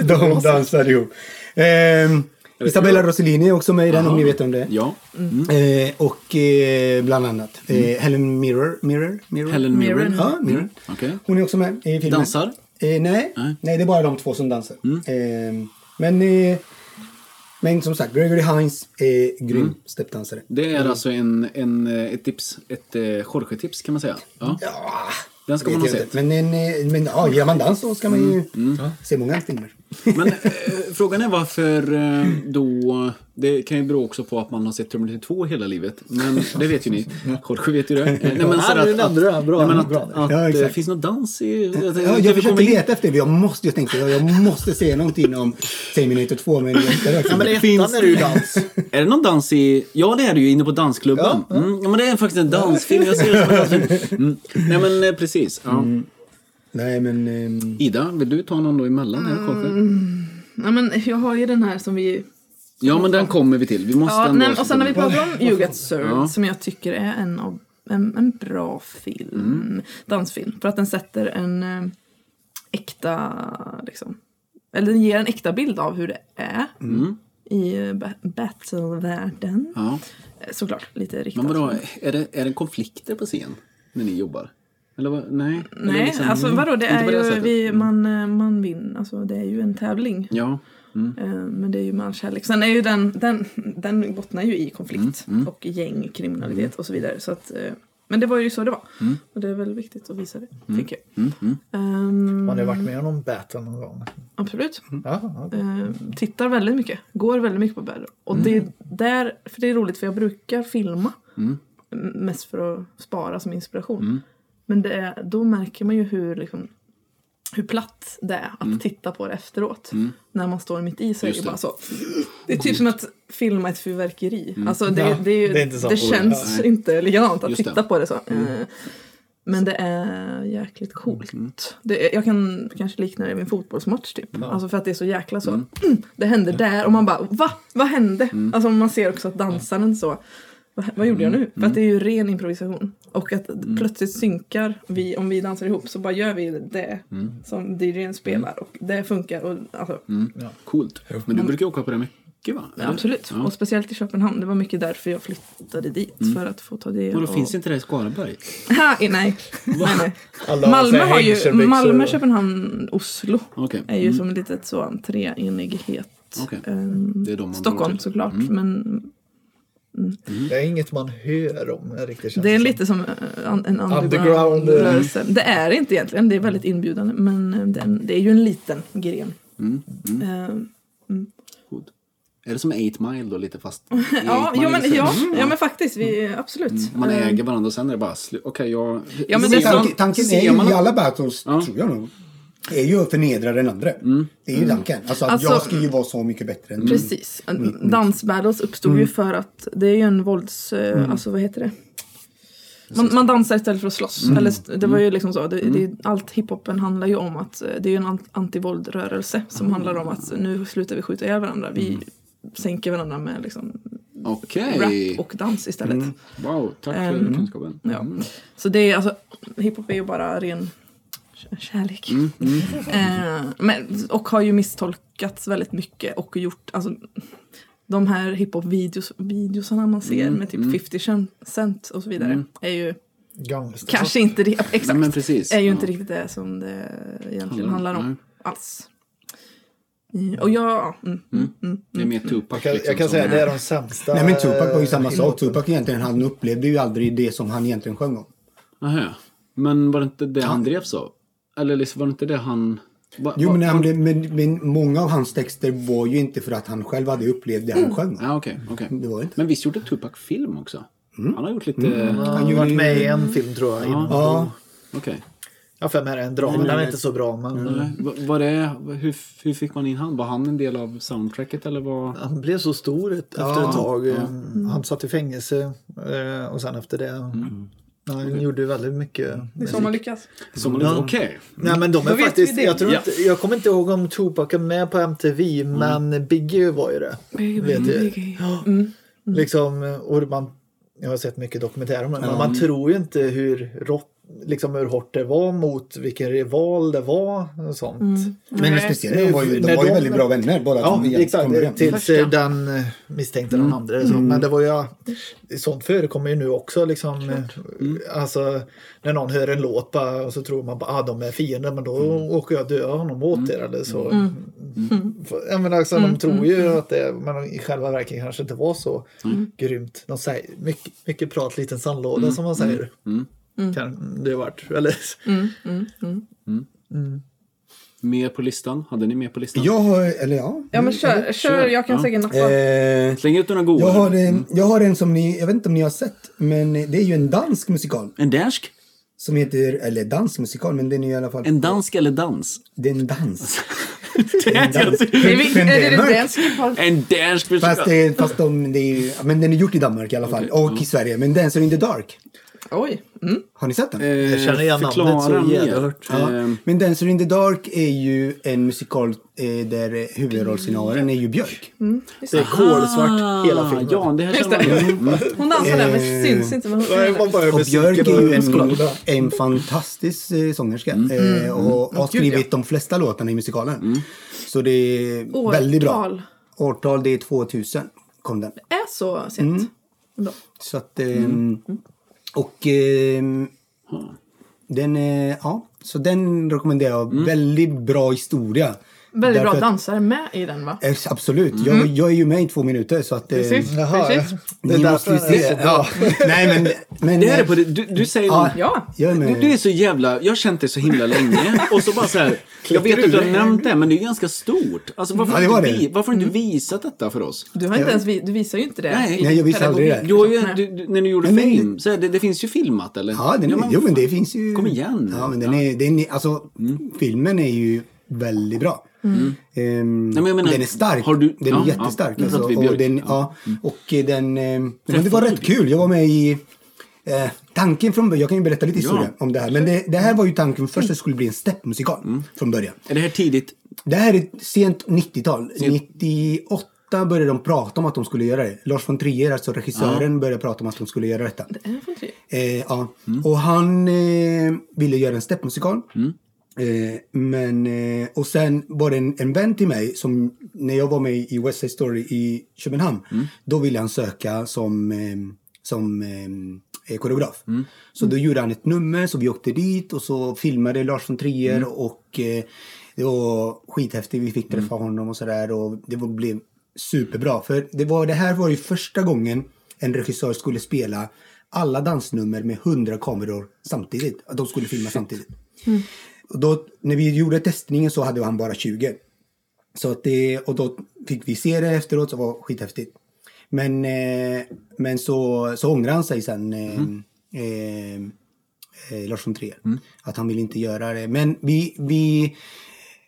de dansar ihop. Ehm,
Jag vet-
Isabella Rossellini är också med i den om ni vet om det är.
Ja. Mm.
Eh, och eh, bland annat eh, Helen Mirror. Mirror, Mirror.
Helen Mirren.
Mirren.
Ja, Mirror.
Okej.
Mm. Hon är också med i filmen.
Dansar?
Eh, nej.
Nej. Mm.
nej, det är bara de två som dansar. Eh, men, eh, men som sagt, Gregory Hines är grym steppdansare.
Mm. Det är alltså en, en, eh, ett tips. Ett eh, Jorge-tips kan man säga. Ja.
Ja,
Den ska
vet
man ha
jag
sett. Mm.
inte. Men, en, eh, men ja, gillar man dans så ska man ju se många filmer.
Men eh, frågan är varför eh, då... Det kan ju bero också på att man har sett Terminator 2 hela livet. Men det vet ju ni. Jorge vet ju det. Eh, Nej, men
Ja,
sådär
nu nämnde du det. Bra,
nej, men
bra.
att, att,
Ja,
eh,
exakt.
Finns någon dans i...
Ja, jag försökte leta efter det. Jag, måste, jag tänkte jag måste se någonting om Terminator 2. Men jag, jag
Ja, men ettan är det ju dans.
Är det någon dans i... Ja, det är det ju inne på dansklubben. Ja, mm, ja men det är faktiskt en dansfilm. Jag ser det som en dansfilm. Mm. Nej, men eh, precis. Ja.
Nej, men... ehm,
Ida, vill du ta någon då emellan här
Mm.
kanske?
Nej, men jag har ju den här som vi...
Ja, men den kommer vi till. Vi måste
Ja,
ändå
nej, och sen när vi
avsluta.
pratar om You Got Served
Ja.
som jag tycker är en, av, en, en bra film,
Mm.
dansfilm. För att den sätter en eh, äkta, liksom, eller den ger en äkta bild av hur det är i eh, ba- battlevärlden.
Mm. Ja.
Eh, Såklart, lite riktat.
Men vadå, är det, är det konflikter på scen när ni jobbar? Eller vad? Nej? Eller
Nej,
liksom-
alltså vadå, det
Inte
är
på
ju,
sättet.
vi, man, eh, man vinner, alltså det är ju en tävling.
Ja.
Eh, Men det är ju med kärlek. Sen är ju den, den, den bottnar ju i konflikt och gängkriminalitet och så vidare. Så att, eh, men det var ju så det var. Och det är väl viktigt att visa det, tycker jag. Ehm,
Har ni varit med om någon battle någon gång?
absolut.
Mm.
Ja, ja.
Eh, tittar väldigt mycket, går väldigt mycket på bär. Och det
Mm.
är där, för det är roligt för jag brukar filma. M- Mest för att spara som inspiration.
Mm.
Men det är, då märker man ju hur, liksom, hur platt det är
Mm.
att titta på det efteråt. När man står mitt i så är
Just
det
det.
bara så. Det är typ som att filma ett fyrverkeri. Alltså det,
Mm. Ja,
det, är ju,
det
det,
är inte så roligt.
känns Alltså, inte likadant att
Just det. Mm.
titta på det så. Eh, Men det är jäkligt coolt.
Mm.
Det är, jag kan kanske likna det vid en fotbollsmatch typ. Alltså för att det är så jäkla så. Mm. det hände där och man bara va? Vad hände?
Mm.
Alltså man ser också att dansaren så. Vad, vad gjorde jag nu? För att det är
Mm.
ju ren improvisation. Och att plötsligt synkar vi, om vi dansar ihop så bara gör vi det
Mm.
som DJn spelar och det funkar. Och, alltså,
Coolt. Men du brukar ju åka på det mycket va?
ja, Absolut.
Ja. Mm.
Och speciellt i Köpenhamn. Det var mycket därför jag flyttade dit. För att få ta del
Och då
av-
finns inte det i Skaraberg?
Ha, nej. nej, nej.
Alla så
Malmö
här
har ju
hängselbyxor
Malmö,
och-
Köpenhamn, Oslo.
Okej. Mm.
Är ju som ett litet så treenighet.
Okej.
Ehm,
Det är de man Mm.
Stockholm
drar till.
såklart. Men
Det är inget man hör om riktigt. känns
det är
som.
lite som eh, an- en
Underground, eh.
underground-rörelse. Det är det inte egentligen. Det är väldigt inbjudande. Men eh, den, det är ju en liten gren.
Mm.
Ehm,
Coolt. Är det som 8 Mile då lite fast? i
ja,
8
jo,
Mile
men,
istället?
ja, ja, men faktiskt. Vi, absolut.
Mm. Man
Ehm,
äger varandra och sen är det bara slut. Okej, jag...
Ja, men
Ser
det är
man-
tanken, tanken
ser
är ju
man-
i alla battles,
Ja.
tror jag nog, är ju att förnedra den andra. Det är ju tanken. Alltså, att
Alltså-
jag ska ju vara så mycket bättre än du.
Precis. Dansbattles uppstod ju för att det är ju en vålds... eh, Alltså vad heter det? Man, man dansar istället för att slåss. Eller, st- det var ju liksom så. Det, det, allt hiphopen handlar ju om att eh, det är ju en an- antivåldrörelse som handlar om att nu slutar vi skjuta ihjäl varandra. Vi sänker varandra med liksom
Okej.
rap och dans istället.
Wow, tack för
Ehm,
kunskapen.
Ja. Så det är alltså, hiphop är ju bara ren k- kärlek. Eh, men, och har ju misstolkats väldigt mycket och gjort, alltså de här hiphop-videosarna man ser med typ 50 cen- cent och så vidare är ju
Gangster.
kanske inte, ri-
Nej,
exakt,
men precis.
är ju
Ja.
inte riktigt det som det egentligen handlar
Handlar om,
om
nej.
alls. Mm, Och jag, ja, mm,
Det är mer Tupac
Jag,
liksom,
jag kan
som-
säga det är de sämsta.
Nej men Tupac var ju
eh,
samma sak.
hiphopen.
Tupac egentligen, han upplevde ju aldrig det som han egentligen sjöng om.
Aha. Men var det inte det han drevs av? Eller liksom, var det inte det han... Va,
Jo,
va-
men, han
va-
blev, men, men många av hans texter var ju inte för att han själv hade upplevt det han sjöng om.
Ja, okej. okej.
Det var inte. Mm.
Men visst gjorde Tupac film också? Han har gjort lite...
Han
Han
har
gjorde
varit
ju-
med i en film tror jag. innan.
Ja,
Okej.
Jag har för mig det är en drama. Den är inte så bra men eh,
Nej, va- Var det... Hur, hur fick man in han? Var han en del av soundtracket eller var...
han blev så stor ett, efter ett tag. eh, Han satt i fängelse eh, och sen efter det.
Mm.
Han gjorde väldigt mycket.
det är så man lyckas.
Som
Ja.
Okej.
Nej men de är
vet vi
faktiskt,
det.
jag, tror
Ja. Mm.
inte, jag kommer inte ihåg om Tupac är med på MTV men Biggie var ju det. Vet du. Ja.
Mm.
Liksom, och man, jag har sett mycket dokumentärer om det men man tror ju inte hur rått liksom hur hårt det var mot vilken rival det var och sånt.
Men
Mm. Nej.
respektera, de var ju, de var ju väldigt bra vänner. Bara att
Ja,
de egentligen
exakt.
kom överens.
Tills
Första.
eh, den eh, misstänkte den andra. Så, Men det var ju, ja, sånt förekommer ju nu också. Liksom, eh, alltså, när någon hör en låt bara, och så tror man bara ah, de är fiender men då åker jag döda honom åt er. Eller så. För- Jag menar, alltså, de tror ju att det men i själva verket kanske inte var så grymt. De säger, mycket, mycket prat, liten sandlåda som man säger. Kan det ha varit. Eller,
Mer på listan? Hade ni mer på listan?
Jag har, eller ja.
Ja, men kör. kör. Jag kan
Ja.
säkert nappa.
Eh,
Släng ut några goda.
jag, har en, jag har en som ni, jag vet inte om ni har sett, men det är ju en dansk musikal.
En dansk?
Som heter, eller dansk musikal, men den är ju i alla fall...
En dansk eller dans?
Det är en dans.
en dansk,
det är viktigt.
men det är
Är det
mörkt.
dansk?
en dansk
Fast,
musikal.
det, fast de, det är ju, men den är gjort i Danmark i alla fall. Och i Sverige. Men Dancer in the Dark.
Oj. Mm.
Har ni sett den?
Jag
känner igen namnet så jävla hårt.
Ja. Men Dancer in the Dark är ju en musikal eh, där eh, huvudrollsinnehavaren är ju Björk.
Mm. det är kolsvart hela filmen.
Ah, Ja, det här
Just
känner jag. igen. Mm.
Hon dansar där men syns inte vad hon
Det var bara
Och Björk
musiken
är ju
och
en,
skådespelare.
en fantastisk eh, sångerska. Eh, och har skrivit de flesta låtarna i musikalen. Så det är
Årtal.
väldigt bra. Årtal, det är 2000 kom den.
är så sent. Då.
Så att... ehm, Och... ehm, den, eh, ja, så den rekommenderar jag. Väldigt bra historia.
Väldigt
Därför
bra
att-
dansare med i den va?
Eh, Absolut. Jag, jag är ju med i två minuter så att... eh,
Precis.
Jaha,
Precis.
Det är
Ni måste ju
därför den är
se.
så
Ja. Nej men... men
Det här är
eh,
på det. Du, du säger
Ja,
Ja.
jag är
Du,
med.
du är så jävla, jag har känt dig så himla länge och så bara så här, jag vet att du har nämnt det men det är ju ganska stort. Alltså varför
Ja,
har
det
inte
var det. Mm.
vi, varför har inte visat detta för oss?
Du, har inte ens, vi- du visar ju inte det.
Nej.
i
Nej, jag visar aldrig det.
pedagogik.
Du har ju, du, du, när du gjorde
Men- men-
film, så här, det, det finns ju filmat eller?
Ja, den, jo men det finns ju.
Kom igen nu.
Ja, men den är, den är, alltså, filmen är ju väldigt bra. Ehm,
men jag menar,
den är stark.
har du-
den
ja,
är jättestark.
ja, nu
alltså,
pratar vi
och
Björk.
den, ja, och eh, den, ehm, men det var rätt kul. Jag var med i eh, tanken från början. Jag kan ju berätta lite historia om det här. Men det, det här var ju tanken först att det skulle bli en steppmusikal
Mm.
från början.
Är det här tidigt?
Det här är sent 90-tal. 98 började de prata om att de skulle göra det. Lars von Trier, alltså regissören, började prata om att de skulle göra detta.
Är det från tre?
Eh, ja. Och han eh, ville göra en steppmusikal. Eh, men, eh, och sen var det en, en vän till mig som när jag var med i West Side Story i Köpenhamn. Då ville han söka som, eh, som eh, eh, koreograf. Så då gjorde han ett nummer så vi åkte dit och så filmade Lars von Trier och eh, det var skithäftigt. Vi fick träffa honom och sådär och det var, blev superbra. För det, var, det här var ju första gången en regissör skulle spela alla dansnummer med 100 kameror samtidigt. Att de skulle filma samtidigt. Och då, när vi gjorde testningen så hade han bara 20. Så att det, och då fick vi se det efteråt, så det var skithäftigt. Men, eh, men så, så ångrade han sig sen, eh, eh, eh, Lars von Trier. Att han ville inte göra det. Men vi, vi,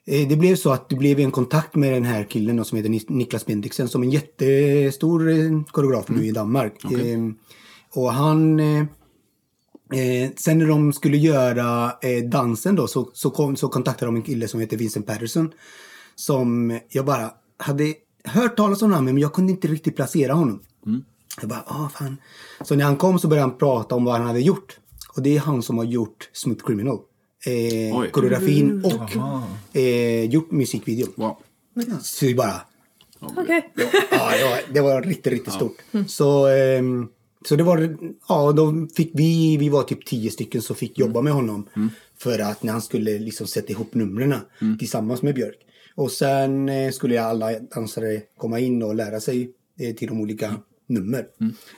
eh, det blev så att det blev en kontakt med den här killen då, som heter Nis- Niklas Bendiksen som är en jättestor eh, koreograf nu i Danmark. Eh, och han... Eh, Eh, sen när de skulle göra eh, dansen då så, så, kom, så kontaktade de en kille som heter Vincent Patterson. Som jag bara hade hört talas om honom men jag kunde inte riktigt placera honom. Jag bara, ah fan. Så när han kom så började han prata om vad han hade gjort. Och det är han som har gjort Smooth Criminal. Eh,
Oj.
koreografin och eh, gjort musikvideon.
Wow.
Så vi bara,
Okej.
ja, det var, det var riktigt, riktigt stort. Så, ehm, så det var, ja, då fick vi, vi var typ tio stycken som fick jobba med honom.
Mm.
För att när han skulle liksom sätta ihop numren tillsammans med Björk. Och sen eh, skulle alla dansare komma in och lära sig eh, till de olika
Mm.
nummer.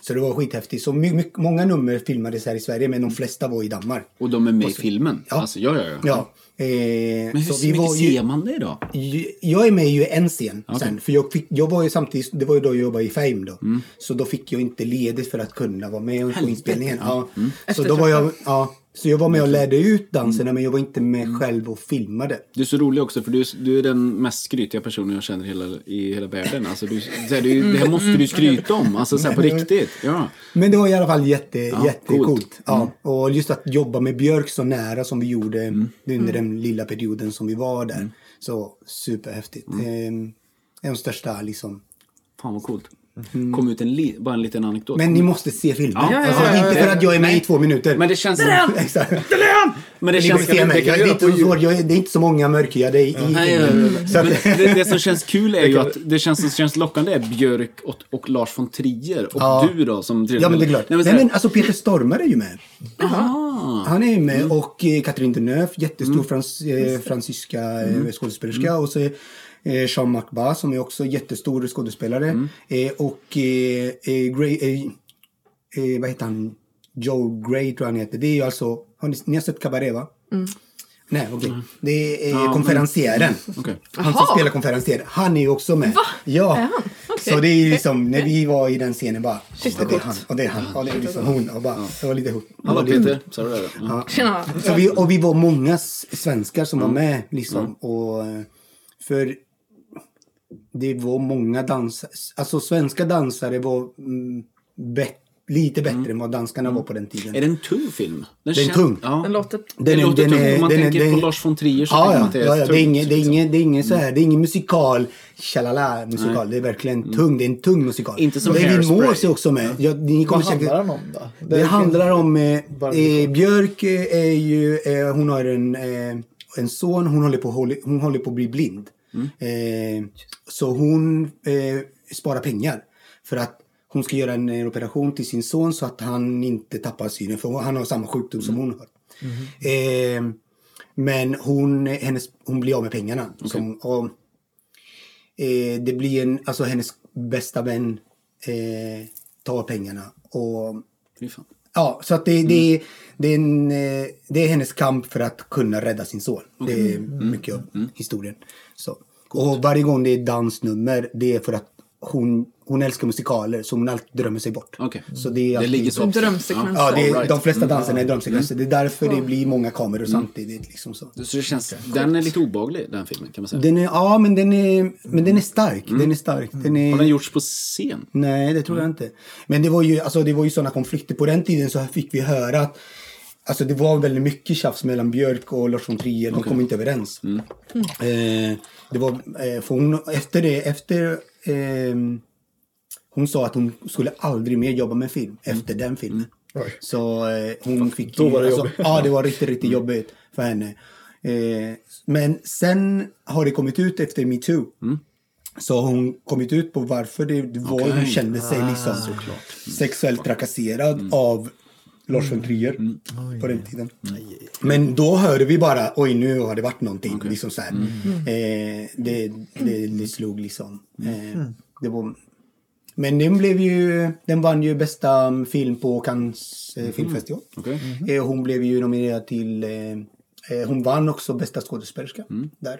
Så det var skithäftigt. Så my, my, många nummer filmades här i Sverige men de flesta var i Danmark.
Och de är med i filmen? Ja. Alltså, ja, ja, ja.
Ja. Eh,
Men hur
så vi var
mycket
ju-
ser man det idag?
Ju- Jag är med ju en scen sen. För jag, fick, jag var ju samtidigt, det var ju då jag jobbade i Fame då.
Mm.
Så då fick jag inte ledigt för att kunna vara med på inspelningen.
Mm.
Ja. Så då var jag, ja. Så jag var med och lärde ut
Mm.
danserna men jag var inte med själv och filmade.
Du är så rolig också för du, du är den mest skrytiga personen jag känner i hela, i hela världen. Alltså, du, så här, det, är ju- det här måste du skryta om, alltså så här, på
Mm.
riktigt. Ja.
Men det var i alla fall jätte, jättecoolt.
coolt. Mm.
Ja. Och just att jobba med Björk så nära som vi gjorde
Mm.
under den lilla
Mm.
perioden som vi var där. Så superhäftigt. Eh, en av de Ehm, största liksom,
Fan vad coolt. Kom ut en li, bara en liten anekdot.
Mm. Men ni måste se filmen.
Ja, ja, ja,
alltså,
ja, ja,
inte
ja.
för att jag är med i två minuter.
men det känns...
Exakt.
Men det
Ni
känns...
vill se mig.
det kan
Jag
vi
är
göra
inte
på
så
jul.
svår. Jag är, det är inte så många mörkhyade i, i
Nej,
filmen. Mm. Så att,
men det, det som känns kul är ju att det känns, som känns lockande är Björk och, och Lars von Trier och
Ja.
du då som
ja, men det är klart.
Nej, men,
Nej,
så
men
här,
alltså Peter Stormare är ju med.
aha.
Han är ju med
Mm.
och eh, Catherine Deneuve, jättestor frans, eh, fransyska eh,
Mm.
skådespelerska. Och så eh, Jean Marc Bas som är också jättestor skådespelare.
Mm.
Eh, och eh, eh, Gray, eh, eh, vad heter han? Joe Gray tror jag han heter. Det är ju alltså, har ni, ni har sett Cabaret va?
Mm.
Nej, okej. Det är eh,
Mm. men- Mm,
konferencieren.
Okej.
Han som
Jaha.
spelar konferencier, han är ju också med. Va? Ja.
Är han? Okej.
Så det är ju liksom, när vi var i den scenen bara,
Shit,
och
vad
det är han,
coolt.
och det är han, och det är liksom hon. Och bara, det var lite hot.
Hallå Peter, sa du det? där? Ja.
Tjena.
Så vi, och vi var många s- svenskar som var med liksom. Och, eh, för det var många dansare, alltså svenska dansare var mm, bet, lite bättre
Mm.
än vad danskarna var på den tiden.
Är det en tung film?
Den är
kän-
tung.
Ja.
Den låter...
Det
Den är-
låter
den
tungt.
är-
Om man
den är-
tänker
den
på
är-
Lars von Trier så
Ja,
tänker man
ja,
att det är
ja, ja. Det är
tungt,
ingen, det är
liksom.
ingen, det är ingen så här, det är ingen musikal tjalala musikal. Det är verkligen tung, det är en tung musikal.
Mm. Inte som
David
Hairspray.
Morse är också med. Ja, ni kommer
Vad
säkert,
handlar den om då?
det, handlar om, eh,
Varför?
eh, Björk eh, är ju, eh, hon har en, eh, en son, hon håller på, håller- hon håller på att bli blind. Eh, så hon eh, sparar pengar för att hon ska göra en eh, operation till sin son så att han inte tappar synen för han har samma sjukdom som hon har. Eh, men hon, hennes, hon blir av med pengarna. Som, och, eh, det blir en, alltså hennes bästa vän eh, tar pengarna. Och,
Fy fan.
ja, så att det,
Mm.
det, är- det, är en, eh, det är hennes kamp för att kunna rädda sin son. Det är
Mm.
mycket av historien. Så. Och varje gång det är dansnummer, det är för att hon, hon älskar musikaler så hon alltid drömmer sig bort.
Okej.
Så det, är
Det
alltid,
ligger så.
Drömsekvenser.
Ja, det är,
Alright. Mm.
de flesta danserna är drömsekvenser. Det är därför det blir många kameror samtidigt. Liksom så.
Så det känns, den är lite obaglig den filmen kan man säga.
Den är, ja, men den är, men den är stark. Den är stark. Den är,
Mm. Har den gjorts på scen?
Nej, det
Mm.
tror jag inte. Men det var ju, alltså, det var ju sådana konflikter. På den tiden så fick vi höra att alltså, det var väldigt mycket tjafs mellan Björk och Lars von Trier. De kom inte överens.
Mm.
Eh, det var, eh, för hon, efter det, efter ehm, hon sa att hon skulle aldrig mer jobba med film efter den filmen.
Mm. Oj.
Så eh, hon fick
Då var det
alltså,
jobbigt.
Ja, det var riktigt, riktigt jobbigt för henne. Eh, men sen har det kommit ut efter metoo.
Mm.
Så har hon kommit ut på varför det det var
Okej. Ah. Mm.
hon kände sig liksom sexuellt trakasserad av Lars von Trier på den tiden.
Mm.
Men då hörde vi bara, oj nu har det varit någonting. Liksom så här.
Mm.
Eh, det, det, det slog liksom.
Mm.
Eh, det var, men den blev ju, den vann ju bästa mm, film på Cannes eh, filmfestival.
Mm. Okej.
Eh, hon blev ju nominerad till, eh, eh, hon vann också bästa skådespelerska
Mm.
där.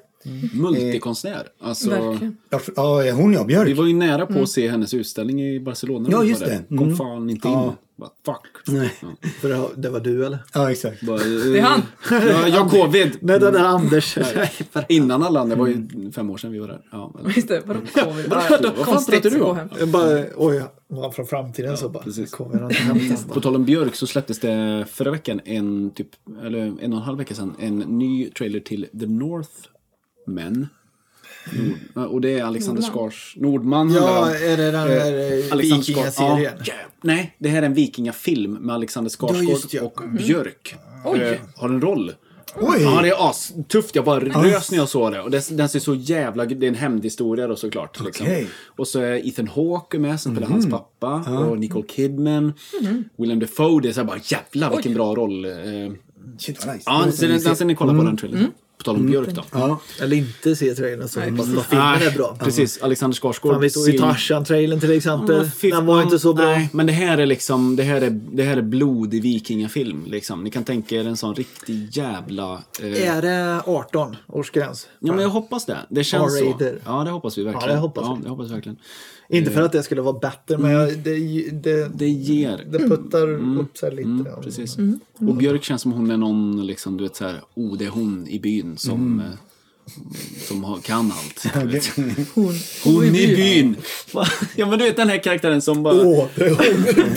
Multikonstnär. Alltså,
Verkligen.
Lars- Ja, hon ja,
vi
Björk.
var ju nära på att se hennes utställning i Barcelona.
Ja,
när vi
just
var där.
det. Mm.
Kom fan inte in.
Ja.
Bara, fuck.
Nej.
Ja.
För det, det var du eller?
Ja, exakt.
Bara, eh,
Det är han.
Ja, jag har covid.
Nej, det där Anders.
För Innan alla andra, det var ju fem år sedan vi var där. Ja, men-
Just det, vadå covid?
Vad fan pratar
Konstigt
du
att gå
om?
hem.
Jag bara, oj, var han från framtiden så bara.
precis.
Kommer han inte hämta
På tal om Björk så släpptes det förra veckan, en, typ, eller en och en halv vecka sedan, en ny trailer till The North Men. Nord, och det är Alexander Skars Nordman. handlar
Ja,
om.
är det den där eh,
Alexander Skarsgård-
vikingaserien?
Ja, yeah. Nej, det här är en vikingafilm med Alexander
Ja,
Skarsgård
just ja.
och Björk. Eh, Har en roll.
Oj!
Ja, det är as tufft. Jag bara rös när jag såg det. Och det, den ser så jävla... Det är en hämndhistoria då såklart. Liksom.
Okej.
Och så är Ethan Hawke med som spelar hans pappa. Och Nicole Kidman.
Mm-hmm.
William Defoe. Det är så här bara jävlar vilken bra roll. Eh,
Shit vad nice.
ja,
Det
så
måste vi
den,
se.
den ska ni kolla på den
Mm.
trailern. På tal om Björk då. Ah,
Ja.
Eller inte se trailern så hoppas att filmen är bra.
Precis, Alexander Skarsgård.
Fan, vi såg ju
ser-
Tarzan-trailern till
Ja,
exempel.
fy
Den var
fan.
inte så bra.
Nej, men det här är liksom, det här är, det här är blodig vikingafilm. Liksom. Ni kan tänka er en sån riktig jävla... Eh,
Är det 18 års gräns?
ja, men jag hoppas det. Det känns så.
R-rated.
Ja, det hoppas vi verkligen.
Ja, det hoppas vi.
ja, det hoppas vi verkligen.
Inte för att det skulle vara bättre, men jag, det, det,
Det ger.
det puttar upp sig lite. ja.
Mm. Precis. Och Björk känns som hon är någon, liksom, du vet så här, oh, det är hon i byn som,
Mm.
eh, som har, kan allt. du vet.
Hon.
Hon i byn! Va? Ja men du vet den här karaktären som bara...
Åh, det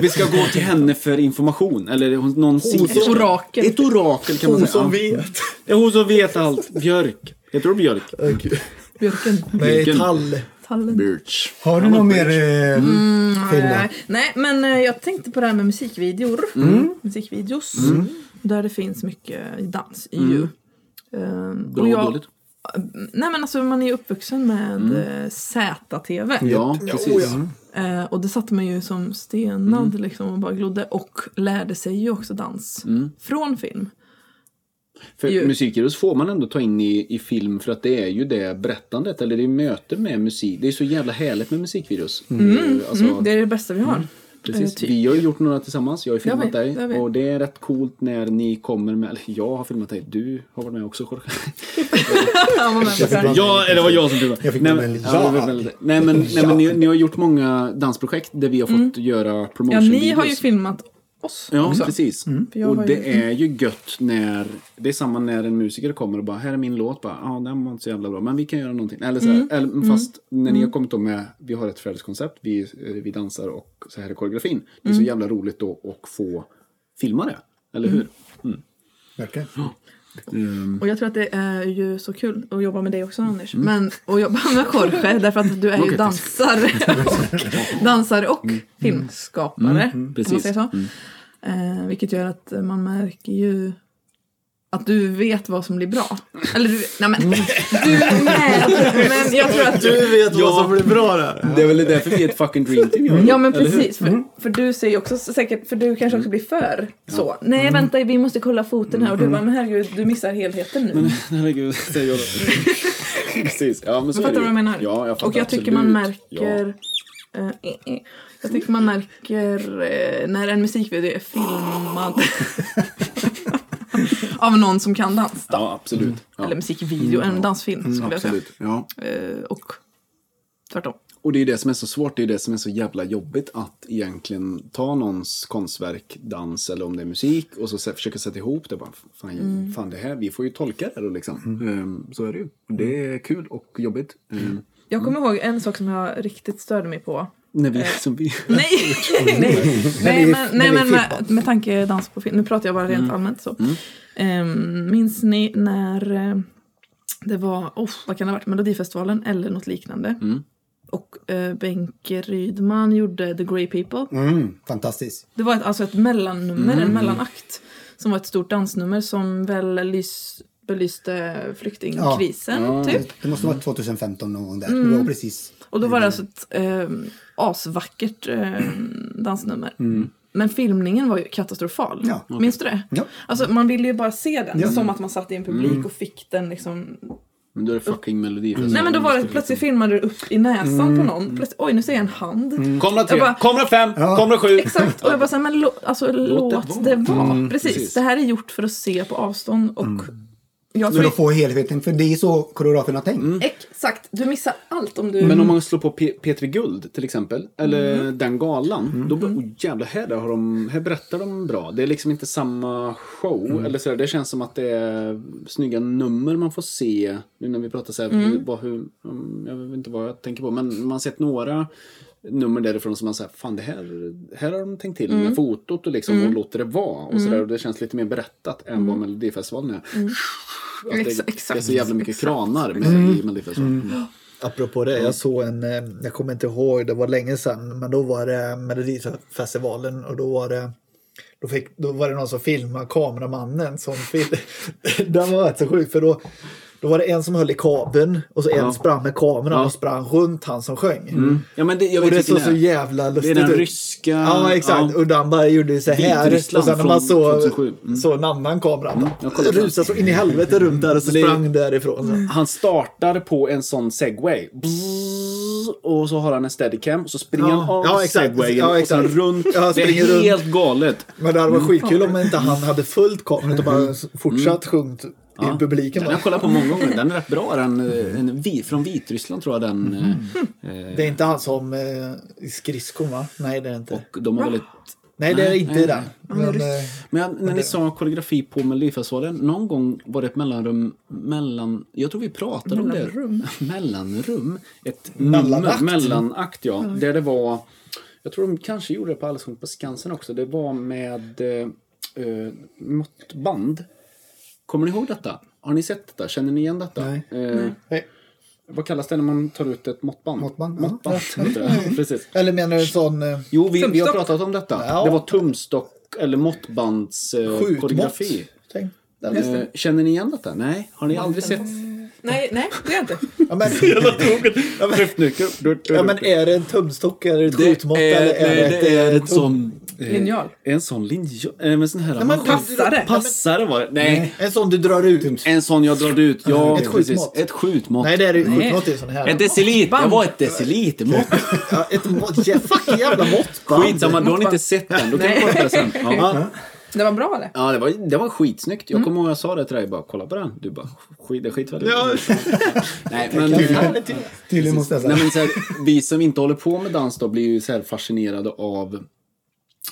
Vi ska gå till henne för information. Eller hon, någon sitter-
Ett orakel.
Ett orakel kan man
Hon
säga.
som
Ja.
vet.
Det är hon som vet allt. Björk. Heter hon Björk?
Björken.
Nej,
Vilken?
tall.
Fallen.
Birch.
Har du någon mer eh, Filna?
Mm, Nej, nej, men eh, jag tänkte på det här med musikvideor. Mm. Musikvideos. Där det finns mycket dans i ju. Ehm,
Bra
och
och
jag-
dåligt.
Nej men alltså man är ju uppvuxen med mm. ZTV.
Ja, precis.
Eh, och det satte man ju som stenad
Mm.
liksom och bara glodde. Och lärde sig ju också dans
Mm.
från film.
För
Ju.
musikvirus får man ändå ta in i, i film för att det är ju det berättandet, eller det är möte med musik. Det är så jävla härligt med musikvirus. Alltså,
Mm, det är det bästa vi har.
Precis.
Eh, typ.
Vi har ju gjort några tillsammans. Jag har ju filmat
vet, jag
dig.
vet.
Och det är rätt coolt när ni kommer med... Eller jag har filmat dig. Du har varit med också Jorge.
Ja, men-
ja, eller det var jag som filmade.
Jag fick
nej,
vara
men,
med.
ja, det var väl- nej, men, nej, men ni, ni har gjort många dansprojekt där vi har fått göra
Mm. ja
promotion
ni har ju filmat oss
Ja,
också.
precis.
Mm.
För jag
Och
har ju-
det är ju gött när... Det är samma när en musiker kommer och bara “Här är min låt”. Bara, ah, “Den var inte så jävla bra, men vi kan göra någonting”. Eller så här,
Mm.
eller, fast när ni har kommit då med “Vi har ett färdigt koncept, vi, eh, vi dansar och så här är koreografin”. Det är
Mm.
så jävla roligt då att få filma det. Eller hur?
Verkar.
Och jag tror att det är ju så kul att jobba med dig också Anders. Men att jobba med Jorge därför att du är ju
Okej, tack.
dansare och, dansare och filmskapare. Om man
precis.
säger så. Eh, vilket gör att man märker ju att du vet vad som blir bra. Eller du, nej men, du är med. Men jag tror att du...
Du vet
Ja.
vad som blir bra där.
Det är väl därför vi är ett fucking dream team.
Mm. Ja men precis, för, för du ser ju också säkert, för du kanske också blir för så. Nej vänta, vi måste kolla foten här och du bara, men herregud, du missar helheten nu.
Herregud, säger jag då. Precis. Ja, men så
Fattar
är det
du
ju.
vad jag menar?
Ja, jag fattar
och jag tycker man
absolut.
märker... eh, eh, eh. jag tycker man märker eh, när en musikvideo är filmad av någon som kan dans.
Ja, ja absolut. Ja.
Mm.
Mm,
Eller musikvideo, en dansfilm skulle jag säga.
Absolut. Ja.
Eh, och tvärtom.
Och det är det som är så svårt, det är det som är så jävla jobbigt att egentligen ta någons konstverk, dans eller om det är musik och så sä- försöka sätta ihop det. Bara, fan,
Mm.
fan det här, vi får ju tolka det då liksom. Ehm, så är det ju. Det är kul och jobbigt. Ehm,
Jag kommer ihåg en sak som jag riktigt störde mig på.
När vi, som vi,
Nej,
Mm.
nej, nej,
vi-
men, Mm. nej
när vi
men med,
filmat.
med tanke dans på film. Nu pratar jag bara rent allmänt så. Ehm, minns ni när eh, det var, oh, vad kan det ha varit, Melodifestivalen eller något liknande? Och eh, Bengt Rydman gjorde The Grey People.
Mm, fantastiskt.
Det var ett, alltså ett mellannummer, en mellanakt. Som var ett stort dansnummer som väl lys, belyste flyktingkrisen, typ. Mm.
Det måste vara 2015 någon gång där. Det var precis.
Och då var det alltså ett eh, asvackert eh, dansnummer. Men filmningen var ju katastrofal.
Ja.
Minns du det?
Ja.
Alltså, man ville ju bara se den. Som att man satt i en publik och fick den liksom...
men då är det fucking melodi.
Nej men då var det plötsligt filmade du upp i näsan på någon. Plötsligt, oj nu ser jag en hand.
Kamera tre,
Jag bara-
kamera fem,
Ja.
kamera sju.
Exakt. Och jag bara såhär, men lo, alltså, låt, det vara. precis.
precis.
det här är gjort för att se på avstånd och... Jag
För
tror
att få helheten. För det är så koreografen har tänkt.
Mm. Exakt, du missar allt om du...
Men om man slår på P- P3 Guld till exempel, eller
Mm.
den galan, då bara, oh, jävlar, här, har de, här berättar de bra. Det är liksom inte samma show.
Mm.
Eller så, det känns som att det är snygga nummer man får se. Nu när vi pratar så här, vad, hur, mm, jag vet inte vad jag tänker på, men man har sett några nummer därifrån som man säger, fan det här, här har de tänkt till
Mm.
med fotot och liksom och låter det vara. Och, så där, och det känns lite mer berättat än vad Melodifestivalen är. Att det,
Mm. Exa-
det är
exakt. Mm.
så jävla mycket kranar med i Melodifestivalen. Mm.
Apropå det, jag såg en, eh, jag kommer inte ihåg, det var länge sedan, men då var det Melodifestivalen och då var det då, fick, då var det någon som filmade kameramannen som film. Den var rätt så sjuk för då, då var det en som höll i kabeln och så en sprang med kameran och sprang runt han som sjöng.
Ja, men det, Mm. jag
Och
vet
det
vilken
såg så
är.
jävla lustigt
den
ut.
ryska-
Ja, exakt.
ja.
Och den bara gjorde så här. Och sen
Vitryssland
när man
från
såg
2007. Mm.
så en annan kamera.
jag
Mm.
kollar på
Rusade så in i helvete runt där och så
Det-
sprang därifrån. Så.
Han startar på en sån segway. Bzzz, Och så har han en steadicam och så springer
Ja.
han av
Ja, exakt.
segwayen
Ja,
och
exakt.
så runt.
Ja,
det
springer runt.
är helt galet.
Men det hade
Mm.
varit skitkul om inte han hade följt kameran utan bara fortsatt sjungit i publiken.
Den har jag
Bara.
kollat på många gånger. Den är rätt bra. Den, eh, en, vi- från Vitryssland tror jag den. eh,
Mm. Det är inte han som eh, i skridskon va? Nej det är det inte.
Och de har väldigt...
nej det är
nej,
inte
nej,
den. Men, eh,
Men jag- när ni sa koreografi på Melodifestivalen, någon gång var det ett mellanrum mellan... Jag tror vi pratade om det.
Mellanrum?
Mellanrum. Ett
Mellanakt.
nummer, mellanakt ja. Där det var... Jag tror de kanske gjorde det på Allsång på Skansen också. Det var med eh, eh, måttband. Kommer ni ihåg detta? Har ni sett detta? Känner ni igen detta?
Nej.
Eh,
nej.
Vad kallas det när man tar ut ett måttband?
Måttband, ja.
måttband heter det. Precis.
Eller menar du en sån... eh,
Jo, vi, vi har
Tumstock.
pratat om detta.
Ja.
Det var tumstock eller måttbands eh,
Skjutmått.
koreografi.
Tänk. Den är-
Eh, känner ni igen detta? Nej, har ni aldrig sett
Nej, nej, det är jag inte.
Ja, men,
höftnycker?
ja, men är det en tumstock eller ett
det
skjutmått?
är,
eller
Eh, nej, det är ett
tum-
sån... eh,
Linjal.
En sån linjal? eh, men sån här...
men
man-
Passare.
Passare var det. Nej.
En sån du drar ut?
En sån jag drar ut. Ja,
Ett
ett precis.
skjutmått.
Ett skjutmått.
Nej, det är det skjutmått. Det är sån här.
Ett deciliter. Det var ett decilitermått.
Ja, ett mått. Ja, fuck, jävla måttband.
Skitsamma, då har ni inte sett den. Då kan ni kolla på det sen. Ja.
Det var bra eller?
Ja, det var, det var skitsnyggt. Jag kommer ihåg jag sa det till dig, bara kolla på den. Du bara, skit, det skiter väl i det." Nej, men, nej,
Tydligen måste jag säga.
men så här, vi som inte håller på med dans då blir ju så här fascinerade av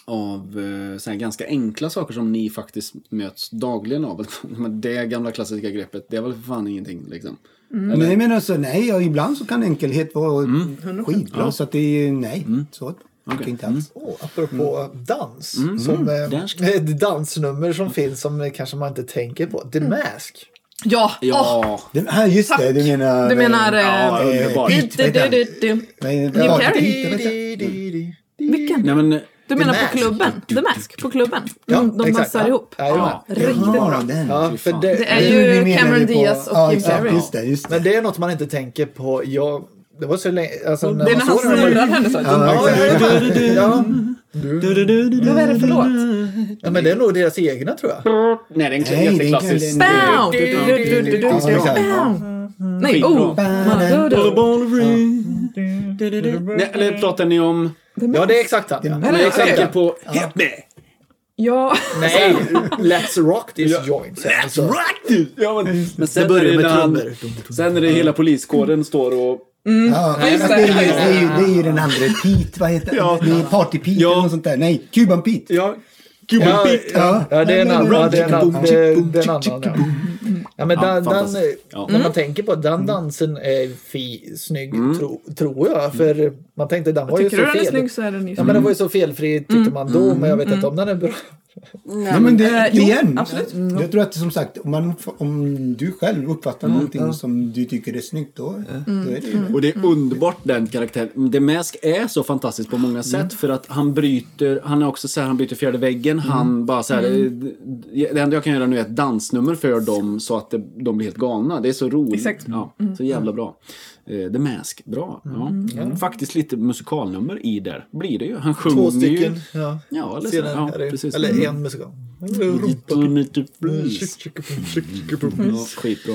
av eh, så här ganska enkla saker som ni faktiskt möts dagligen av. Men det gamla klassiska greppet, det är väl för fan ingenting liksom.
Nej, men alltså, nej, ja, ibland så kan enkelhet vara
Mm.
skitbra. Så att det är, nej, så tycker jag inte alls.
Oh, apropå dans, som, eh,
Mm. Där ska-
ett dansnummer som finns som eh, kanske man inte tänker på.
Mm.
The Mask.
Ja!
Ja,
åh,
Den, ah, just det, du menar...
du menar...
eh,
ja
eh,
underbart.
du, du, du, du, du.
Nej,
Jim
ja,
Carrey?
det- det- det-
Vilken?
Mm.
Nej, men,
Du menar
Mask.
på klubben? The Mask på klubben? Mm,
Ja,
De, de
exakt.
dansar
Ja.
ihop?
Ja, jajamän.
Riktigt
Ja,
bra.
den.
Ja,
fy
för
fan.
det,
Det är
Det är det
ju
vi
Cameron
menade på-
Diaz och
ja,
Jim
exakt,
Carrey.
Just det, just det.
Men det är något man inte tänker på. Jag, det var så länge... Alltså, när
Det är
man
när han
såg den, jag
snurrar
bara-
henne så.
Ja,
Ja,
exakt.
ja, ja. ja.
Ja, Vad är det för
Mm.
låt?
ja, men det är nog deras egna tror jag.
Nej, det är en
Nej, det är
jätteklassisk.
inte-
Bow! Du, du, du, du, du, du,
Ja,
du.
exakt.
Bow! Nej, oh! Du,
Skitbra.
du, du.
Nej, eller pratar ni om...
Ja, det är exakt han. Ja.
Nej, jag
okej.
tänker på... Hit me!
Ja.
Nej, let's rock this joint. Alltså.
Rock ja, men, men sen
börjar
är det
med
när han,
trummor.
sen är det hela poliskåren står och...
Ja, men
just
det,
det.
är ju, det, är ju, det är ju den andra Pete, vad heter
Ja.
han? Det är Party Pete
Ja.
eller något sånt där. Nej, Cuban Pete.
Ja,
Ja,
Ja.
ja, det är en annan. ja, Det är en annan. Det är det är en annan ja. Ja, men
Ja,
den, den,
fantastiskt. Ja. Mm.
När man tänker på den dansen är fi, snygg, tro, tror jag. För
Mm.
man tänkte den var ju så
Tycker du den är
fel.
snygg så är den ju
Ja, men den var ju så felfri
Mm.
tyckte man då, men jag vet inte om den är bra.
Ja, men det,
Eh, jo,
igen. Mm.
absolut.
Jag tror att som sagt, om, man, om du själv uppfattar någonting som du tycker är snyggt då, då är det ju det.
Och det är underbart den karaktären. The Mask är så fantastisk på många sätt för att han bryter, han är också så här, han bryter fjärde väggen. Han bara så här, det, det enda jag kan göra nu är ett dansnummer för dem så att det, de blir helt galna. Det är så roligt.
Exakt.
Ja, så jävla bra. Eh, The Mask, bra. Ja. Faktiskt lite musikalnummer i där blir det ju. Han sjunger
Två
ju.
stycken. Ja.
Ja, eller, så,
Scenen
ja,
här är-
precis.
Eller
Mm.
en musikal.
Little Meat Blues.
Mm.
Ja, skitbra.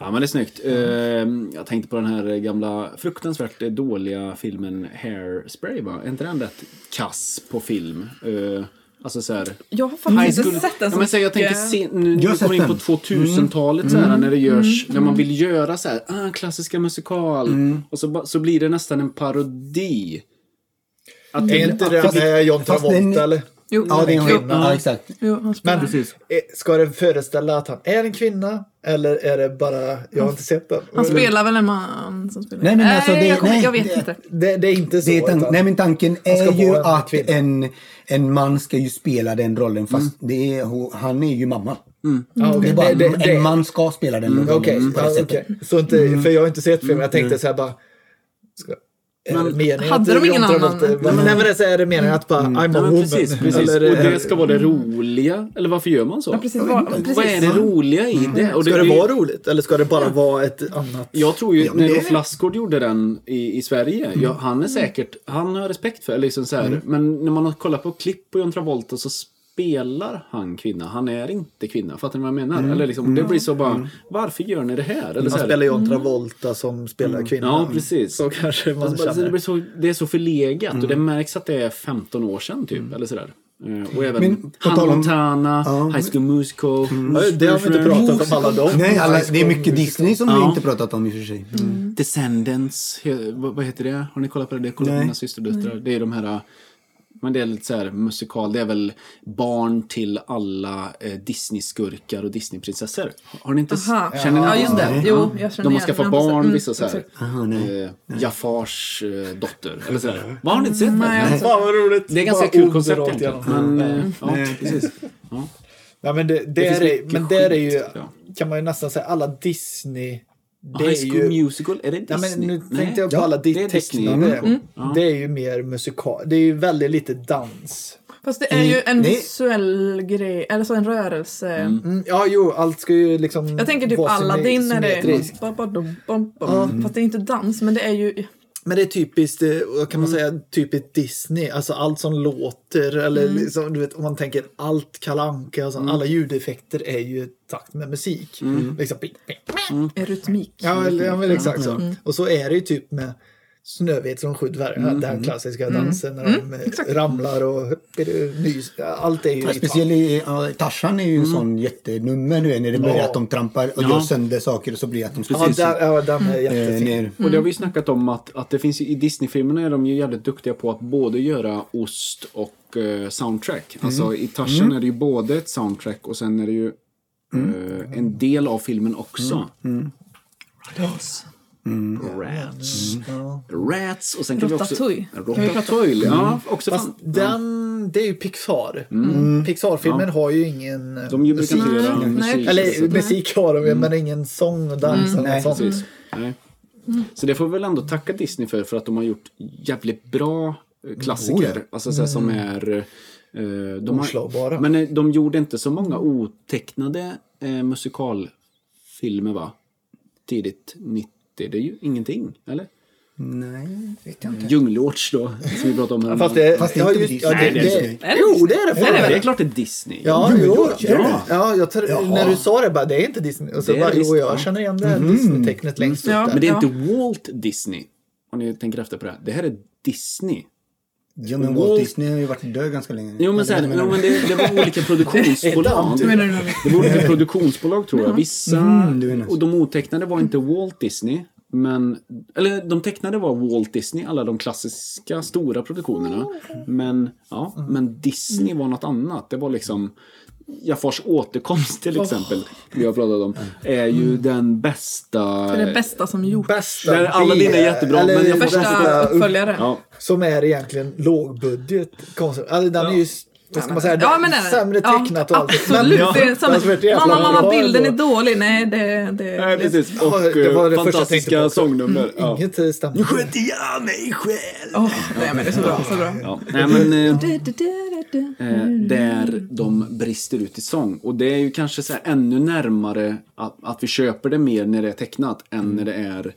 Ja, men det är snyggt. Ehm, Jag tänkte på den här gamla fruktansvärt dåliga filmen Hairspray, va? Är inte den rätt kass på film? Ehm, Alltså så här...
Jag har faktiskt
High
inte
school-
sett den
ja,
så
men så här, jag tänker
mycket.
se, nu,
Jag
nu
har
kommer vi in
sett
på
den.
2000-talet så här, när det görs,
Mm.
när man vill göra så här, ah, klassiska musikal. Och så, ba- så blir det nästan en parodi. Att
Är inte det
Fast-
med John
fast
Travolta
den-
eller?
Jo,
Ja, det är en
jo,
skillnad. Ja, exakt.
jo, han spelar.
Men eh, ska den föreställa att han är en kvinna? Eller är det bara, jag har inte sett den.
Han spelar väl en man som spelar?
Nej, men alltså, det-
jag, kommer-
nej,
jag vet
det-
inte.
Det, det är inte så.
Det är tan-
utan-
nej men tanken
ska
är
vara
ju
en
att
kvinna.
en, en man ska ju spela den rollen fast det är, ho- han är ju mamma.
Ah,
Ja, okej.
Det är bara,
Mm. Det- det- det- Mm,
en man ska spela den rollen.
Okej,
på det
ja,
sättet.
okej. Så inte,
Mm.
för jag har inte sett filmen. Jag tänkte så här bara... Ska, är det meningen
hade
att
de ingen
John Travolta-
annan?
Nej, men det är så här, är det meningen att bara I'm a
Ja, men
woman?
precis, precis.
Eller,
och det ska vara det roliga. Eller varför gör man så?
Ja, precis, var, precis.
Vad är det roliga i det? Och
ska det Mm. vara roligt? Eller ska det bara vara ett annat?
Jag tror ju, när Rolf Lassgård gjorde den i, i Sverige,
Mm.
ja, han är säkert, han har respekt för, liksom så här, men när man har kollat på klipp på John Travolta så spelar han kvinna, han är inte kvinna. Fattar ni vad jag menar?
Mm.
Eller liksom, det blir så bara, varför gör ni det här? Eller så
Han
här,
Mm. spelar John Travolta som spelar kvinna.
Ja, precis.
Mm. Så kanske man Mm.
Alltså, bara, så det,
känner.
blir så, det är så förlegat och det märks att det är 15 år sedan
Mm.
typ. Eller sådär. Eh, Och även
Men, på
Hannah
tal om-
Montana,
Ja.
High School Musical.
Mm. Ja, Det har vi inte pratat om alla dem.
Nej, alla, det är mycket Disney som
Ja.
vi inte pratat om i och för sig.
Mm.
Mm.
Descendants, he- vad, vad heter det? Har ni kollat på det? Det kollar på
Nej.
mina systerdöttrar. Det är de här, men det är lite så här musikal. Det är väl barn till alla eh, Disney-skurkar och Disney-prinsessor. Har ni inte... s-
Aha.
Känner ni
Ja, just det. Jo, jag känner
De
igen Mm,
har skaffat
den. Jag har inte
barn,
sett-
vissa så här.
Aha, nej.
Eh, Jafars eh, dotter, eller sådär. Vad har ni inte sett?
Nej, jag har inte sett-
Fan vad roligt!
Det är ganska
Bara
kul
ond
koncept
rakt
egentligen.
igenom.
Men, eh, ja, precis. Ja.
Ja, men det,
finns
där är,
mycket
men där är
skit,
ju,
ja.
kan man ju nästan säga, alla Disney det är
High School
ju...
Musical, är det
Nej,
Disney?
men nu
Nej.
tänkte jag på
Ja,
alla
det
ditt
är Disney.
tecknade.
Mm.
Det är ju mer musikal. Det är ju väldigt lite dans.
Fast det är ju en
Det-
visuell grej, eller så en rörelse.
Mm, ja, jo, allt ska ju liksom
Jag tänker typ
vara symme-
Aladdin när det
symmetriskt.
är... Ba, ba, dum, bum, bum. Fast det är inte dans, men det är ju...
Men det är typiskt, eh, vad kan man säga, typiskt Disney. Alltså allt som låter eller liksom, du vet, om man tänker allt Kalle Anka och sånt. Alla ljudeffekter är ju i takt med musik. Liksom, ping, ping.
rytmik.
Ja, eller, ja, men exakt så. Mm.
Mm.
Och så är det ju typ med Snövit som sju dvärgar, den klassiska dansen när
Mm.
de eh, ramlar och nys. Allt är ju
Ja,
i
speciellt i, ja, Tarzan är ju en
Mm.
sån jättenummer nu när det börjar att de trampar och
Ja.
gör sönder saker och så blir det att de
takt.
precis.
Ja, den, ja, den är
eh,
jättefin.
ner.
Och det har vi ju snackat om att, att det finns ju, i Disney-filmerna är de ju jävligt duktiga på att både göra ost och eh, soundtrack.
Mm.
Alltså i Tarzan är det ju både ett soundtrack och sen är det ju
Mm.
eh, en del av filmen också.
Mm.
Rats.
Ja.
Mm. Rats och sen kan
Ratatouille.
vi också... Ratatouille. Ja, också
Mm. Fast
fan.
den, det är ju Pixar. Pixar-filmen har ju ingen... eh,
Mm. De ju brukar inte göra
Nej,
musik.
precis.
Eller musik har de ju, men ingen sång och dans eller
Nej,
sånt.
Precis. Mm.
Mm.
Nej. Så det får vi väl ändå tacka Disney för, för att de har gjort jävligt bra eh, klassiker.
Oh, ja.
Alltså så här, som är... eh, de
Mm. Oslagbara.
har, men eh, de gjorde inte så många otecknade eh, musikalfilmer va? Tidigt 90, det är ju ingenting, eller?
Nej, vet jag inte.
Djungelords då, som vi pratade om häromdagen.
Fast det,
Fast det är
ja,
inte
just, ja, det,
Disney.
Nej, det är
det,
inte
jo,
Disney.
det är det.
Ja,
fan.
det är klart det är Disney.
Ja,
Jo,
jo,
det är det.
ja jag tar,
Jaha.
när du sa det bara, det är inte Disney. Och så
Det är
bara, jo,
visst,
jag
ja. Mm.
känner igen det här Disney-tecknet längst upp
Ja.
där.
Men det är
Ja.
inte Walt Disney, om ni tänker efter på det. här. Det här är Disney.
Ja, men
Walt-
Walt Disney har ju varit död ganska länge.
Jo men, så här, jo, men det, det var olika produktionsbolag.
Vad menar du nu?
Det var olika produktionsbolag tror jag. Vissa,
Mhm,
Mm, du menar så.
och de otecknade var inte Walt Disney. Men, eller de tecknade var Walt Disney, alla de klassiska stora produktionerna. Men, ja,
Mm.
men Disney var något annat. Det var liksom Jafars återkomst till exempel, vi har pratat om, är
Mm.
ju den bästa...
Det är det bästa som gjorts.
Bästa
Där alla
B-
dina är jättebra,
eller
men jag får
Första
bästa,
uppföljaren.
Ja,
Som är egentligen lågbudget. konsert. Alltså, den är ju, vad ska man säga,
Ja, men det är det.
sämre
Ja,
tecknat och allt.
Absolut.
Men-
Det är som,
Det har varit jävla
mamma, mamma,
bra
bilden är
ändå.
dålig. Nej, det... det
Nej, precis. Och
Ja, det var det
eh,
första jag tänkte på
fantastiska
också.
sångnummer. ja.
Inget eh, stämmer.
jag mig själv!
Åh, nej, men det är så bra. Så bra.
Ja, nej men... eh,
Du, du, du, du, du.
eh, där de brister ut i sång. Och det är ju kanske så här ännu närmare att, att vi köper det mer när det är tecknat än när det är...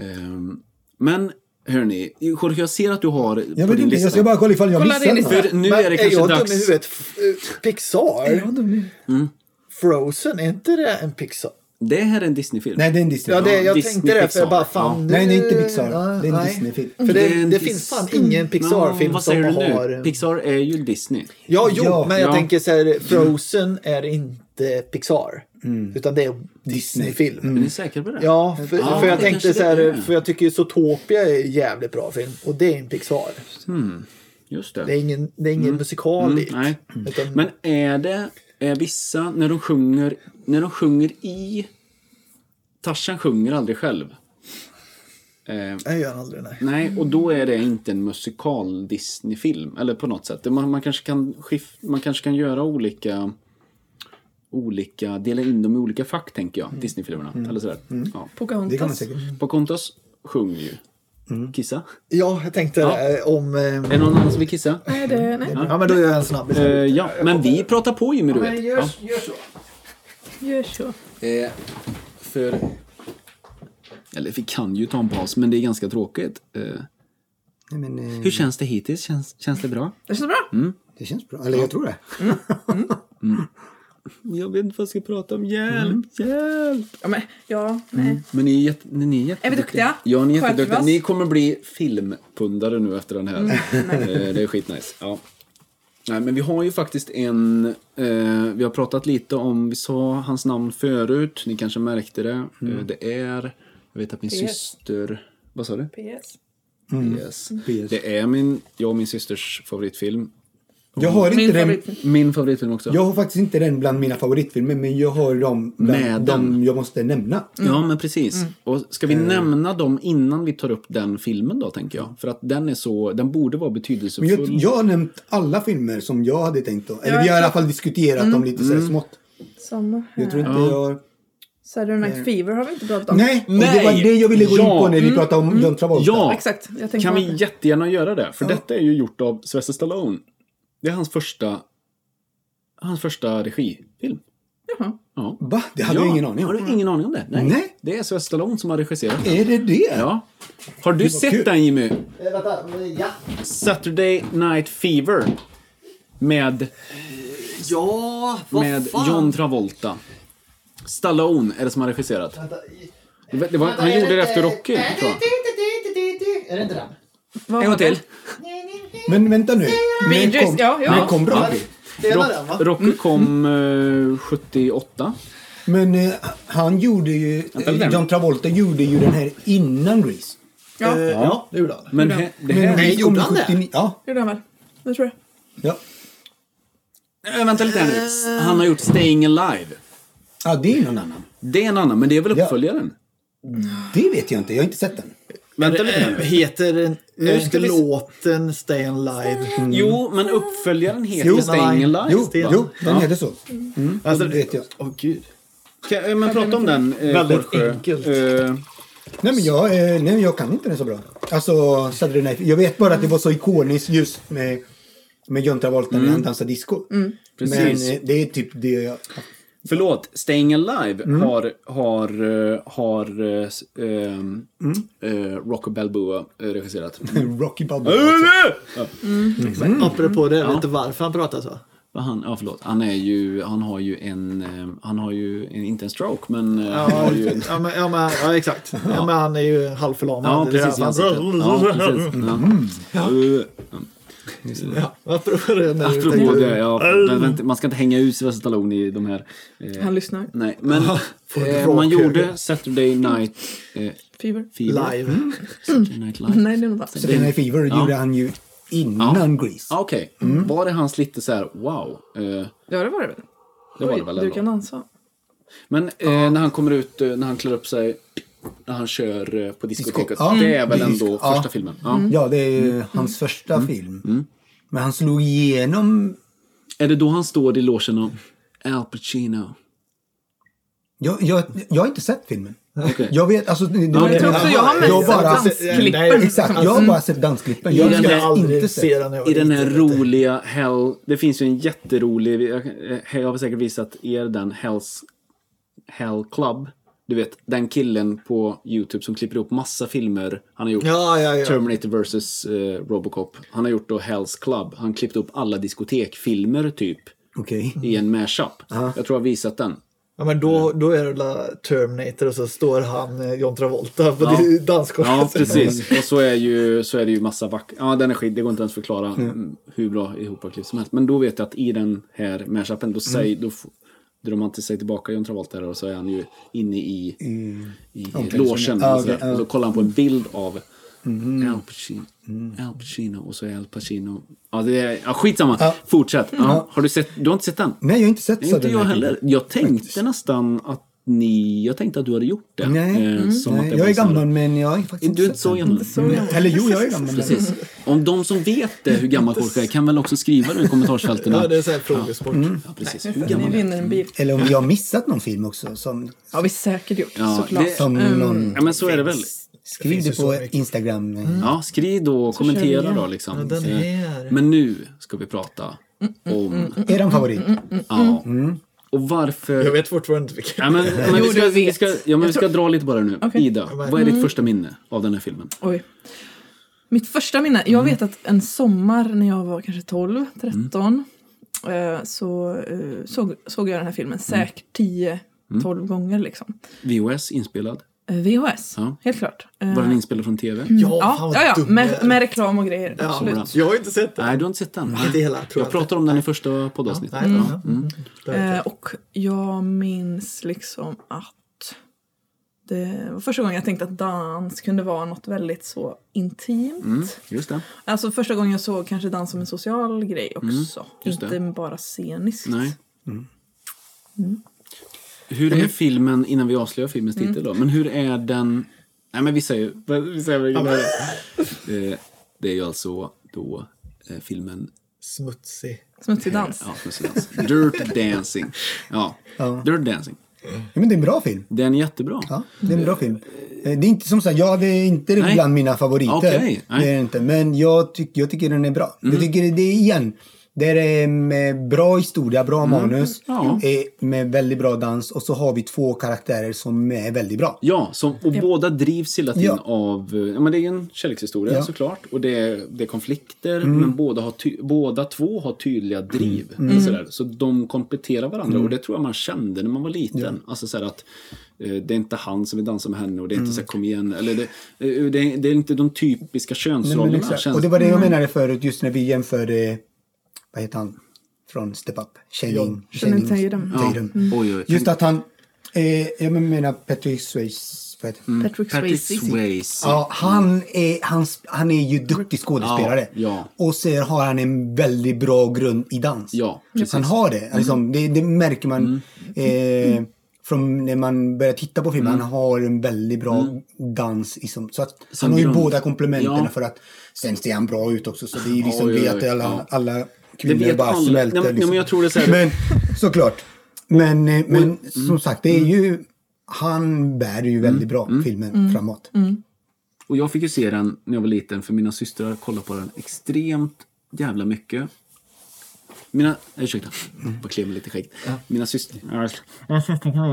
ehm, men hörni, Jorge, jag ser att du har
Jag
på
vet
din
inte, jag
lista.
ska bara kolla ifall jag
Kolla din lista.
missade något.
För nu
Men
är det kanske
jag dum i
dags...
huvudet? F- eh, Pixar? Frozen, är inte det en Pixar?
Det här är en Disneyfilm.
Nej, det är en Disney.
Ja, det, jag
Disney,
tänkte det för jag
Pixar.
bara fan
Ja.
nu...
Nej, det är inte Pixar.
Ja,
Det är en
nej.
Disneyfilm.
För
Det är
det,
en
det
Dis-
finns fan ingen Pixar-film
vad
som
säger du nu?
har...
Pixar Mm. är ju Disney.
Ja, jo,
Ja.
men jag
Ja.
tänker så här, Frozen är inte Pixar.
Mm.
Utan det är Disney-film.
Är ni säkra på det?
Ja, för,
Ja,
för jag
det
tänkte
kanske
så
det
här,
är.
för jag tycker ju Zootopia är en jävligt bra film. Och det är en Pixar.
Just det.
Det är ingen, det är ingen musikal i.
nej.
Utan,
Men är det är vissa, när de sjunger, när de sjunger i... Tarzan sjunger aldrig själv. Eh,
Nej, jag gör aldrig nej.
nej, och då är det inte en musikal Disney-film. Eller på något sätt. Man, man, kanske kan skif- man kanske kan göra olika... Olika, dela in dem i olika fack, tänker jag. Disney-filmerna. Eller sådär. Ja.
Det kan man
Pocahontas.
säkert.
Pocahontas sjunger ju. Kissa.
Ja, jag tänkte det, om... eh,
Är det någon annan som vill kissa?
Nej, det... Nej.
Ja, men då gör jag en snabb.
Eh, ja, men vi pratar på Jimmy, du vet. Ja.
så.
Gör så.
Eh, för... Eller vi kan ju ta en paus, men det är ganska tråkigt. Eh,
Nej, men, eh,
hur känns det hittills? Känns, känns det bra?
Det känns bra.
det känns bra. Eller jag tror det.
Jag vet inte vad jag ska prata om. Hjälp! Hjälp!
Ja, men, ja nej.
Men ni är, jätte, ni ni är jätteduktiga.
duktiga?
Ja, ni är
Skärper
jätteduktiga.
oss?
Ni kommer bli filmpundare nu efter den här. Eh, det är skitnice. Ja. Nej, men vi har ju faktiskt en... Eh, vi har pratat lite om... Vi sa hans namn förut. Ni kanske märkte det.
Mm.
Eh, det är... Jag vet att min syster... Vad sa du?
PS.
Mm.
Yes. Det är min, jag och min systers favoritfilm.
Jag har
Min
inte den.
favorit.
Min favoritfilm också.
Jag har faktiskt inte den bland mina favoritfilmer, men jag har dem bland
Med den.
de jag måste nämna.
Ja, men precis. Och ska
Eh.
vi nämna dem innan vi tar upp den filmen då, tänker jag? För att den är så, den borde vara betydelsefull.
Men jag, jag har nämnt alla filmer som jag hade tänkt då. Eller
Ja, Mm.
vi har i
jag-
alla fall diskuterat dem lite så här smått.
Samma här.
Jag tror inte jag...
Saturday Night Fever har vi inte pratat om.
Nej, och
Nej!
det var det jag ville gå in
Ja.
på när vi pratade om John Travolta.
Ja,
Exakt, jag tänkte
kan
på
vi
det.
jättegärna göra det? För detta är ju gjort av Sylvester Stallone. Det är hans första, hans första regifilm.
Jaha.
Ja.
Va? Det hade jag ingen aning
Har
om.
du ingen aning om det? Nej.
Nej.
Det är Sylvester Stallone som har regisserat den.
Är det det?
Ja. Har du sett
kul.
den Jimmy?
Eh, vänta, ja.
Saturday Night Fever. Med,
Ja, vad
med
fan.
John Travolta. Stallone är det som har regisserat.
Vänta,
Det var- Det var, han gjorde det efter Rocky, tror jag.
Är det inte den?
Vad
En
var
gång till.
det?
Men vänta nu.
Bee
När
Gees,
kom,
ja, ja.
när kom Rocky?
Det är den va?
Rock, Rocky kom eh, 78.
Men eh, han gjorde ju... eh,
vänta.
John Travolta gjorde ju den här innan Grease.
Ja,
Eh, Ja, det gjorde han.
Men he, det
Men
här...
Grease kom
gjorde
i
han det?
79 Ja.
gjorde han väl? Det tror jag.
ja.
Äh, vänta lite här nu. S- Han har gjort Staying Alive.
Ja, det är någon annan.
Det är en annan, men det är väl
Ja.
uppföljaren?
Det vet jag inte. Jag har inte sett den.
Vänta lite här
Eh,
nu.
Heter den-
Nu
är
ska
inte
vi-
låten Stay Alive?
Jo, men uppföljaren heter
Jo,
Staying
nej.
Alive.
Jo,
Sten.
jo den
Ja.
är det så. Mm,
Alltså,
det vet jag.
Åh gud.
Kan- eh, Men prata om den, eh,
Väldigt
Jorge.
enkelt.
Eh,
Nej, men jag, eh, nej, jag kan inte den så bra. Alltså, Saturday Night. Jag vet bara att det var så ikoniskt just med, med John Travolta när han dansade disco.
Precis.
Men eh, det är typ det jag...
Förlåt, Staying Alive
Mm.
har, har, eh, har eh, s-
Mm.
ehm, eh, Rocco Balboa eh, regisserat.
Rocky Balboa.
Ja,
Mm. Apropå det, vet du varför han pratar så?
Vad han, ja, förlåt. Han, är ju, han har ju en... eh, Han har ju, en, inte en stroke, men eh, han har ju en...
ja, men, ja, men, ja exakt. Ja. men han är ju halvförlamad.
Ja,
Det är
precis. i
därför
ansiktet. Ja, precis. Ja. Eh,
Apropå det. när du
Mm. Apropå
tänkte-
det, ja, men vänta, man ska inte hänga ut Sylvester Stallone i de här... eh,
Han lyssnar.
Nej, men eh, man
Rockhöger.
gjorde Saturday Night eh,
Fever.
Fever.
Live.
Saturday Night Live.
Nej, det är något annat.
Saturday Night Fever
Ja.
gjorde han ju innan Grease.
Ah, Okej, var det hans lite så här, wow? Eh,
Ja, det var det väl.
det var det väl
Du kan
ändå.
dansa.
Men eh, när han kommer ut, eh, när han klär upp sig, när han kör eh, på diskoteket.
Disco. Ja.
Det är väl
Mm.
ändå
Ja.
första filmen? Ja.
Mm.
Ja, det är ju hans första film. Men han slog igenom...
Är det då han står i logen och Al Pacino?
Jag, jag, jag har inte sett filmen. Jag vet, alltså... Det, det,
jag tror
också jag har mest sett dansklippen.
Nej, exakt, jag har bara sett dansklippen.
I
Mm. Jag
den
ska
här-
inte
Mm. aldrig
se
se den när jag var
I den här
liten.
roliga Hell... Det finns ju en jätterolig... Jag, jag har säkert visat er den. Hells... Hell Club. Du vet, den killen på YouTube som klipper ihop massa filmer. Han har gjort
Ja, ja, ja.
Terminator vs. eh, Robocop. Han har gjort då Hells Club. Han klippte upp alla diskotekfilmer typ
Okej.
i en mashup. Jag tror jag har visat den.
Ja, men då, då är det väl Terminator och så står han, eh, John Travolta, på
Ja.
dansgolvet.
Ja, precis. Och så är ju, så är det ju massa vackra... Ja, den är skit. Det går inte ens förklara mm, hur bra ihopklipp som helst. Men då vet jag att i den här mashupen, då, säger,
Mm.
då f- drar man till sig tillbaka John Travolta här och så är han ju inne i, i logen.
Mm. Ja, Mm.
och, så
okej,
där. och så kollar han på en bild av Al, Pacino, Al Pacino och så är Al Pacino... Ja, det är, ja skitsamma. Fortsätt. Ja. Har du, sett, du har inte sett den?
Mm. Nej, jag har inte sett
Nej, inte
Saturday
jag
Night
heller.
Fever.
Jag tänkte nästan att ni... Jag tänkte att du hade gjort det.
Nej, Mm.
Eh, som att
nej
det
jag
var
är
så här-
gammal men jag har faktiskt
du är inte
sett
så
den.
gammal.
Eller jo, jag är gammal. men-
Precis. Om de som vet det, hur gammal Jorge är kan väl också skriva det i kommentarsfälten?
Ja, det är så här frågesport.
Ja, precis. Hur
Ni
gammal är
vinner en bil.
Eller om jag har missat någon film också. Som,
Ja, vi säkert gjort.
Ja,
såklart. Ehm,
det-
som någon,
Mm. Ja, men så är det väl.
skriv det på Instagram. eh,
Ja, skriv då och kommentera då liksom.
Ja, den här.
Eh, Men nu ska vi prata om...
Eran favorit.
Mm, Ja. Och varför...
Mm. Jag vet fortfarande inte vilken.
Ja, men, men
Jo,
vi ska,
du vet.
vi ska, ja, men vi ska dra lite bara nu.
Okej.
Ida, vad är ditt första minne av den här filmen?
Oj. Mitt första minne.
Mm.
Jag vet att en sommar när jag var kanske 12, 13 eh, så eh, såg, såg jag den här
Mm.
filmen säkert 10, 12 gånger liksom.
VHS inspelad.
Eh, VHS,
Ja.
helt klart. Eh,
Var den inspelad från TV?
Ja, fan
Ja,
vad
ja, ja.
dum jag
Med,
är.
med reklam och grejer.
Ja,
absolut.
bra.
Jag har inte sett den.
Nej, du har inte sett den?
Inte hela, tror jag
jag
inte.
pratar om den i första poddavsnittet.
Nej, mm. det har jag inte.
Eh, och jag minns liksom att det var första gången jag tänkte att dans kunde vara något väldigt så intimt.
Just det.
Alltså första gången jag såg kanske dans som en social grej också.
Mm, just det.
Inte bara sceniskt.
Nej. Mm. Hur är filmen, innan vi avslöjar filmens titel då, men hur är den... Nej men vi säger, vi säger vilken det är. Eh, Det är ju alltså då eh, filmen
Smutsig.
Smutsig dans.
ja, precis. Dirt Dancing. Ja. Dirt Dancing.
Ja, men det är en bra film.
Det är en jättebra.
Ja, det är en bra film. Eh, Det är inte som sagt, ja, det är inte
Nej.
bland mina favoriter.
Okej, nej. Mm.
det är det inte. Men jag, tyck, jag tycker den är bra. Jag tycker det är igen. Det är eh, med bra historia, bra manus,
Mm. Ja.
eh, med väldigt bra dans och så har vi två karaktärer som är väldigt bra.
Ja, som, och båda drivs hela tiden
Ja.
av... eh, Ja, men det är en kärlekshistoria
Ja. Mm.
såklart. Och det är, det är konflikter, men båda, har ty, båda två har tydliga driv.
Mm.
Sådär. Så de kompletterar varandra. Och det tror jag man kände när man var liten. Alltså såhär att eh, det är inte han som vill dansa med henne och det är
Mm.
inte såhär kom igen. Eller det, eh, det, är, det är inte de typiska
Nej, men
könsrollerna.
exakt.
känns-
och det var det jag menade förut, just när vi jämförde, vad heter han, från Step Up? Channing
Channing Tatum.
ja.
Mm.
Oj, oj,
Just
tänk-
att han, eh, jag menar Patrick Swayze, vad
Mm.
heter han?
Patrick
Patrick
Swayze.
Swayze.
Ja, han är, han, han är ju duktig skådespelare.
Ja,
Och så har han en väldigt bra grund i dans.
Ja, precis. Mm.
han har det. Liksom, det. Det märker man eh, från när man börjar titta på
Mm.
filmen. Han har en väldigt bra dans. Liksom, så att
Som
han har ju
grund.
båda komplementen
Ja.
för att sen ser han bra ut också. Så det är ju liksom
Oj, oj,
det
oj,
att alla,
ja.
alla kvinnor
vet
bara
alla.
smälter. liksom.
Nej, men- nej, men jag tror det är så här-
Men såklart. Men, eh, men som sagt, det är
Mm.
ju... Han bär ju väldigt bra filmen framåt.
Och jag fick ju se den när jag var liten för mina systrar kollade på den extremt jävla mycket. Mina, eh, ursäkta, jag klev mig lite skägg. Mina, systrar,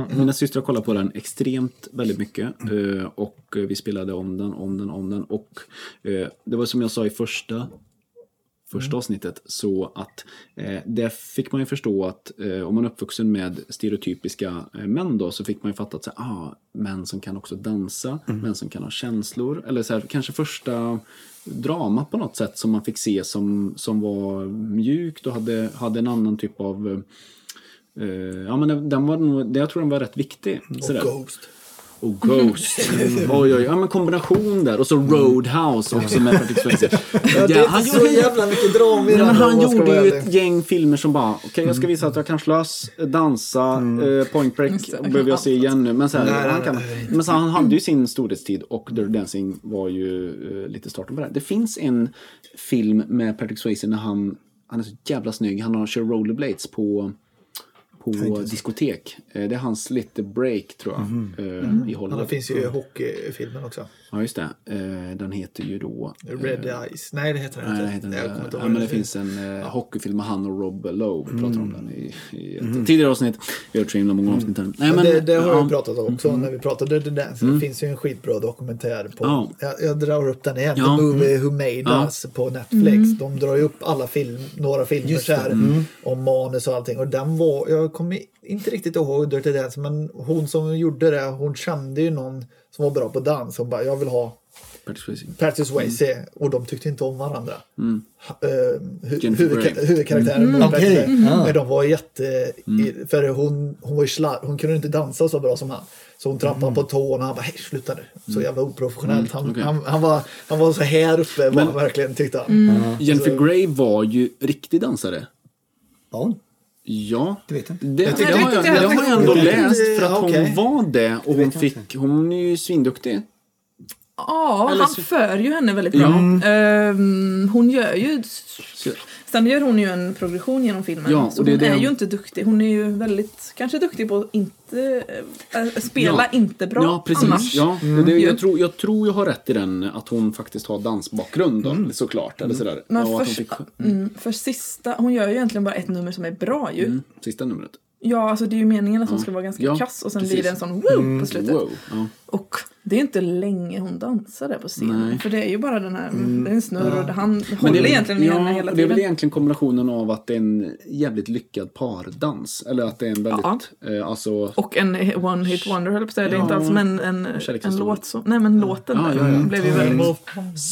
mina systrar kollade på den extremt väldigt mycket. eh, Och eh, vi spelade om den, om den, om den. Och eh, det var som jag sa i första första
Mm.
avsnittet. Så att eh, där fick man ju förstå att eh, om man är uppvuxen med stereotypiska eh, män då så fick man ju fatta att så här, ah, män som kan också dansa,
Mm.
män som kan ha känslor. Eller så här, kanske första drama på något sätt som man fick se som, som var mjukt och hade, hade en annan typ av eh, Eh, ja, men den- den var nog, jag tror den var rätt viktig. sådär.
Ghost.
Och Ghost. Mm, Oj, oj, ja men kombination där. Och så Roadhouse också med Patrick Swayze.
Mm. Ja, det
Ja,
är
han
inte så
gjorde ju-
jävla mycket drama i
Nej,
den.
men han
om man ska
gjorde
vara
ju
ärlig. Mm.
ett gäng filmer som bara, okej jag ska visa att jag kan slös, dansa, eh, point break
Just det, jag kan
behöver jag
allt
se igen nu. Men, så här,
Nej, nej,
han, kan,
nej.
men så han hade ju sin storhetstid och Dirty Dancing var ju eh, lite starten på det. här. Det finns en film med Patrick Swayze när han, han är så jävla snygg, han har, kör rollerblades på på diskotek. Eh, Det är hans lite break tror jag. eh, I
Mhm. Ja,
Holland.
det finns ju hockeyfilmen också.
Ja just det. Eh, Den heter ju då... eh,
Red Eyes. Nej, det heter den
Nej,
inte.
det heter den
Typ. jag kommer
inte.
inte ihåg
Ja, men
vad
det
den
finns en eh, hockeyfilm med han och Rob Lowe. Vi pratade om den i, i ett tidigare avsnitt. Vi har gjort så himla många avsnitt här. Nej, men,
det, det har
ja, Mm.
jag pratat om också när vi pratade det där. Det finns ju en skitbra dokumentär på,
Ja.
jag, jag drar upp den igen,
Ja. Mm.
The Movie Who Made
Ja.
Us på Netflix. De drar ju upp alla film, några filmer så här,
Mm.
om manus och allting. Och den var, jag kommer inte riktigt ihåg Dirty Dance, men hon som gjorde det, hon kände ju någon som var bra på dans. Hon bara, jag vill ha
Patrick Swayze.
Patrick Swayze och de tyckte inte om varandra. Mm.
Jennifer
huvudka-
Grey.
huvudkaraktären. var
Okej.
Patrick Swayze.
Ah.
Men de var jätte... i- För hon, hon var ju slarv. Hon kunde inte dansa så bra som han. Så hon trampade på tårna. Han bara, hej sluta nu. Så jävla oprofessionellt. Han,
okej.
han, han, var, han var så här uppe var han verkligen tyckte han.
Jennifer Grey var ju riktig dansare.
Var hon?
Ja,
Det vet jag inte.
det, det,
tycker-
har jag,
jag tycker-
det har jag ändå
jag tycker-
läst för att hon
okej.
var det och hon
jag
fick, hon är ju svinduktig.
Ja,
Eller
han
så-
för ju henne väldigt bra. Ehm, hon gör ju...
Så,
Sen gör hon ju en progression genom filmen.
Ja,
så
och det är
hon
det-
är ju inte duktig. Hon är ju väldigt, kanske duktig på att inte, äh, spela
Ja.
inte bra
ja, precis.
annars.
Ja, det, det, jag,
Ju.
tror, jag tror jag har rätt i den att hon faktiskt har dansbakgrund då, såklart. Eller sådär.
Men
och att hon
först,
fick,
mm, för sista, hon gör ju egentligen bara ett nummer som är bra ju.
mm, sista numret.
Ja, alltså det är ju meningen att hon
Ja.
ska vara ganska
Ja,
kass och sen
precis. Mm,
blir det en sån wow på slutet.
Wow. Ja.
Och det är inte länge hon dansar där på scenen.
Nej. Mm. Ah.
För det är ju bara den här, det är en snurr och han
Men
håller egentligen i
ja,
henne hela
Det är väl
tiden.
egentligen kombinationen av att det är en jävligt lyckad pardans. Eller att det är en väldigt... Eh, alltså,
Och en one hit wonder höll jag på att säga, det är
Ja.
inte alls men en, en,
kärlekshistoria.
låt som, nej men låten
Ja,
där
ja, Mm. ja.
blev ju väldigt...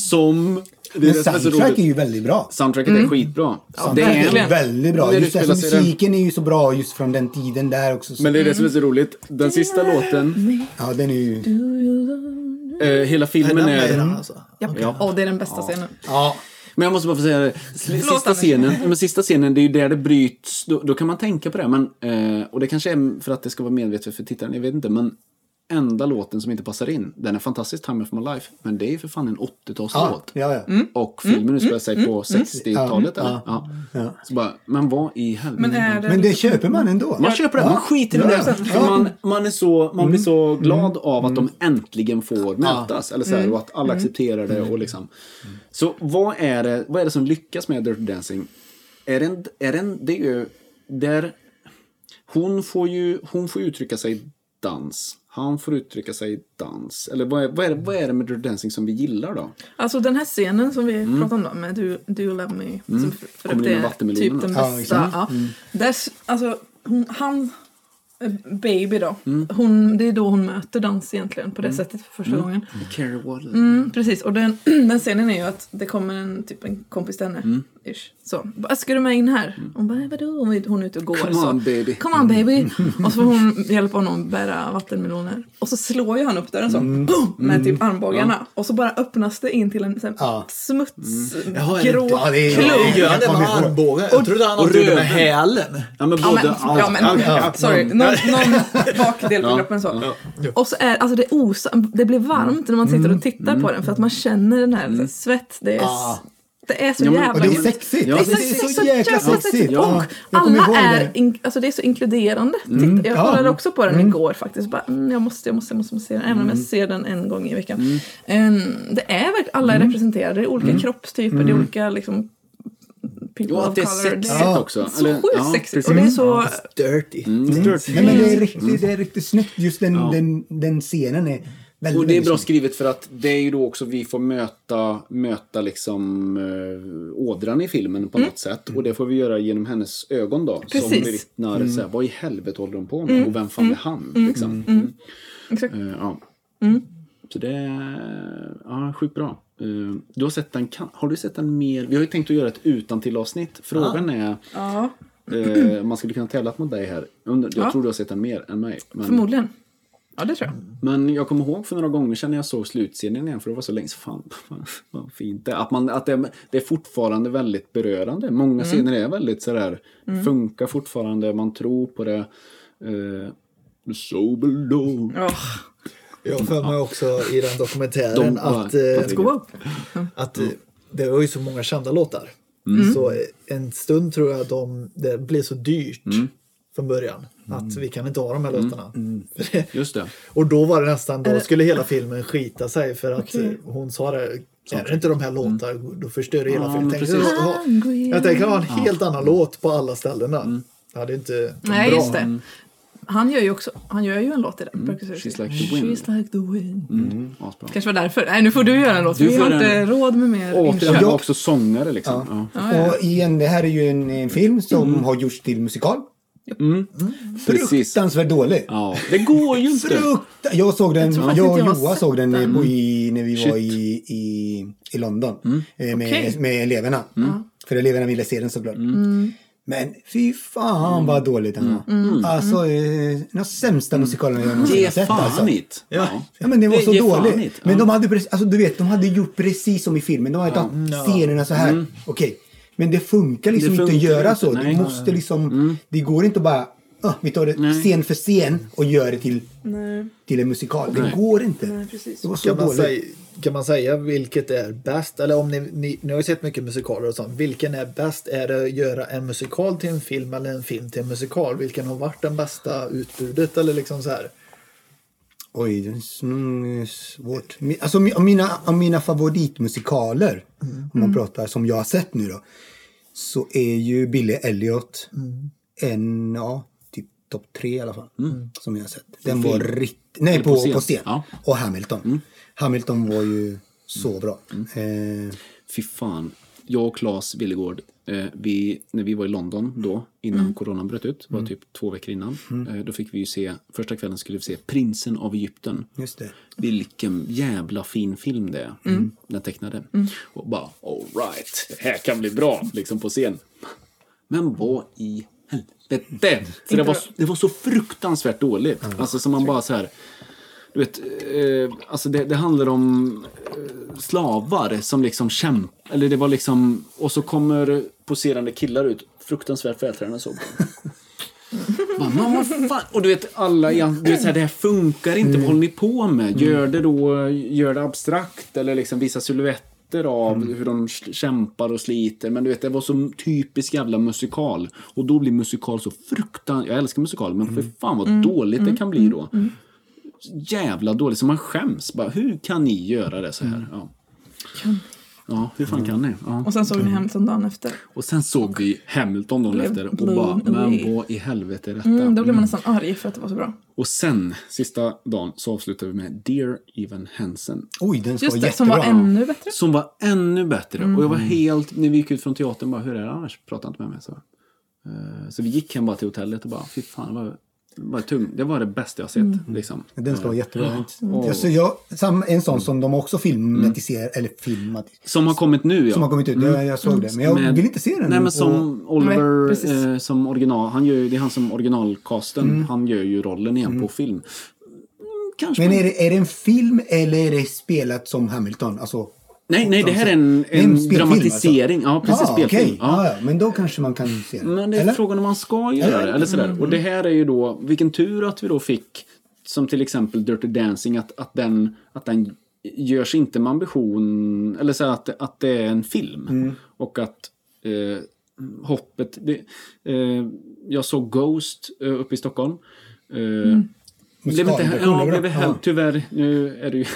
som... Det
Men
det som är så
soundtrack är
roligt.
ju väldigt bra.
Soundtracket är skitbra. det
Det
är
Mm. verkligen.
är väldigt bra.
När det
Just det, alltså,
spelas i den-
musiken är ju så bra just från den tiden där också. Så,
men det är det som är så
Mm.
roligt. Den sista låten,
ja, den är ju...
eh, hela
Den
filmen
med den
är...
alltså.
Ja,
Ja.
Åh, det är den bästa scenen.
Ja.
Men jag måste bara få säga det. Sli-
Förlåt,
Sista
Anders.
scenen, men sista scenen, det är ju där det bryts. Då, då kan man tänka på det. Men, eh, och det kanske är för att det ska vara medvetet för tittaren, jag vet inte. Men enda låten som inte passar in. Den är fantastisk, Time of My Life, men det är ju för fan en 80-talslåt.
ja, ja.
Och filmen utspelar sig på 60-talet. eller? Mm. Ja.
Ja.
Så bara, men vad i helvete?
Men är det...
Men det köper man ändå.
Man köper det, man skiter i det. Mm. För man, man, är så, man blir så glad av att de äntligen får mötas. Eller så här, och att alla accepterar det. Och liksom. Så vad är, det, vad är det som lyckas med Dirty Dancing? Är det, en, är det, en, det är ju... Där, hon, får ju, hon får uttrycka sig i dans. Han får uttrycka sig i dans. Eller vad är, vad är, det, vad är det med Dirty Dancing som vi gillar då?
Alltså den här scenen som vi pratade om då, med Do, Do You Love Me, som för, för
Kommer
övrigt
in med
är typ
vattenmelonerna.
den
Ja,
bästa.
exakt.
Ja, Där, s- alltså, hon, han, eh, Baby då, hon, det är då hon möter dans egentligen på det sättet för första gången.
Carrie Waller.
Mm, precis, och den, den scenen är ju att det kommer en, typ en kompis till henne. Ish. Så, bara, ska du med in här? Hon bara, "Eh, vadå? Hon är- Hon är ute och går.
Come
så.
on, baby.
Come on baby! Och så får hon hjälp av någon bära vattenmeloner. Och så slår ju han upp dörren så, boom! Med typ armbågarna. Och så bara öppnas det in till en sån här
Ja.
Jaha, är det-
smutsgrå
Ja, det är-
klump.
Gör han det med
Jag kommer ihåg.
armbågen? Jag trodde han alltid gjorde med
röven.
hälen.
Ja, men
Ja
både...
men, ja, men sorry. Någon, någon bakdel på
Ja.
kroppen så. Och så är alltså det osa, det blir varmt när man sitter och tittar
Mm.
på den för att man känner den här mm. svett. Det är,
Ah.
det är så
Ja, men-
Och
jävla
det
kul.
är sexigt.
Ja,
Det är så,
Alltså,
så, jäkla sexigt. Och
Ja, jag kommer ihåg
alla är,
det.
in, alltså det är så inkluderande.
Mm.
Titta, jag
Ja.
kollade också på den igår faktiskt. Bara, mm, jag, måste, jag, måste, jag måste se den, även om
Mm.
jag ser den en gång i veckan. Ehm, det är verkligen, alla
Mm.
är representerade, det är olika kroppstyper, det är olika liksom people
Jo,
of
att det är
color.
sexigt
Det är
också.
så sjukt
ja,
sexigt.
precis.
Och det är så...
Dirty.
Nej, men det är riktigt, det är riktigt snyggt. Just den, den, den scenen är väldigt,
Och det är bra
väldigt snygg.
skrivet för att det är ju då också vi får möta, möta liksom eh, ådran i filmen på något sätt. Och det får vi göra genom hennes ögon då. Som
Mm. Precis. Mm.
bevittnar så här, vad i helvete håller de på med? Och vem fan är han? Liksom.
Exakt. Mm.
Eh, ja. Så det är ja, sjukt bra. Eh, du har, sett den, kan- har du sett den mer? Vi har ju tänkt att göra ett utantillavsnitt. Frågan är
Ja,
Eh, man skulle kunna tävla mot dig här. Jag undrar- Jag
Ja.
tror du har sett den mer än mig. Men,
förmodligen. Ja, det tror jag.
men jag kommer ihåg för några gånger sedan när jag såg slutscenen igen, för det var så länge sedan. Fan, vad- vad fint det är. Att, man, att det, det är fortfarande väldigt berörande. Många scener är väldigt sådär, funkar fortfarande, man tror på det. Eh, the sober Lord.
Ja,
Jag har för mig också i den dokumentären
De-
att,
ja,
eh,
let's
go up.
att eh, det var ju så många kända låtar.
Mm.
Så eh, en stund tror jag att de, det blev så dyrt
Mm.
från början att vi kan inte ha de här låtarna.
Just det.
Och då var det nästan, då skulle hela filmen skita sig för att eh, hon sa det. Är det inte de här låtarna, då förstör det hela
Mm. Ja,
filmen.
men
Tänk,
precis.
ja, jag tänkte, kan ha en helt annan låt på alla ställena.
Mm.
Ja, det är inte
Nej,
bra.
just det. Han gör ju också, han gör ju en låt i den. Mm.
She's like the wind.
She's like the wind.
Asbra.
Kanske var därför. Nej, nu får du göra en låt.
Du
Vi
får
har
göra
inte
en-
råd med mer
Återigen,
inköp.
jag... också sångare liksom. Ja. Mm.
Och igen, det här är ju en, en film som har gjorts till musikal.
Precis.
Fruktansvärt dålig.
Mm. Ja, det går ju inte.
Frukta- Jag såg den,
tror
jag,
faktiskt
och
inte jag har
Joa
sett
såg den,
den.
På, i, när vi var
Shit. Mm.
i, i, i London. Eh, Med,
Okej. Mm.
med eleverna. Mm. För eleverna ville se den såklart. Men fy fan
Mm.
vad dålig den var. Alltså, eh, en av de sämsta musikalerna jag någonsin
Ge
har sett. Alltså.
Mm. fan i det. Ja.
Ja, men det var
Det
så
ger fan i
dåligt.
det.
Men de hade, precis, alltså, du vet, de hade gjort precis som i filmen. De hade tagit scenerna så här. Okej. Men det funkar liksom
Mm. Det
inte att
funkar
göra
inte,
så.
nej. Mm.
Du måste liksom, Det går inte att bara, "Ah, vi tar det scen för scen och gör det till,
Nej.
till en musikal. Det går inte.
precis.
Det var så
Kan man,
dåligt.
säga, kan man säga vilket är bäst? Eller om ni, ni, ni har ju sett mycket musikaler och sånt. Vilken är bäst? Är det att göra en musikal till en film eller en film till en musikal? Vilken har varit den bästa utbudet? Eller liksom så här.
Oj, det är s- mm, svårt. Mi- Alltså mi- av mina, av mina favoritmusikaler, om man pratar som jag har sett nu då, så är ju Billy Elliot en, ja, typ topp tre i alla fall, som jag har sett. Den var riktigt, nej
på
på, på
scen.
scen. Mm.
Ja.
Och Hamilton. Hamilton var ju så bra. Eh,
Fy fan. Jag och Claes Willegård, eh, vi, när vi var i London då, innan coronan bröt ut, var typ två veckor innan, eh, då fick vi ju se, första kvällen skulle vi se Prinsen av Egypten.
just det.
Vilken jävla fin film det är, Mm. den tecknade. Och bara, alright, det här kan bli bra, liksom på scen. Men vad i helvete! För det, var, det var så fruktansvärt dåligt. Alltså som man bara så här... Du vet, eh, alltså det, det handlar om eh, slavar som liksom kämpar. Eller det var liksom... Och så kommer poserande killar ut. Fruktansvärt vältränade såg de. Bara, Men vad fan? Och du vet, alla i an- du vet, så här, det här funkar inte.
Mm.
Vad håller ni på med? Gör det då, gör det abstrakt eller liksom visa silhuetter av
Mm.
hur de s- kämpar och sliter. Men du vet, det var så typisk jävla musikal. Och då blir musikal så fruktansvärt... Jag älskar musikal, men
Mm.
för fan vad dåligt det kan bli då. Jävla dåligt, så man skäms. Bara, hur kan ni göra det så
Mm.
här? Ja. Ja, hur fan kan ni? Ja.
Och sen såg
Mm.
ni Hamilton dagen efter.
Och sen såg vi Hamilton dagen
Blev
efter och
blown
bara,
away.
men vad i helvete är detta?
Mm, då blev man nästan arg för att det var så bra.
Och sen, sista dagen, så avslutade vi med Dear Evan Hansen.
Oj, den ska
Just
vara
det, som
jättebra.
var ännu bättre.
Som var ännu bättre. Och jag var
Mhm.
helt, när vi gick ut från teatern, bara, hur är det annars? Pratade inte med mig. Så, Eh, så vi gick hem bara till hotellet och bara, fy fan, det var, det var, tung. Det, var det bästa jag sett.
Mm.
Liksom.
Den ska vara jättebra.
Åh.
Alltså jag, sam, en sån som de också filmatiserar, eller filmat,
Som har kommit nu, ja.
som har kommit ut. Jag, jag såg den, men jag
Med-
vill inte se den.
Nej, men
Och-
som
Nej,
Oliver,
precis.
eh, som original, han gör, ju- det är han som originalcasten.
Mm.
Han gör ju rollen igen på film. Mm, Kanske
men
man-
är det, är det en film eller är det spelat som Hamilton? Alltså,
Nej, nej, det här är en,
Det är en
en
spelfilm, alltså?
dramatisering. Ja, precis.
ah,
spelfilm.
okej.
Ja.
Ah, ja, men då kanske man kan se den.
Men det är
eller? Mm.
frågan om man ska göra det. Eller sådär. Och det här är ju då, vilken tur att vi då fick, som till exempel Dirty Dancing, att, att, den, att den görs inte med ambition, eller så här, att, att det är en film.
Mm.
Och att eh, hoppet, det, eh, jag såg Ghost eh, uppe i Stockholm. Eh,
Mm.
Blev inte,
Musikalversion,
ja,
eller?
blev helt,
Ja.
tyvärr, nu är det ju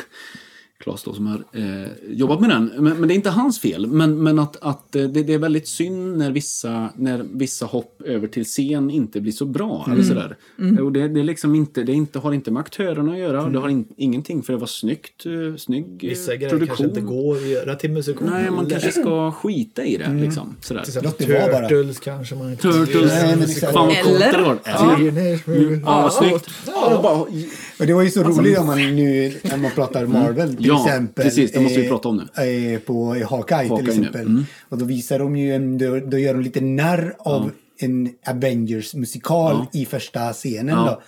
Klas då som har eh, jobbat med den. Men, men det är inte hans fel. Men, men att, att eh, det, det är väldigt synd när vissa, när vissa hopp över till scen inte blir så bra. Eller
Mm.
sådär. Och det, det, är liksom inte, det är inte, har inte med aktörerna att göra. Det
Mm.
har in, ingenting för det var snyggt, eh, snygg eh,
Vissa grejer kanske
produktion.
inte går att göra till musikal.
Nej, man kanske ska skita i det.
Mm.
Liksom, sådär.
Till exempel
Låt det vara bara.
Turtles kanske man inte
Turtles.
Nej,
Fan
men exakt.
vad coolt det
Eller?
hade varit. Eller? Ja, vad snyggt. Och bara,
Och det var ju så roligt om man nu när man pratar Marvel till
Alltså, Mm. Ja,
exempel.
precis, det måste vi prata om
nu. Eh, på eh, Hawkeye
Hawkeye
till
nu,
exempel.
mm.
Och då visar de ju, en, då, då gör de lite narr av en Avengers musikal i första scenen
Ja.
då.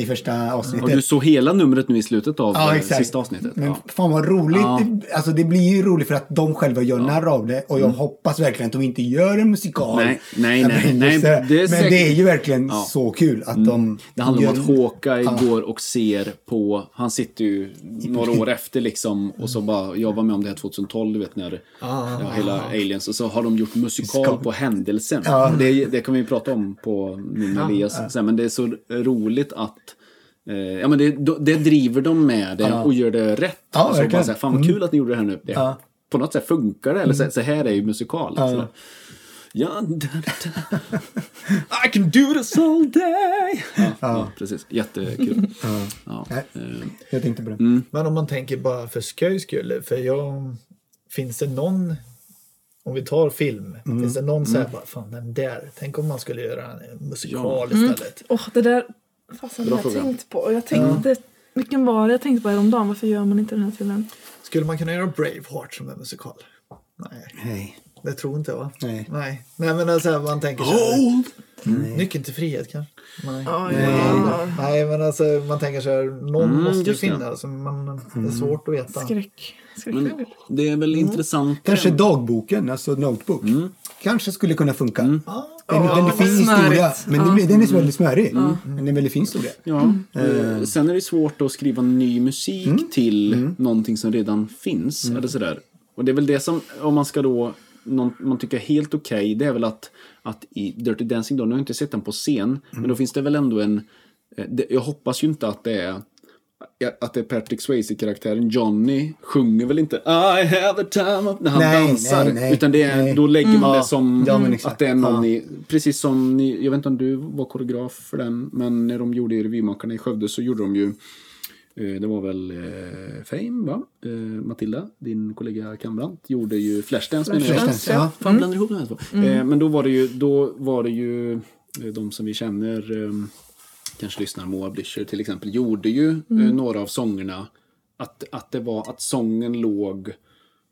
I första avsnittet.
Och du såg hela numret nu i slutet av eh, sista avsnittet.
Men
ja.
fan vad roligt.
Ja.
Alltså det blir ju roligt för att de själva gör narr av det. Och jag hoppas verkligen att de inte gör en musikal.
Mm. Nej, nej, nej,
Men
nej,
just det-
det är
men
säkert-
det är ju verkligen
Ja. Mm.
så kul att de
Det handlar
gör
om att Hawkeye går och ser på, han sitter ju några år efter liksom och så bara, jag var med om det här 2012 du vet när ja, hela Aliens och så har de gjort musikal
Musikal.
på händelsen. Det, det kan vi ju prata om på min med Elias sen, men det är så roligt att eh, Ja, men det, det driver de med det och gör det rätt.
Ja,
alltså, bara
verkligen.
så här, Fan vad kul att ni gjorde det här nu. Det, På något sätt funkar det. Eller så, så här är ju musikal. Så där. Ja, da, da, da. I can do this all day! Ja, ja, precis. Jättekul. Ja.
Nej.
Eh,
Jag tänkte på det.
Men om man tänker bara för skojs skull, för jag... Finns det någon, om vi tar film,
Mm.
finns det någon så här bara, fan den där, tänk om man skulle göra en musikal
Mm.
istället.
Åh, det där fasen har jag
fråga.
tänkt på. Och jag tänkte, vilken var det jag tänkte på häromdagen? Varför gör man inte den här filmen?
Skulle man kunna göra Braveheart som en musikal? Nej,
Nej.
det tror inte jag va?
Nej.
Nej, Nej men alltså här, man tänker så här, nyckeln till frihet kanske? Nej.
Ja,
Nej,
ja.
nej, men alltså man tänker så här, någon måste ju
Mm, just det.
finnas. alltså, Man, det är svårt att veta.
Skräck. Skräck.
Men det är väl
Mm.
intressant.
Kanske dagboken, alltså Notebook.
Mm.
Kanske skulle kunna funka. Den,
Ja,
den är en fin
smörigt.
historia. Men den, blir- den är
Mm.
väldigt smörig.
Mm.
Men den är en väldigt fin historia.
Ja. Eh, Sen är det svårt att skriva ny musik
Mm.
till någonting som redan finns. Eller sådär. Och det är väl det som, om man ska då, någon, man tycker är helt okej, det är väl att, att i Dirty Dancing, då, nu har jag inte sett den på scen,
Mm.
men då finns det väl ändå en, eh, det, jag hoppas ju inte att det är att det är Patrick Swayze-karaktären Johnny sjunger väl inte I have the time of... när han
Nej,
dansar.
nej, nej,
utan det är,
nej.
då lägger man det
Mm. Ja,
som
ja, men exakt.
att det är någon
Ja.
i, precis som ni, jag vet inte om du var koreograf för den, men när de gjorde i Revymakarna i Skövde så gjorde de ju, eh, det var väl eh, Fame va? Eh, Matilda, din kollega Kambrant, gjorde ju Flashdance Mm. menar jag.
Flashdance, ja.
Fan, blandar ihop de här två. Eh, men då var det ju, då var det ju eh, de som vi känner, eh, kanske lyssnar, Moa Blücher till exempel, gjorde ju eh, några av sångerna att, att det var att sången låg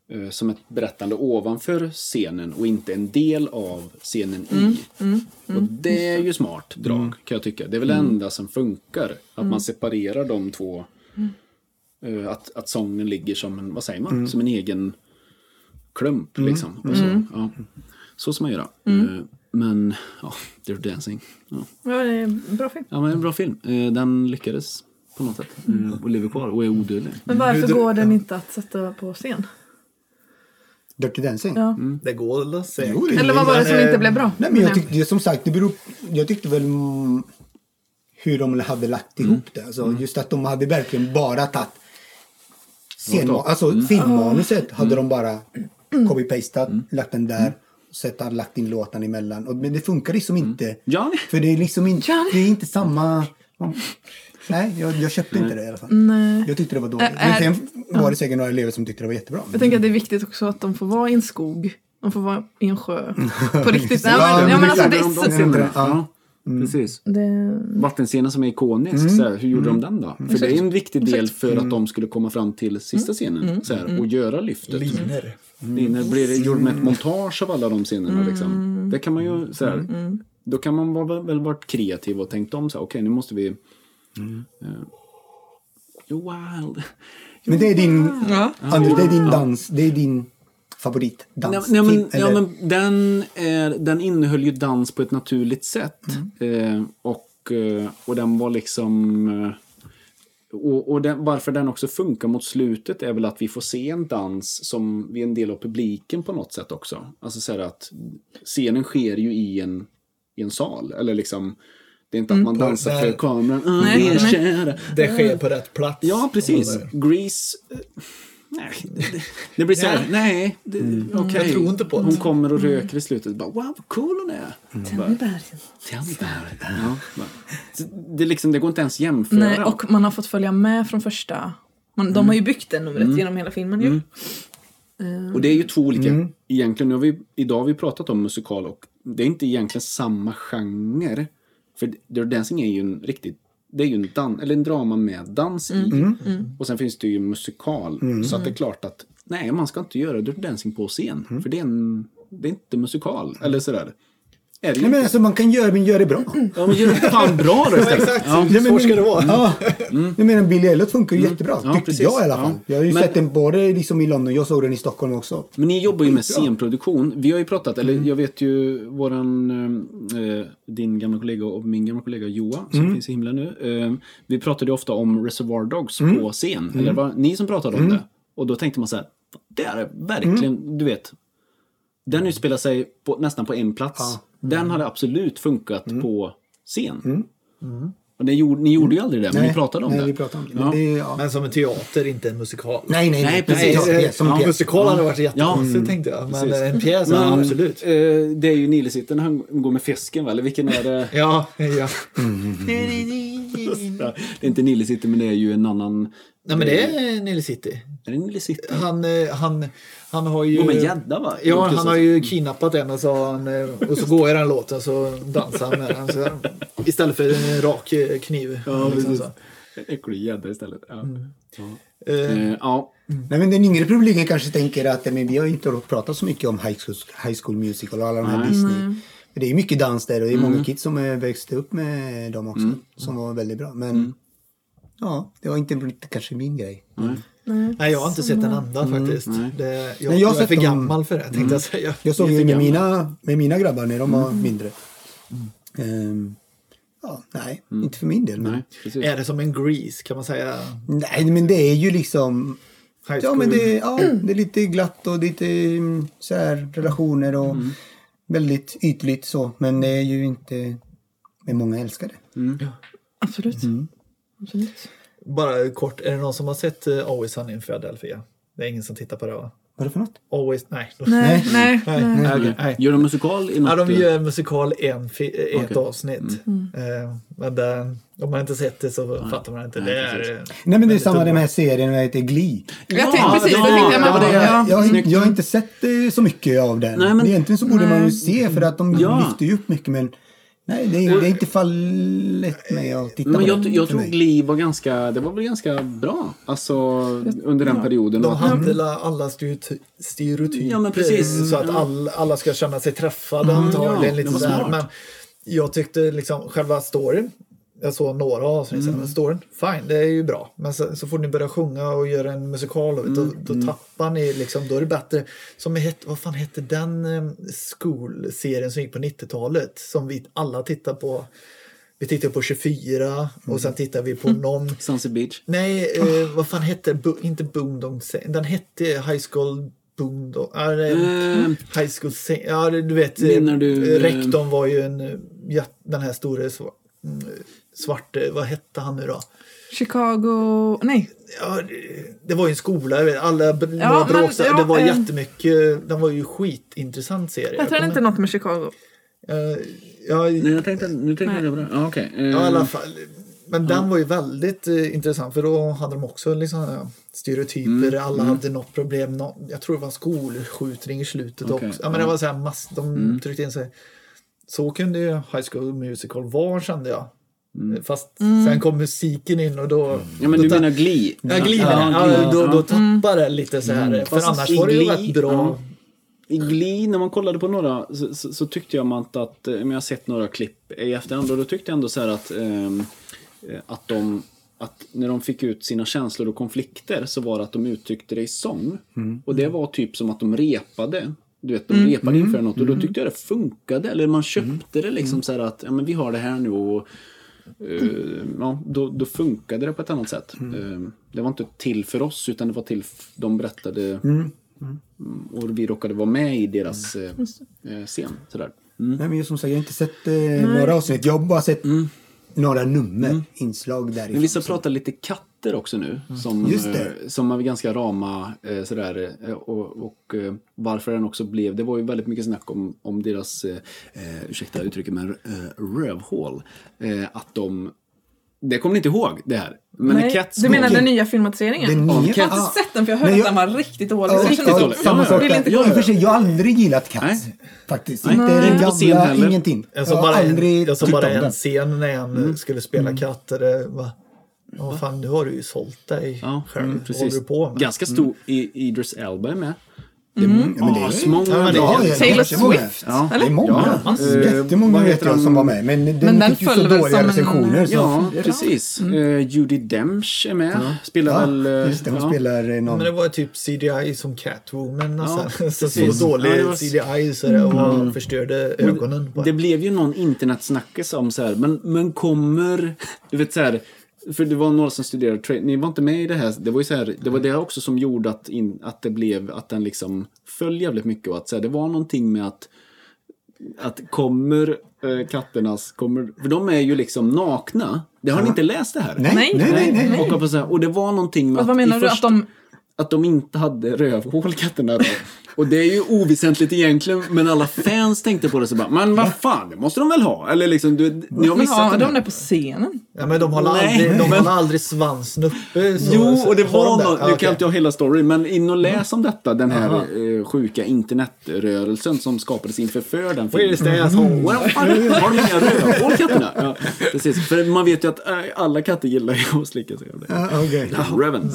eh, som ett berättande ovanför scenen och inte en del av scenen i. och mm, det Mm. är ju smart drag kan jag tycka. Det är väl det enda som funkar. Att man separerar de två. eh, Att, att sången ligger som en, vad säger man, som Alltså, en egen klump liksom. Och så, ja. så ska man göra. Eh, Men ja, Dirty Dancing. Ja.
Ja, det är en bra film.
ja, men en bra film. Eh, Den lyckades på något sätt eh, och lever kvar och är odödlig.
Men varför
Nu-
går den inte att sätta på scen?
Dirty Dancing?
Ja.
Det går väl säkert.
Jo,
Eller vad var det som
Men,
inte
eh,
blev bra?
Nej, men jag
menar
tyckte, det- som sagt, det beror, jag tyckte väl mm, hur de hade lagt ihop det. Alltså, Just att de hade verkligen bara tagit scen, alltså, filmmanuset. Hade de bara copy-pastat, lagt den där, och sett, lagt in låten emellan. Och, men det funkar liksom inte.
Johnny!
För det är liksom inte,
Johnny.
det är inte samma... Nej, jag, jag köpte inte det i alla fall.
Nej.
Jag tyckte det var dåligt.
Ä-
Men
är-
sen var det säkert några elever som tyckte det var jättebra.
Jag tänker att det är viktigt också att de får vara i en skog. De får vara i en sjö. På riktigt. Nej,
Ja,
men, ja,
men
men alltså,
det är
det,
Om de
är så-
scenerna.
Ja.
Ja, precis.
det,
Vattenscenen som är ikonisk, så här, hur gjorde de den då? För det är en viktig del för att de skulle komma fram till sista scenen så här, och göra lyftet.
Linor.
Linor blir det gjort med ett montage av alla de scenerna. Liksom. Det kan man ju, så här, Då kan man vara, väl varit kreativ och tänkt om. så här, Okej, nu måste vi... eh, you're wild.
Men det är din,
Ja.
Anders, det är din dans, det är din favoritdans.
Nej, nej, men,
till-
ja,
eller-
men den, är, den innehöll ju dans på ett naturligt sätt. Eh, och, eh, och den var liksom... Eh, och och den, varför den också funkar mot slutet är väl att vi får se en dans som vi är en del av publiken på något sätt också. Alltså så här att scenen sker ju i en, i en sal. Eller liksom, det är inte att man dansar
där.
för kameran. "Ah,
Nej,
vi är
nej.
kära."
Det sker på rätt plats.
Ja, precis.
Och-
Grease... eh, Nej, det, det blir så här, nej, Mm. det, okej.
Jag tror inte på det.
Hon kommer och röker i slutet. Bara, wow, vad cool hon är. Bara, Mm. "Tell me about it." Ja, bara. Så det, är liksom, det går inte ens att jämföra.
nej, och man har fått följa med från första... Man, De har ju byggt det numret
Mm.
genom hela filmen ju.
Och det är ju två olika,
Mm.
egentligen, nu har vi, idag har vi pratat om musikal och det är inte egentligen samma genre. För Dirty Dancing är ju en riktigt, det är ju en, dan, eller en drama med dans i.
Mm.
Och sen finns det ju musikal. Så att det är klart att, nej man ska inte göra Dirty Dancing på scen.
Mm.
För det är, en, det är inte musikal, eller sådär. Är det ju
Nej, men
inte.
alltså man kan göra men gör det bra.
Ja men gör det fan bra då istället.
Exakt,
Ja. Mm.
hur svårt ska det vara?
Ja. Jag menar Billy Elliot funkar ju jättebra.
Ja,
tyckte
precis.
jag i alla fall.
Ja.
Jag har ju
Men-
sett den både liksom i London, jag såg den i Stockholm också.
Men ni jobbar ju med scenproduktion. Vi har ju pratat, eller
Mm.
jag vet ju våran, eh, din gamla kollega och min gamla kollega Joa
Mm.
som finns i himlen nu. Eh, vi pratade ju ofta om Reservoir Dogs
Mm.
på scen. Eller var ni som pratade om det? Och då tänkte man så här, det är verkligen,
Mm.
du vet. Den utspelar sig på, nästan på en plats.
Mm.
Den hade absolut funkat på scen. Och det gjorde, ni gjorde ju aldrig det, men ni pratade om
Mm.
det.
nej, vi pratade om det.
Ja.
Men det ja.
Men som en teater, inte en musikal.
Nej, nej,
Nej,
nej.
precis.
Ja,
eh,
det är som en
ja,
pjäs.
musikal hade varit jättekonstigt
Mm.
tänkte jag. Men
Precis. Mm.
en pjäs, ja,
Men,
absolut.
eh, det är ju Nilesitten han går med fisken va? Eller vilken är det?
Ja, ja.
Ja, Det är inte Nile City, men det är ju en annan...
Nej men det är Nile City.
Är det Nile City?
Han, eh, han, han har ju...
Jo, men gädda va?
Ja, han har ju kidnappat en och så, har han, eh, och så går ju den låten så dansar han med den. Så, här. istället för en rak eh, kniv.
Ja, liksom precis.
så.
En äcklig gädda istället. Ja. Ja.
Mm. Eh,
Eh, ja.
Nej, men den yngre publiken kanske tänker att eh, men vi har inte råd att prata så mycket om High School, high school Musical och alla de här Disney. Men det är ju mycket dans där och det är många kids som eh, växte upp med dem också. Som var väldigt bra. Men ja, det var inte riktigt kanske min grej.
Nej, jag har inte sett en anda
Mm,
faktiskt. Det, jag,
Nej, jag har
jag är
sett
för
dem.
gammal för det tänkte jag säga.
Jag såg ju med mina, med mina grabbar när de var mindre. Ehm, ja, nej, inte för min del. Men,
mm.
Nej, precis.
Är det som en Grease kan man säga?
nej, men det är ju liksom
High
Ja, men
school.
det, ja, det är lite glatt och lite mm, så här, relationer och
Mm.
väldigt ytligt så. Men det är ju inte... Men många älskar det.
Absolut.
Mm.
Absolut.
Bara kort, är det någon som har sett eh, Always Sunny in Philadelphia? Det är ingen som tittar på det va?
Vad är det för något?
Always, nej.
Nej, nej, nej.
Okej, nej.
Eh, Gör de musikal i
Ja,
något?
de gör en musikal en, fi- ett
Okej. Mm.
avsnitt. Eh, men det, om man inte sett det så fattar man inte. det är, eh,
Nej, men det är
väldigt
samma
dumt.
den här serien, vad heter Glee.
Jag tänkte precis,
ja,
det tänkte jag
det
med.
var
på.
det.
Ja.
Jag, har- jag har inte sett eh, så mycket av den.
Nej, men-
Egentligen så borde man ju se för att de
Ja.
lyfter ju upp mycket men nej, det är, det är inte fallet med att titta
Men
på
jag,
den
jag
för
tror
mig.
Glee var ganska, det var väl ganska bra. Alltså under den perioden.
De
Och att-
hade la- alla stereoty- stereotyper
Ja, men precis.
så att all, alla ska känna sig träffade antagligen.
ja,
lite
det var
så här.
smart.
Men jag tyckte liksom själva storyn jag såg några avsnitt, mm. men storyn, fine, det är ju bra. Men så, så fort ni börjar sjunga och göra en musikal, mm. då, då tappar ni liksom, då är det bättre. Som het, vad fan hette den eh, skolserien som gick på 90-talet som vi alla tittar på? Vi tittar på 24 och sen tittar vi på någon
Sunset Beach.
Nej, eh, vad fan hette Bo, inte Boondong Den hette High School Boondong... Äh,
Eh.
Mm.
High School Sing- Ja, du vet. eh,
Menar du, eh,
rektorn var ju en... eh, Ja, den här store sva- mm, svarte... Vad hette han nu då?
Chicago... Nej.
Ja, det- det var ju en skola. jag vet, Alla b-
Ja,
några
men-
bråkställen,
ja,
Det var
eh,
jättemycket... Den var ju skitintressant serie.
Hette den
kommer-
inte något med Chicago?
Eh, ja,
Nej, jag tänkte, nu tänkte jag på det. Ja, okej. Eh,
Ja, i alla fall. Men den var ju väldigt eh, intressant för då hade de också liksom, ja, stereotyper.
Mm.
Alla hade något problem. Nå, jag tror det var en skolskjutning i slutet
Okej, Mm.
också. Ja, men det var så här mass, de tryckte in sig. Så kunde ju High School Musical vara kände jag. Fast sen kom musiken in och då...
Mm. Ja, men
då
du
ta-
menar Glee?
Ja, Glee,
Ja,
ja,
Glee.
då, då
Ja. Mm.
tappar det lite så här. För
Fast
annars
i
var det ju
Glee-
rätt bra.
ja. I Glee, när man kollade på några, så, så, så tyckte jag man att, eh, men jag har sett några klipp i efterhand och då tyckte jag ändå så här att, ehm, eh, att de, att när de fick ut sina känslor och konflikter så var det att de uttryckte det i sång. Och det var typ som att de repade. Du vet, de repade inför något och då tyckte jag det funkade. Eller man köpte det liksom så här att, ja men vi har det här nu och Eh, ja, då, då funkade det på ett annat sätt. Eh, det var inte till för oss, utan det var till f- de berättade Mm, och vi råkade vara med i deras eh,
Mm.
eh, scen. Sådär.
Nej, men jag som sagt, jag har inte sett eh, några avsnitt. Jag har bara sett några nummer, inslag
Mm. Men
därifrån.
vi ska prata lite katter också nu, som,
Mm. Just det.
eh, som är ganska rama eh, sådär, eh, och, och eh, varför den också blev... Det var ju väldigt mycket snack om, om deras, eh, eh, ursäkta uttrycket, men eh, rövhål. Eh, att de... Det kommer ni inte ihåg, det här? Men
Nej.
Cats
Du menar
kom-
den nya filmatiseringen?
Den nya-
Jag har
Ah.
inte sett den för jag hörde
Nej,
att den
jag-
var riktigt dålig.
Ja,
så jag
riktigt
kände
ja,
dålig.
inte-
samma
Ja,
sak
vill
där.
inte
I
kolla.
och för sig, jag har aldrig gillat Cats.
Nej.
Faktiskt.
Nej.
Inte den
Inte på scen heller.
gamla, ingenting.
Jag såg
har
bara, en,
aldrig
jag såg
tyckt
bara
om
en
den.
scen när han
Mm.
eh, skulle spela katt. Och det var, Åh, fan, nu har du ju sålt dig
Ja,
själv.
mm,
Vad håller
precis.
du på med?
Ganska stor i Idris Elba är med. Det är mm.
men det är-
asmånga.
Ja, men det är-
Ja,
ja,
Taylor
det är många.
Swift?
Ja.
Det är
Eller?
många.
Ja.
Ja. Jättemånga
Eh, vad
vet
heter
jag
han?
som var med. Men den,
Men den
fick ju så
föll väl som
dåliga
en-
recensioner. Så. Mm.
Ja, precis. Eh, Judi Dench är med. Spelar
Ja,
väl... eh,
just det, hon
ja.
spelar eh, någon...
Men det var ju typ CDI som Catwoman. Alltså. så,
precis.
så dålig
Ja, det var- Mm.
CDI så det och förstörde ögonen. på
Det
en.
blev ju någon internetsnackis om så här, men, men kommer... Du vet så här, för det var några som studerade tra- Ni var inte med i det här. Det var ju så här, det var det också som gjorde att, in, att det blev, att den liksom föll jävligt mycket och att så här, det var någonting med att att kommer eh, katternas, kommer, för de är ju liksom nakna. Det har ni inte läst det här?
Nej, nej, nej. nej,
nej.
Och, på så här, och det var någonting med
Och vad menar
i
du? Att
första-
de...
att de inte hade rövhål, katterna. Då. Och det är ju oväsentligt egentligen, men alla fans tänkte på det så bara, men vad fan, det måste de väl ha? Eller liksom, du, ni har
Men
missat
har
den
de
här.
det på scenen?
Ja, men de håller
Nej,
aldrig, de
men-
håller aldrig svansen uppe. Så,
Jo, och det
har
var
de
någon,
Ja,
nu
okej.
kan inte jag hela storyn, men in och läs om detta, den
Aha.
här eh, sjuka internetrörelsen som skapades inför Mm. för
Where
den filmen.
is the asshole?
Well, fan, Har de inga rövhål, katterna? Ja, precis, för man vet ju att eh, alla katter gillar ju att slicka sig. av det.
Ja,
Ah,
okej.
Röven.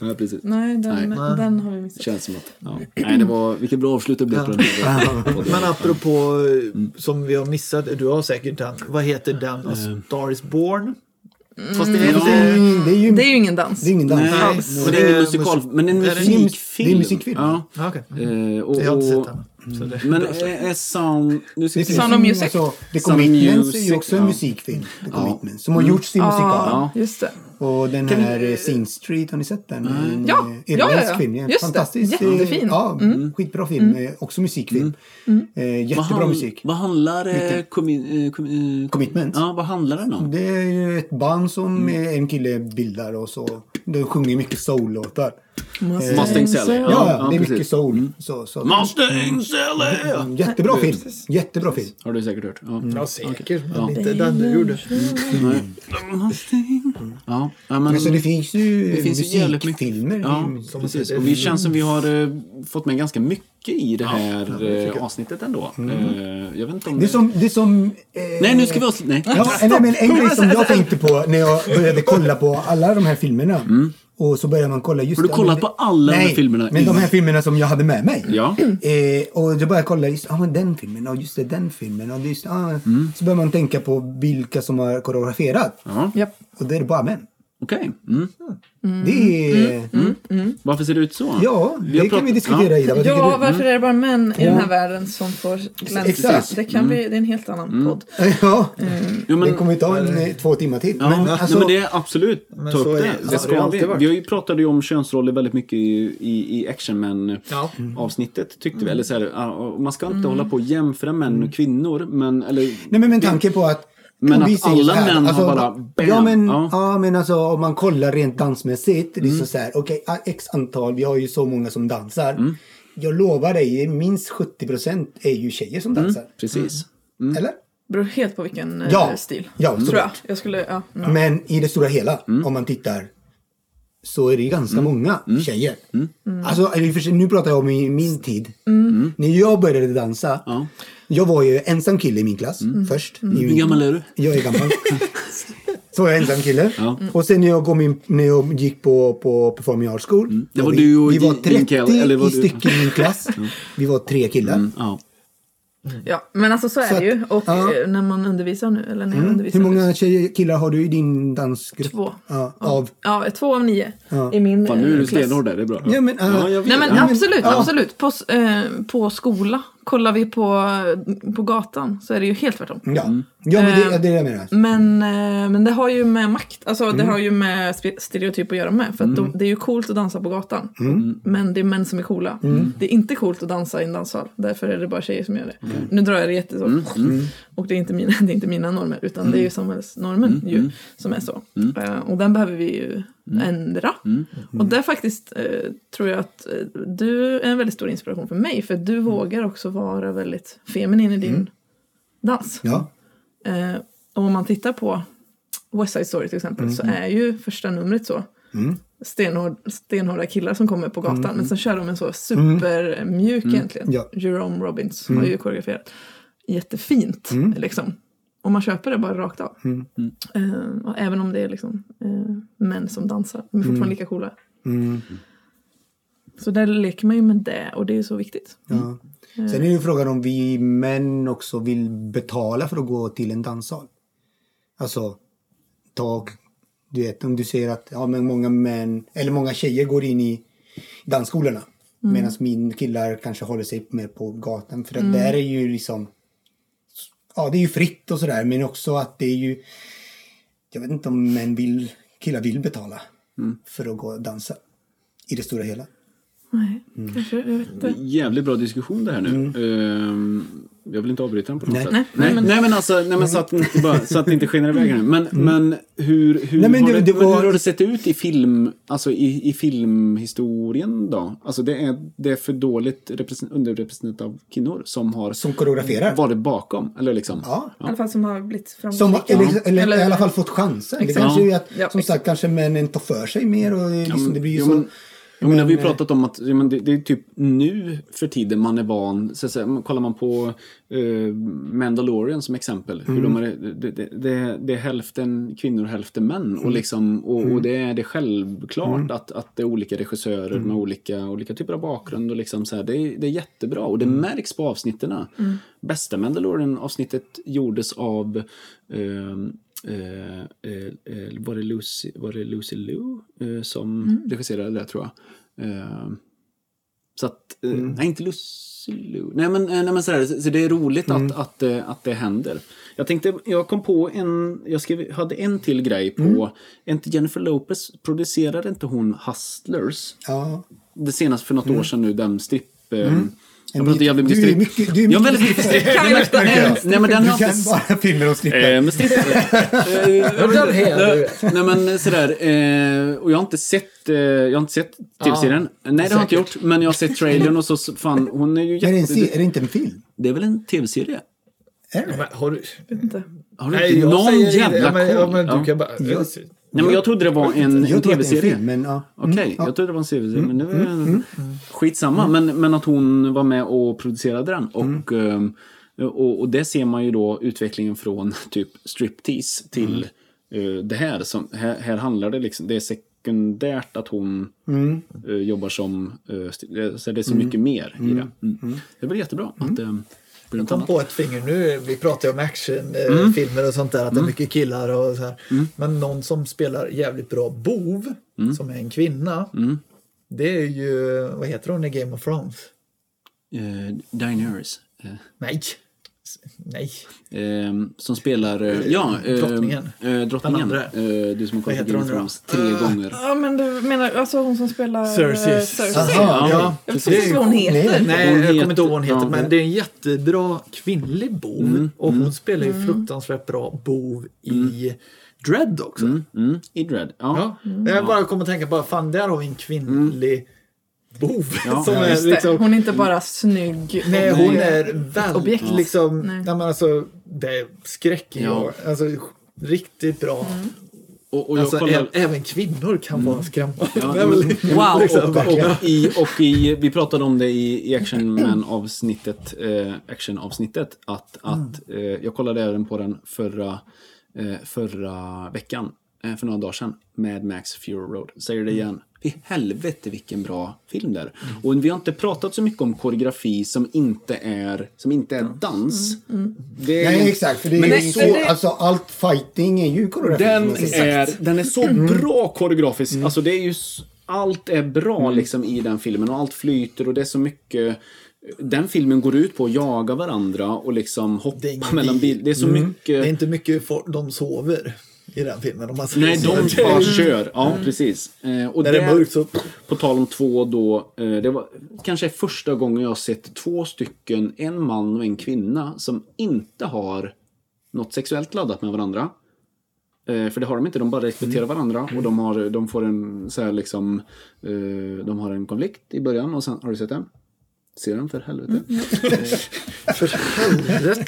Ja, precis.
Nej, den, den har vi missat.
Känns som att, ja. Nej, det var, vilket bra avslut det blev på den här.
Men apropå, eh,
Mm.
som vi har missat, du har säkert den. Vad heter den? A
Eh.
Star is Born? Fast det är inte...
Mm, Det är ju
Det är ju ingen dans.
det är ingen dans.
Nej,
Alls.
men det är ingen
Det är
musikal,
musik-
men en
det är en
musikfilm.
det är en musikfilm.
Ja.
Ah, okej.
Eh, och,
Jag har inte
och-
sett den. Så det-
Men är, är Sound... Nu ska vi se.
Sound of Music.
Alltså, The
Sound of
Commitments är
Music,
ju också en
ja. Mm. Ah.
musikfilm. The Commitments. Som har gjorts till musikal.
Ja, just det.
Och den här eh, Sing Street, har ni sett den? En,
Mm. Ja,
eh,
ja, ja,
irländsk
ja.
film. En
Just det.
fantastisk, eh,
Jättefin. Mm.
Ja, Skitbra film. eh, Också musikfilm. Eh,
Mm. Vad
Jättebra
han-
musik.
Vad handlar... Eh, commi, eh, commi, eh,
Commitment. Mm.
Ja, vad Mm. handlar den om?
Det är ju ett band som eh, en kille bildar och så. De sjunger mycket soul-låtar.
Mustang Sally.
Ja, ja, det
precis.
är
Mm.
mycket soul. Så, så.
Mustang Sally!
Mm, Jättebra film. Jättebra film.
Har du säkert Mm. hört. Ja.
Ja, säkert. Men inte den du gjorde.
Nej. Mustang. Ja, ja, men,
Men så Alltså, det finns ju
Mm. det finns ju jävligt mycket.
musikfilmer.
Ja,
Mm.
precis. Och vi känns som vi har eh, fått med ganska mycket i det här eh, avsnittet ändå. Eh, jag vet inte om
Det är som... Det är som eh,
Nej, nu ska vi avsluta. Nej.
Ja, nej, men en grej som jag tänkte på när jag började kolla på alla de här filmerna Och så börjar man kolla.
Mm.
Just
Har du
det,
kollat
men det-
på alla de här
Nej,
filmerna
men de här
i-
filmerna som jag hade med mig.
Ja.
Eh, och jag börjar kolla, just, ah, men den filmen, och just det, den filmen. Och just, ah, Så börjar man tänka på vilka som har koreograferat.
Mm. Ja,
Japp.
Och det är det bara män.
okej. Mm.
Det är... Mm.
Varför ser det ut så?
Ja,
Vi
det
har
kan
prat-
vi diskutera Ida. Vad
Ja,
tycker du? Mm.
varför är det bara män i den här världen som får glänsa?
Exakt. Mm.
Det, kan bli, det är en helt annan
Mm.
podd.
Ja,
Ja. Jo,
det
men,
kommer ta en, eh, två timmar till.
Ja,
men, alltså,
nej, men det är absolut, ta
så
upp
är-
det.
så har
Det
det
ska
alltid
vi.
varit.
Vi har ju pratade ju om könsroller väldigt mycket i, i, i actionmän
Ja.
avsnittet tyckte vi. Eller så här, ja, och man ska inte hålla på och jämföra män och kvinnor. Men, eller,
Nej, men med tanke på att...
Men
vi
att
ser ju
alla
så här,
män har bara bam,
alltså, ja, men,
ja. Mm.
ja. men alltså om man kollar rent dansmässigt. Det är så, så här, okej, ah, x antal, vi har ju så många som dansar.
Mm.
Jag lovar dig, minst 70 procent är ju tjejer
Mm.
som dansar.
Precis.
Eller?
Beror helt på vilken eh,
Ja.
stil.
Ja,
tror jag.
såklart.
jag skulle, ja, mm.
Men i det stora hela,
Mm.
om man tittar, så är det ju ganska många tjejer.
Mm.
Alltså, i och för sig, nu pratar jag om i min tid. När jag började dansa,
Ja. Mm.
jag var ju ensam kille i min klass först. I min-
Hur gammal är du?
Jag är gammal. så var jag ensam kille.
Ja.
Och sen när jag, kom in, när jag gick på, på Performing Arts School.
Mm. Det var
vi,
du och
Vi var
din- din
30
kille, eller var
i
du- Mm.
stycken i min klass. Vi var tre killar.
Ja.
ja, men alltså så är
Så
det ju.
att-
Och
ja. Mm.
eh, när man undervisar nu, eller när jag undervisar
Hur
nu.
många tjejer, killar har du i din dansgrupp?
Två.
Ja, av?
Ja, två av nio i min
Fan, nu
eh,
är du
klass.
stenhård där, det är bra.
Ja, men, äh,
jag vet.
Nej men
Ja.
absolut, absolut. På, s- eh, på skola, kollar vi på, på gatan så är det ju helt tvärtom.
Ja, ja men det,
Eh,
det är det jag menar.
Men, eh, men det har ju med makt, alltså det har ju med spe- stereotyp att göra med. För att de, det är ju coolt att dansa på gatan. Men det är män som är coola. Mm. Det är inte coolt att dansa i en danssal. Därför är det bara tjejer som gör det. Nu drar jag det jätteså. Och det är, inte mina, det är inte mina normer, utan det är ju samhällsnormen ju, som är så. Eh, och den behöver vi ju ändra. Och där faktiskt eh, tror jag att eh, du är en väldigt stor inspiration för mig. För du vågar också vara väldigt feminin i din dans.
Ja.
Eh, och om man tittar på West Side Story till exempel så
Mm.
är ju första numret så. Stenhård, stenhårda killar som kommer på gatan men sen kör de en så supermjuk egentligen.
Mm. Ja. Mm.
Jerome Robbins har ju koreograferat jättefint liksom. Och man köper det bara rakt av.
Mm.
Eh, och även om det är liksom eh, män som dansar, de är
Mm.
fortfarande lika coola. Så där leker man ju med det och det är ju så viktigt.
ja. Sen är ju frågan om vi män också vill betala för att gå till en danssal. Alltså, ta och- du vet om du ser att ja, men många män, eller många tjejer går in i dansskolorna. Medan min killar kanske håller sig mer på gatan. För att där är ju liksom, ja det är ju fritt och sådär. Men också att det är ju, jag vet inte om män vill, killar vill betala för att gå och dansa. I det stora hela.
Nej,
Mm.
kanske, jag vet inte.
Jävligt bra diskussion det här nu. Ehm, jag vill inte avbryta den på något sätt.
Nej,
nej, men, nej, men alltså, nej, men så att den inte, bara, så att den inte skenar iväg här nu. Men, men, hur, hur,
Mm. Nej, men
har
det-
det,
det var-
hur har det sett ut i, film, alltså, i, i filmhistorien då? Alltså det är, det är för dåligt represent- underrepresenterat av kvinnor som har
Som koreograferar.
varit bakom. Eller liksom.
Ja.
I alla fall som har blivit
Som,
framgångsrika.
eller, liksom- eller, i alla fall fått chansen. Det
Exakt.
kanske är att,
Ja.
som sagt, kanske männen tar för sig mer och det är liksom, det blir ju
jo,
så. eh,
men- Jo, men, det har vi ju pratat om att ja, men det, det är typ nu för tiden man är van. Så, att säga, man- kollar man på eh, Mandalorian som exempel.
Mm.
Hur de är, det, det, det, det är hälften kvinnor och hälften män.
Mm.
Och, liksom, och, och det är det är självklart att, att det är olika regissörer
Mm.
med olika, olika typer av bakgrund. Och liksom så här, det, är, det är jättebra och det
Mm.
märks på avsnitten. Bästa Mandalorian-avsnittet gjordes av ehm, Eh, eh, eh, var, det Lucy, var det Lucy Liu eh, som
Mm.
regisserade det, tror jag. Eh, så att, eh,
Mm.
nej inte Lucy Liu. Nej men, eh, nej, men sådär, så, så det är roligt
Mm.
att, att, eh, att det händer. Jag tänkte, jag kom på en, jag skrev, hade en till grej på,
Mm.
är inte Jennifer Lopez, producerade inte hon Hustlers?
Ja.
Det senaste för något år sedan nu, den stripp... eh, Jag
En
pratar
bit-
jävligt mycket
Mm. du är
stripp.
mycket- du är
jag har
mycket
väldigt mycket stripp.
Kan vi lyfta en?
Nej men den
Du
har jag
kan
inte
bara filmer och slipper.
Eh, men strippare. Nej men sådär. Eh, och jag har inte sett, eh, jag har inte sett tv-serien. Nej det har jag inte gjort. Men jag har sett trailern och så s- fan hon är ju
Men är, det en, se-
jätte...
är det inte en film?
Det är väl en tv-serie?
Är det?
Men har du...
Inte.
Har du inte någon
säger- ja,
jävla
men, ja, men, du
koll?
kan
Ja.
bara...
Jag-
Nej men jag trodde det var en, en
Jag tror att det är en film,
tv-serie.
men ja.
Okej,
Mm,
jag trodde det var en tv-serie. Men det var Skitsamma. Men, men att hon var med och producerade den.
Mm.
Och, ehm, och, och det ser man ju då utvecklingen
Mm.
från typ striptease till eh, det här. Som, här. Här handlar det liksom, det är sex sekundärt att hon
Mm.
eh, jobbar som... eh, sti- eh, så det är så mycket mer i det. Mm. Det är väl jättebra att det blir något
Mm. Kom
annat.
på ett finger nu, vi pratar ju om
Mm.
actionfilmer och sånt där, att det är mycket killar och så här. Men någon som spelar jävligt bra bov,
Mm.
som är en kvinna, det är ju, vad heter hon i Game of Thrones?
Eh, Daenerys. Eh,
Nej! S- Nej,
Ehm, som spelar... eh, ja, eh,
Drottningen.
Eh, drottningen.
Den andra.
Eh, du som har
Vad
kollat på
heter
Game
hon
of
nu då?
Thrones tio gånger.
Ja, men du menar alltså hon som spelar... eh,
Cersei.
Cersei.
Aha, ja.
Jag vet inte vad hon heter.
Nej,
Hon
jag kommer
heter-
inte ihåg vad hon heter,
ja, Mm.
men
hon-
det är en jättebra kvinnlig bov. Och hon spelar ju fruktansvärt bra bov i Dread också.
Mm, I Dread. Ja.
Ja. Jag bara kommer att tänka på, fan där har vi en kvinnlig bov. som
ja,
är
Just det.
liksom,
Hon är inte bara snygg.
Nej, hon är väldigt
Objekt.
liksom,
Nej.
nej. men alltså, det är skräck
Ja.
ja. alltså, riktigt bra.
Och, och jag
Alltså,
kollar... Mm.
ä- även kvinnor kan vara skrämmande.
Ja,
Det är väl-
Wow.
liksom,
Och,
verkligen.
och, i, och i, vi pratade om det i, i Action Man-avsnittet, eh, action-avsnittet, att,
Mm.
att eh, jag kollade även på den förra, eh, förra veckan, eh, för några dagar sedan, Mad Max Fury Road. Säger
Mm.
det igen. I helvete vilken bra film där. Och vi har inte pratat så mycket om koreografi som inte är, som inte är dans. Det är-
Mm. Nej, exakt. För det är
Men
ju
det-
så,
det-
alltså, allt fighting är ju koreografi.
Den
Exakt.
är, den är så
Mm.
bra koreografisk. Alltså det är ju, s- allt är bra
Mm.
liksom i den filmen och allt flyter och det är så mycket den filmen går ut på att jaga varandra och liksom hoppa
Det Mm. är ingen
mellan
bil.
bilar. Det är så
Det
mycket...
är inte mycket folk, de sover i den filmen. Om man säger
Nej,
så. Mm.
de bara kör. Ja, precis. Eh, och
När det
där-
är mörkt så...
På tal om två då, eh, det var kanske första gången jag har sett två stycken, en man och en kvinna, som inte har något sexuellt laddat med varandra. Eh, För det har de inte, de bara respekterar varandra och de, har, de får en så här liksom, eh, de har en konflikt i början och sen, har du sett den? Ser den för helvete. Eh,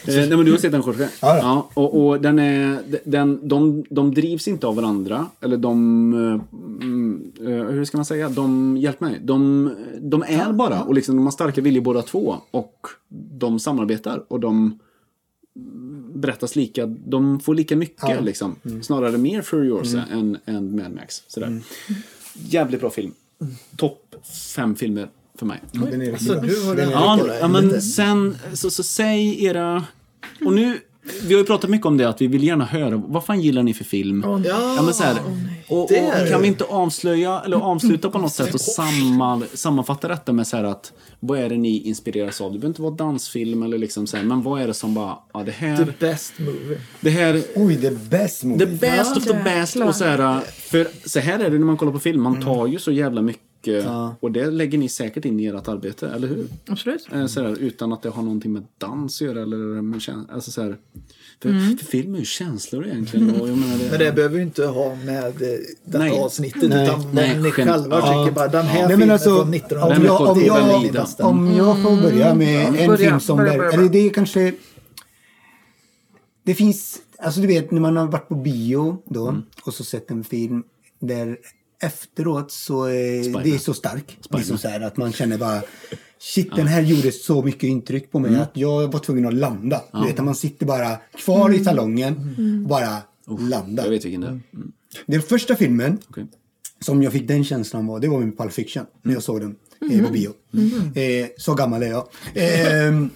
nej men du har sett den Jorge?
Ja, ja.
och, och den är, den, de, de drivs inte av varandra. Eller de... eh, mm, eh, hur ska man säga? De, hjälp mig. De, de är bara. Och liksom, de har starka viljor båda två. Och de samarbetar. Och de berättas lika. De får lika mycket liksom.
Mm.
Snarare mer Furiosa än, än Mad Max. Sådär. Jävligt bra film. Topp fem filmer för mig.
Den är
Så nu har den
Ja, ja men sen, så, så säg era... Och nu, vi har ju pratat mycket om det, att vi vill gärna höra, vad fan gillar ni för film?
Ja.
Ja, men så här, och,
Det är-
och kan vi inte avslöja, eller avsluta på något sätt och samman, sammanfatta detta med så här att vad är det ni inspireras av? Det behöver inte vara dansfilm eller liksom så här, men vad är det som bara, ja det här,
The best movie.
det här
Oj, the best
The
movie.
best of the best. Och så här, för så här är det när man kollar på film, man
Mm.
tar ju så jävla mycket och det lägger ni säkert in i ert arbete, eller hur?
Absolut.
Eh, sådär, utan att det har någonting med dans att göra. Eller med käns- alltså, såhär, för, för film är ju känslor egentligen. Och jag menar, det,
Men det behöver ju inte ha med eh, detta
Nej.
avsnittet
Nej.
utan vad
Nej,
ni
skämt.
själva
Ja.
tycker bara den här
Nej, men
filmen
alltså,
från
om
1980
jag- om jag-
är den bästa.
Om jag får börja med en
Mm. Börja,
film som...
börja,
där-
börja, börja.
Eller det är kanske... Det finns... Alltså du vet när man har varit på bio då
Mm.
och så sett en film där efteråt så är det är så stark. Liksom så här att man känner bara Shit, den här gjorde så mycket intryck på mig
Mm.
att jag var tvungen att landa. Du vet, att man sitter bara kvar
Mm.
i salongen och bara landar.
jag vet vilken det är. Mm,
Den första filmen
okej.
som jag fick den känslan av, det var min Pulp Fiction när jag såg den eh, på bio. Eh, så gammal är jag. Ehm,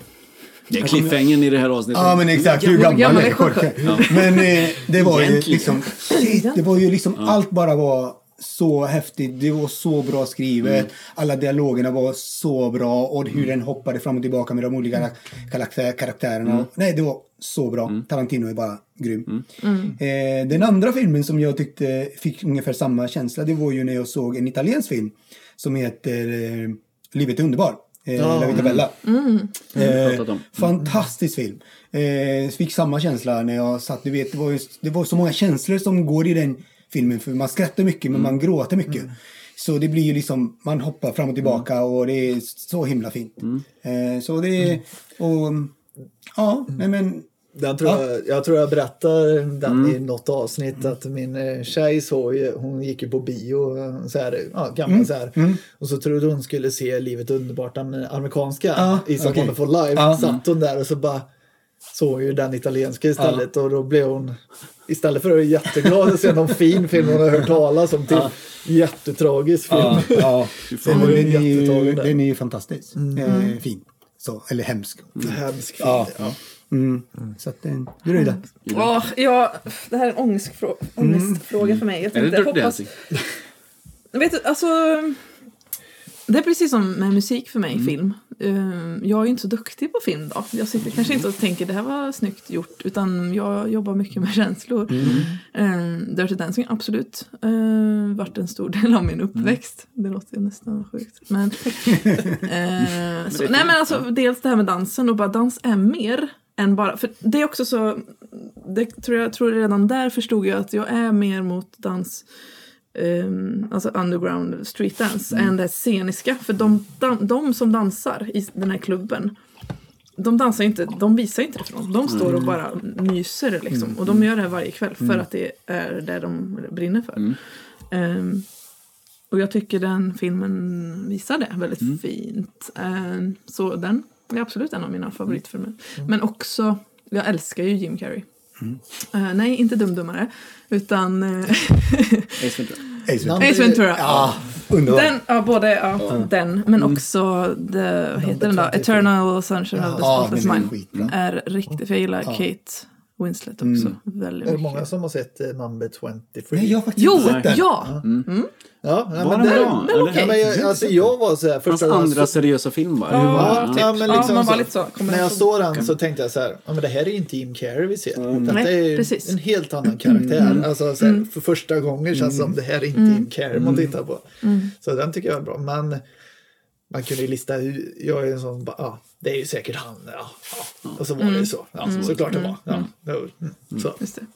Det är cliffhangern i det här avsnittet.
Ja men exakt, hur gammal,
gammal
är
är
Jorge? Men eh, det var ju
Egentligen.
liksom, shit, det var ju liksom allt bara var så häftigt. Det var så bra skrivet.
Mm.
Alla dialogerna var så bra och hur den hoppade fram och tillbaka med de olika
Mm.
karaktär, karaktärerna. Nej, det var så bra. Tarantino är bara grym.
Mm.
Eh, den andra filmen som jag tyckte fick ungefär samma känsla, det var ju när jag såg en italiensk film som heter eh, Livet är underbart. Eh, La Vita Bella. Eh,
pratat om.
fantastisk film. Eh, fick samma känsla när jag satt. Du vet, det, var ju, det var så många känslor som går i den filmen. För man skrattar mycket men man gråter mycket. Så det blir ju liksom, man hoppar fram och tillbaka och det är så himla fint. Eh, så det är, och ja, nej men
Den tror jag, jag tror jag berättar den
Mm.
i något avsnitt att min eh, tjej såg ju, hon gick ju på bio, eh, så här, ja, gammal
Mm.
så här. Och så trodde hon skulle se Livet är underbart, den amerikanska
Ja,
i Some
okej.
Wonderful Life.
Ja.
Satt hon där och så bara såg ju den italienska istället och då blev hon istället för att vara jätteglad och se någon fin film hon har hört talas om till jättetragisk film.
Ja, ja. Den,
var ju
är ju,
jättetagen där.
den är ju fantastisk. Eh, fin. Så, eller hemsk.
Hemsk film.
Ja.
Mm. Ja.
Mm. Så att, eh, du är nöjd?
Åh, ja, det här är en ångestfrå-
Mm.
ångestfråga för mig. Jag
Är det
tänkte,
Dirty
hoppas,
Dancing?
Vet du, alltså... Det är precis som med musik för mig, film. Eh, Jag är ju inte så duktig på film då. Jag sitter kanske inte och tänker det här var snyggt gjort utan jag jobbar mycket med känslor. Mm. Dirty Dancing, absolut. Uh, varit en stor del av min uppväxt. Det låter ju nästan sjukt. Men, eh, så, nej men alltså dels det här med dansen och bara dans är mer än bara, för det är också så, det tror jag, tror redan där förstod jag att jag är mer mot dans ehm, alltså underground street dance än det sceniska. För de, dan- de som dansar i den här klubben, de dansar ju inte, de visar ju inte det för dem. De står och bara myser liksom. Och de gör det här varje kväll för att det är det de brinner för. Ehm, och jag tycker den filmen visar det väldigt fint. Ehm, så den är absolut en av mina favoritfilmer. Men också, jag älskar ju Jim Carrey. Eh, nej, inte Dumdummare, utan eh,
Ace Ventura.
Ace Ventura.
Ace Ventura.
Ja, underbar.
Den, ja, både ja, den, men också the, vad heter den då? Eternal Sunshine of the
Ja,
Spotless
men den
Mind.
är skitbra.
Är riktigt, för jag gillar Kate Winslet också väldigt
Är det
mycket.
många som har sett eh, Number 23?
Nej, jag har faktiskt
Jo,
inte sett den.
ja!
Ja, nej,
Var
men
den
det,
bra?
men
eller?
okej.
ja, men jag, alltså, jag var så här
Hans
första gången-
andra seriösa film va? Hur var
Ja,
den?
ja, men
Ja,
liksom
man var
så,
lite så, kommer
när jag
jag
såg den så tänkte jag så här, ja, men det här är ju inte Jim Carrey vi ser. Detta
Nej,
är ju
precis. Mm.
en helt annan karaktär.
Mm.
Alltså, så här, För första gången känns det som det här är inte Jim Carrey
Mm.
man tittar på.
Mm.
Så den tycker jag är bra. Men man kunde ju lista, hur- jag är en sån, bara, ja, det är ju säkert han. Ja, ja. Och så var
Mm.
det ju så. Ja,
Mm.
Såklart det var. Ja, det var- mm. så.
Just det.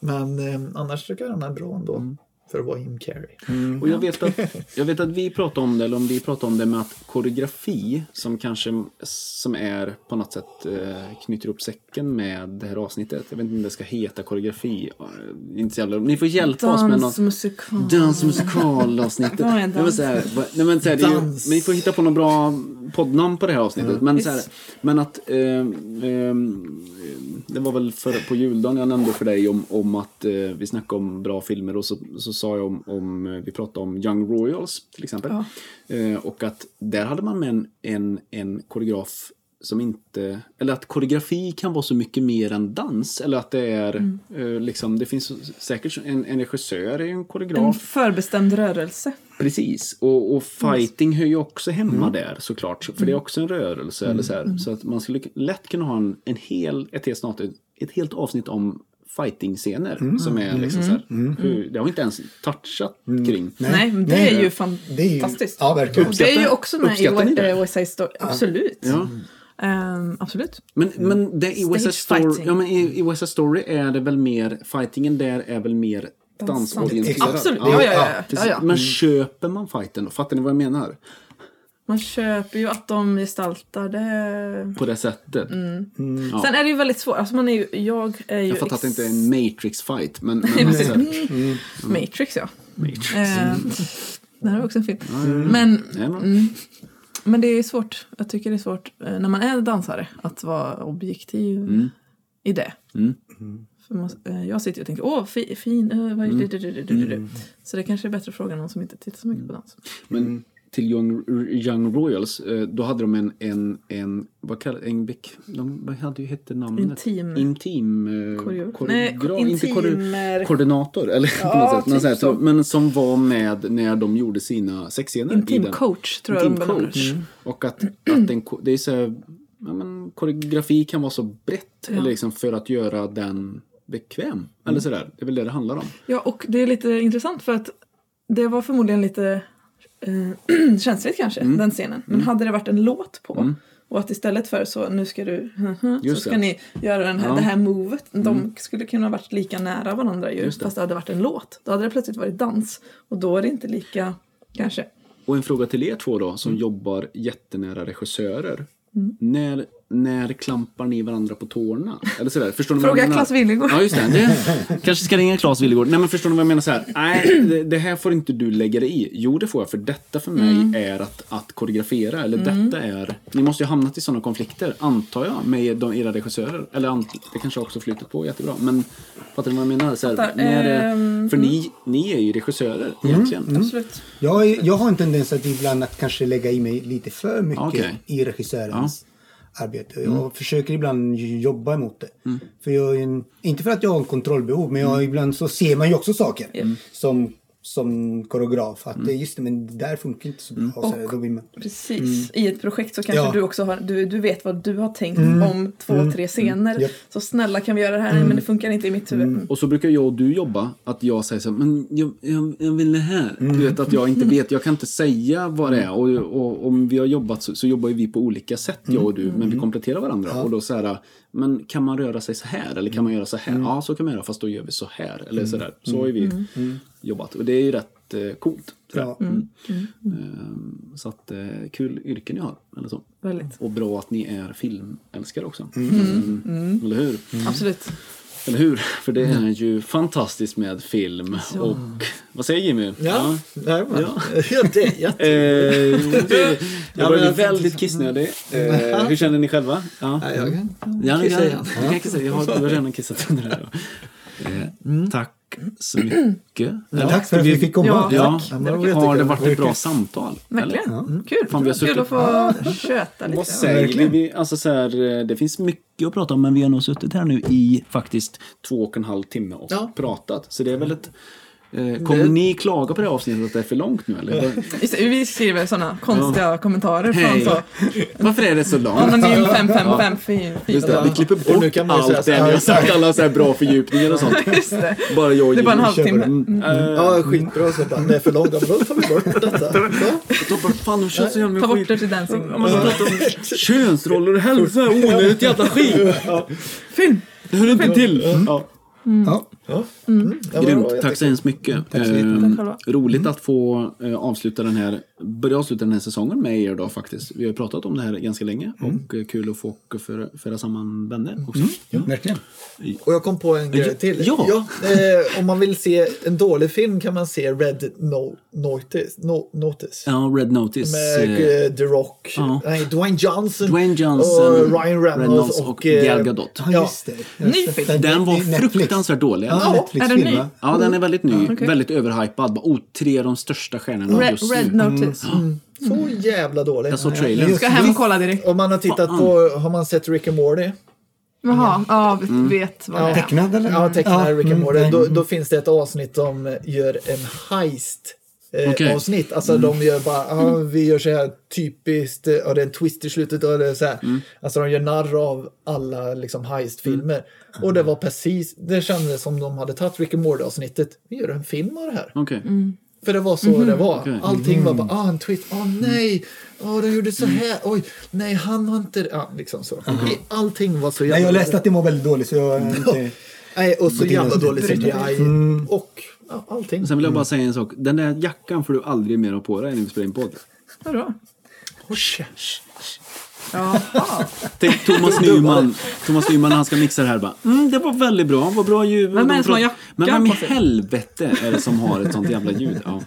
Men eh, annars tycker jag den är bra ändå.
Mm.
För att vara Jim Carrey.
Och jag vet, att, jag vet att vi pratade om det, eller om vi pratade om det med att koreografi som kanske som är på något sätt eh, knyter upp säcken med det här avsnittet. Jag vet inte om det ska heta koreografi. eh, Inte så jävla, ni får hjälpa oss med något.
Dansmusikal.
Dansmusikalavsnittet.
Vad är dans?
Det var så här, va- nej men så här, det är ju, men
Dans.
ni får hitta på något bra poddnamn på det här avsnittet. Men, så här,
Mm. Yes.
men att ehm, ehm, det var väl för, på juldagen jag nämnde för dig om, om att eh, vi snackade om bra filmer och så, så sa jag om, om eh, vi pratade om Young Royals till exempel. Eh, och att där hade man med en, en, en koreograf som inte, eller att koreografi kan vara så mycket mer än dans. Eller att det är,
Mm.
eh, liksom, det finns säkert en, en regissör är ju en koreograf.
En förbestämd rörelse.
Precis, och, och fighting hör ju också hemma där såklart. För det är också en rörelse. Eller så, här. så att man skulle lätt kunna ha en, en hel, ett, helt snart, ett helt avsnitt om fighting-scener. Som är liksom så här, hur, det har vi inte ens touchat kring.
Nej, men det är ju fantastiskt.
ja, verkligen.
Och det är ju
Uppskattar-
också med i
uppskattar ni det?
West- eh, West Side Story. Absolut. Mm.
Ja.
Ehm, absolut.
Men, men det, i, West
Stage
Side Story,
fighting.
ja, men i, i West Side Story är det väl mer, fightingen där är väl mer dansorienterad.
Absolut, ja, ja, ja, ja,
precis.
ja, ja.
Men köper man fighten då? Fattar ni vad jag menar?
Man köper ju att de gestaltar det.
På det sättet.
Mm.
Ja.
Sen är det ju väldigt svårt. Alltså man är ju, jag är ju
Jag fattar att det inte är
ex-
en Matrix-fight. Men,
Nej,
men
precis.
så här-
Mm. Matrix, ja. Matrix. det här var också en film. Men,
Nej, men-
men det är svårt. Jag tycker det är svårt eh, när man är dansare att vara objektiv
Mm.
i det. För man, eh, jag sitter ju och tänker åh, fi, fin... eh, vad-
Mm.
du, du, du, du, du, du. Så det kanske är bättre att fråga någon som inte tittar så mycket på dans. Mm.
Men till Young, Young Royals, eh, då hade de en, en, en vad kallar en, bek- de vad hade ju hette namnet?
Intim.
Intim. eh,
Koreograf.
koreograf-
Nej, ko-
inte kore-
intimer-
Koordinator, eller på
Ja,
något sätt. Men,
typ
så här, så,
så.
men som var med när de gjorde sina sexscener. i den.
Intimcoach tror jag de
Intimcoach.
benämner det. Mm.
Och att, att den, ko- det är så här, ja, men, koreografi kan vara så brett eller liksom för att göra den bekväm.
Mm.
Eller sådär, det är väl det det handlar om.
Ja, och det är lite intressant för att det var förmodligen lite eh, känsligt kanske, den scenen. Men hade det varit en låt på och att istället för så nu ska du, så
Just
ska
det.
ni göra den här, det här movet. De skulle kunna ha varit lika nära varandra ju, fast det hade varit en låt. Då hade det plötsligt varit dans och då är det inte lika, kanske. Mm.
Och en fråga till er två då, som jobbar jättenära regissörer. När när klampar ni varandra på tårna? Eller sådär. Förstår ni vad
Fråga
jag menar?
Claes Willigård.
Ja, just det. det. Kanske ska ringa Claes Willigård. Nej, men förstår ni vad jag menar? Så här, nej, det, det här får inte du lägga dig i. Jo, det får jag, för detta för mig
Mm.
är att, att koreografera. Eller detta är... Ni måste ju ha hamnat i sådana konflikter, antar jag, med de, era regissörer. Eller ant, det kanske också flyter på jättebra. Men fattar ni vad jag menar? Så här,
Fattar.
när, det-
Ehm, Mm.
för ni, ni är ju regissörer, egentligen.
Absolut.
Jag, är- jag har en tendens att ibland att kanske lägga i mig lite för mycket
Okej.
i regissörens arbete. Jag försöker ibland ju- jobba emot det. För jag är en, inte för att jag har en kontrollbehov, men jag, ibland så ser man ju också saker
Mm.
som, som koreograf. Att det just det, men det där funkar inte så bra. Så här, då vill man,
Precis. I ett projekt så kanske
Ja.
du också har, du, du vet vad du har tänkt om två, tre scener.
Japp.
Så snälla kan vi göra det här? Nej, men det funkar inte i mitt huvud. Mm.
Och så brukar jag och du jobba, att jag säger så här, men jag, jag, jag vill det här. Du vet att jag inte vet, jag kan inte säga vad det är. Och, och om vi har jobbat så, så jobbar ju vi på olika sätt, jag och du, men vi kompletterar varandra. Och då så här, men kan man röra sig så här? Eller kan man göra så här? Ja, så kan man göra, fast då gör vi så här. Eller så där. Så har ju vi jobbat. Och det är ju rätt eh, coolt. tror jag.
ja,
Mm.
Ehm, Så att, eh, kul yrke ni har. Eller så.
Väldigt.
Och bra att ni är filmälskare också. Mm. Eller hur?
Absolut.
Eller hur? För det är ju fantastiskt med film och... Vad säger Jimmy?
Ja, ja. ja. det är jätte...
Eh, jag
men
börjar
jag
bli
tänkte-
väldigt kissnödig. Eh, hur känner ni själva? Ja.
Ja, jag kan-
Ja,
kissa
ja,
igen.
ja. Jag, kan kissa. jag, har, jag har redan kissat under det här. Eh, Tack så mycket. Eller,
tack för att vi fick komma.
Ja.
Ja,
men det var
har det
jättekul.
varit ett bra samtal? eller?
Verkligen. Kul.
Fan, vi har
Kul att
suttit-
få köta
Vad
lite.
säger vi? vi? Alltså så här, eh, det finns mycket att prata om, men vi har nog suttit här nu i faktiskt två och en halv timme och
Ja.
pratat. Så det är väl ett... Eh, kommer ni klaga på det här avsnittet att det är för långt nu eller?
Just det, Vi skriver sådana konstiga kommentarer
Hej.
från så.
Varför är det så långt?
Anonym 5554.
Just det, vi klipper
Och nu
bort
kan man ju säga
allt
så
det
här-
ni har sagt, alla så här bra fördjupningar och sånt.
Just det.
Bara jag och Eh,
Det är bara en
Jimmy.
halvtimme.
Ja,
Mm.
skitbra. Så bara, det är för långt. Ja, men Då tar vi bort detta. Så.
Ta bort, fan de kör så jävla
Ta
mycket
bort
skit.
det till dancing.
Ja, men de pratar om Könsroller och hälsa, onödigt jävla skit.
Film!
Det hör inte till. Ja.
Ja.
Ja, Mm, men
Mm. Grymt,
då-
tack så hemskt mycket. Ehm,
Tack själva.
roligt att få eh, avsluta den här, börja avsluta den här säsongen med er då faktiskt. Vi har ju pratat om det här ganska länge och eh, kul att få och föra, föra samman vänner också.
Verkligen.
Och jag kom på en grej till.
ja.
eh, om man vill se en dålig film kan man se Red no Notice. No Notice.
Ja, Red Notice.
Med
eh,
eh, The Rock,
ja.
nej, Dwayne Johnson,
Dwayne Johnson,
och Ryan Reynolds och,
och,
eh,
Gal Gadot.
Ja, just det. Jag har
Ny
sett
film.
den.
Den var
Det är Netflix.
fruktansvärt dålig.
Ja,
Ja.
Netflix
är den
film,
ny?
va?
den är väldigt ny.
Okej.
Väldigt överhypad. Bara, oh, tre av de största stjärnorna
Red,
just
red
nu.
notice.
Så jävla dålig.
Jag såg trailern.
Ska hem och kolla direkt.
Om man har tittat på, har man sett Rick and Morty?
Jaha, ja, vi vet vad det är.
Tecknad eller?
Ja, tecknade Rick and
mm,
Morty.
nej.
Då, då finns det ett avsnitt som gör en heist. Eh,
Okej.
avsnitt. Alltså de gör bara, ah, vi gör så här typiskt, eh, och det är en twist i slutet och det är så här.
Mm.
Alltså de gör narr av alla liksom heist-filmer.
Mm.
Och det var precis, det kändes som de hade tagit Rick and Morty-avsnittet. Vi gör en film av det här.
Okej.
För det var så
Mm-hmm.
det var.
Okej.
Allting var bara, ah, en twist, ah nej, ah de gjorde så
Mm.
här, oj, nej han har inte, ja liksom så. Allting var så jävla...
Mm-hmm. Nej, jag läste att den var väldigt dålig så jag... har Inte...
Nej, och så jävla dålig
Bryter.
CGI.
Mm.
Och ja, allting.
Sen vill jag bara säga en sak. Den där jackan får du aldrig mer ha på dig när vi spelar in podd.
Vadå?
Husch.
Jaha.
Tänk Thomas Nyman. Thomas Nyman han ska mixa det här bara. Mm, det var väldigt bra. Vad bra ljud.
Vem är det som har
De
jackan
pratar- Men vem i
på sig?
helvete är det som har ett sånt jävla ljud? Ja.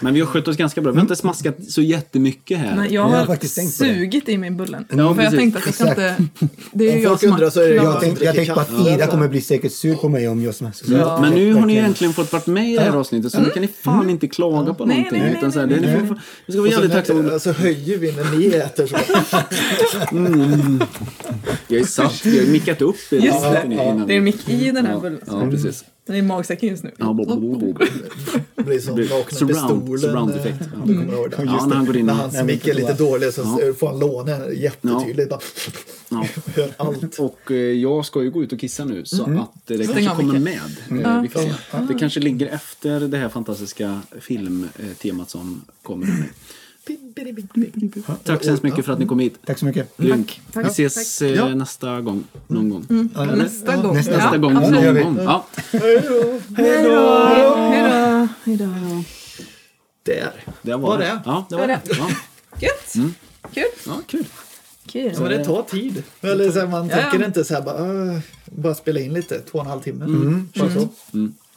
Men vi har skött oss ganska bra. Vi har inte smaskat så jättemycket här.
Nej, jag
Jag har
har
faktiskt tänkt på det.
sugit i min bullen. för
precis.
jag tänkte att jag ska inte... Det är ju
Om
jag
folk
som har
undrar så är det jag
klarat-
Jag tänkte jag tänkte på att Ida kommer bli säkert sur på mig om jag smaskar.
Ja.
Mm.
Mm.
Men nu har ni äntligen fått vart med i det här avsnittet så nu kan ni fan inte klaga på
Nej,
någonting.
nej, nej,
utan så här, det, ni får, vi ska vara jävligt
Sen,
tacksamma.
alltså höjer vi när ni äter så.
Jag är satt, jag har mickat upp i
Just det.
avsnittet innan.
Det är en mick i den här
Ja,
bullen.
ja, precis.
Den är i magsäcken just nu.
Ja, bo, bo, bo, bo.
Det blir som nakna
Surround,
pistolen.
surround effekt. Ja.
Kommer du ihåg det?
Ja, när han går in.
När han smicker lite dålig så får han låna jättetydligt. Bara,
Ja.
hör allt.
Och eh, jag ska ju gå ut och kissa nu så att eh, det
Stäng
kanske
av
kommer
micken.
med. Eh, vi får se. Det kanske ligger efter det här fantastiska filmtemat som kommer här nu. Tack så hemskt mycket för att ni kom hit.
Tack så mycket.
Mm.
Grymt.
tack.
Vi ses eh,
Ja.
nästa gång. Någon gång.
Nästa gång.
Nästa-
Nästa
ja,
gång.
absolut.
gör
Någon
vi.
gång. Ja.
Hejdå. Hejdå.
Där.
Det var
Var
det.
det?
Ja, det var
Var
det.
det?
Ja,
Gött. Kul.
ja kul.
Okej.
Ja, men det tar tid. Eller så här, man
Ja, ja.
tänker inte så här bara, "Åh, bara spela in lite, två och en halv timme.
Mm.
Bara så.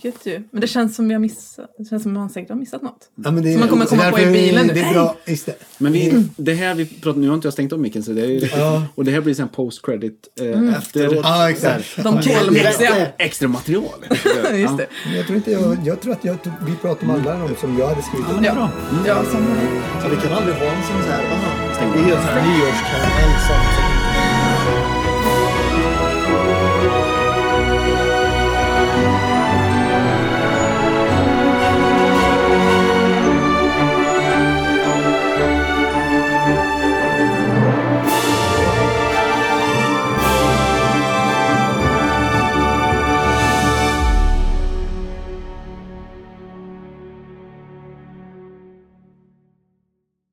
Gött ju. Men det känns som vi har missat, det känns som man säkert har missat något.
Ja, men det,
Så man kommer komma på i
därför
bilen nu.
Det är bra, just det.
Men vi, det här vi pratar, nu har inte jag stängt om micken så det är ju riktigt. Och det här blir sen post credit eh,
Mm.
efter
Ja, exakt.
De tålmodiga.
extra material.
Just det.
Men Jag tror, inte jag, jag tror att jag, vi pratar om alla de som jag hade skrivit.
Ja. Ja, som,
Så vi kan aldrig ha en sån så här, "Ah, vi gör en sån här nyårskaramell som, som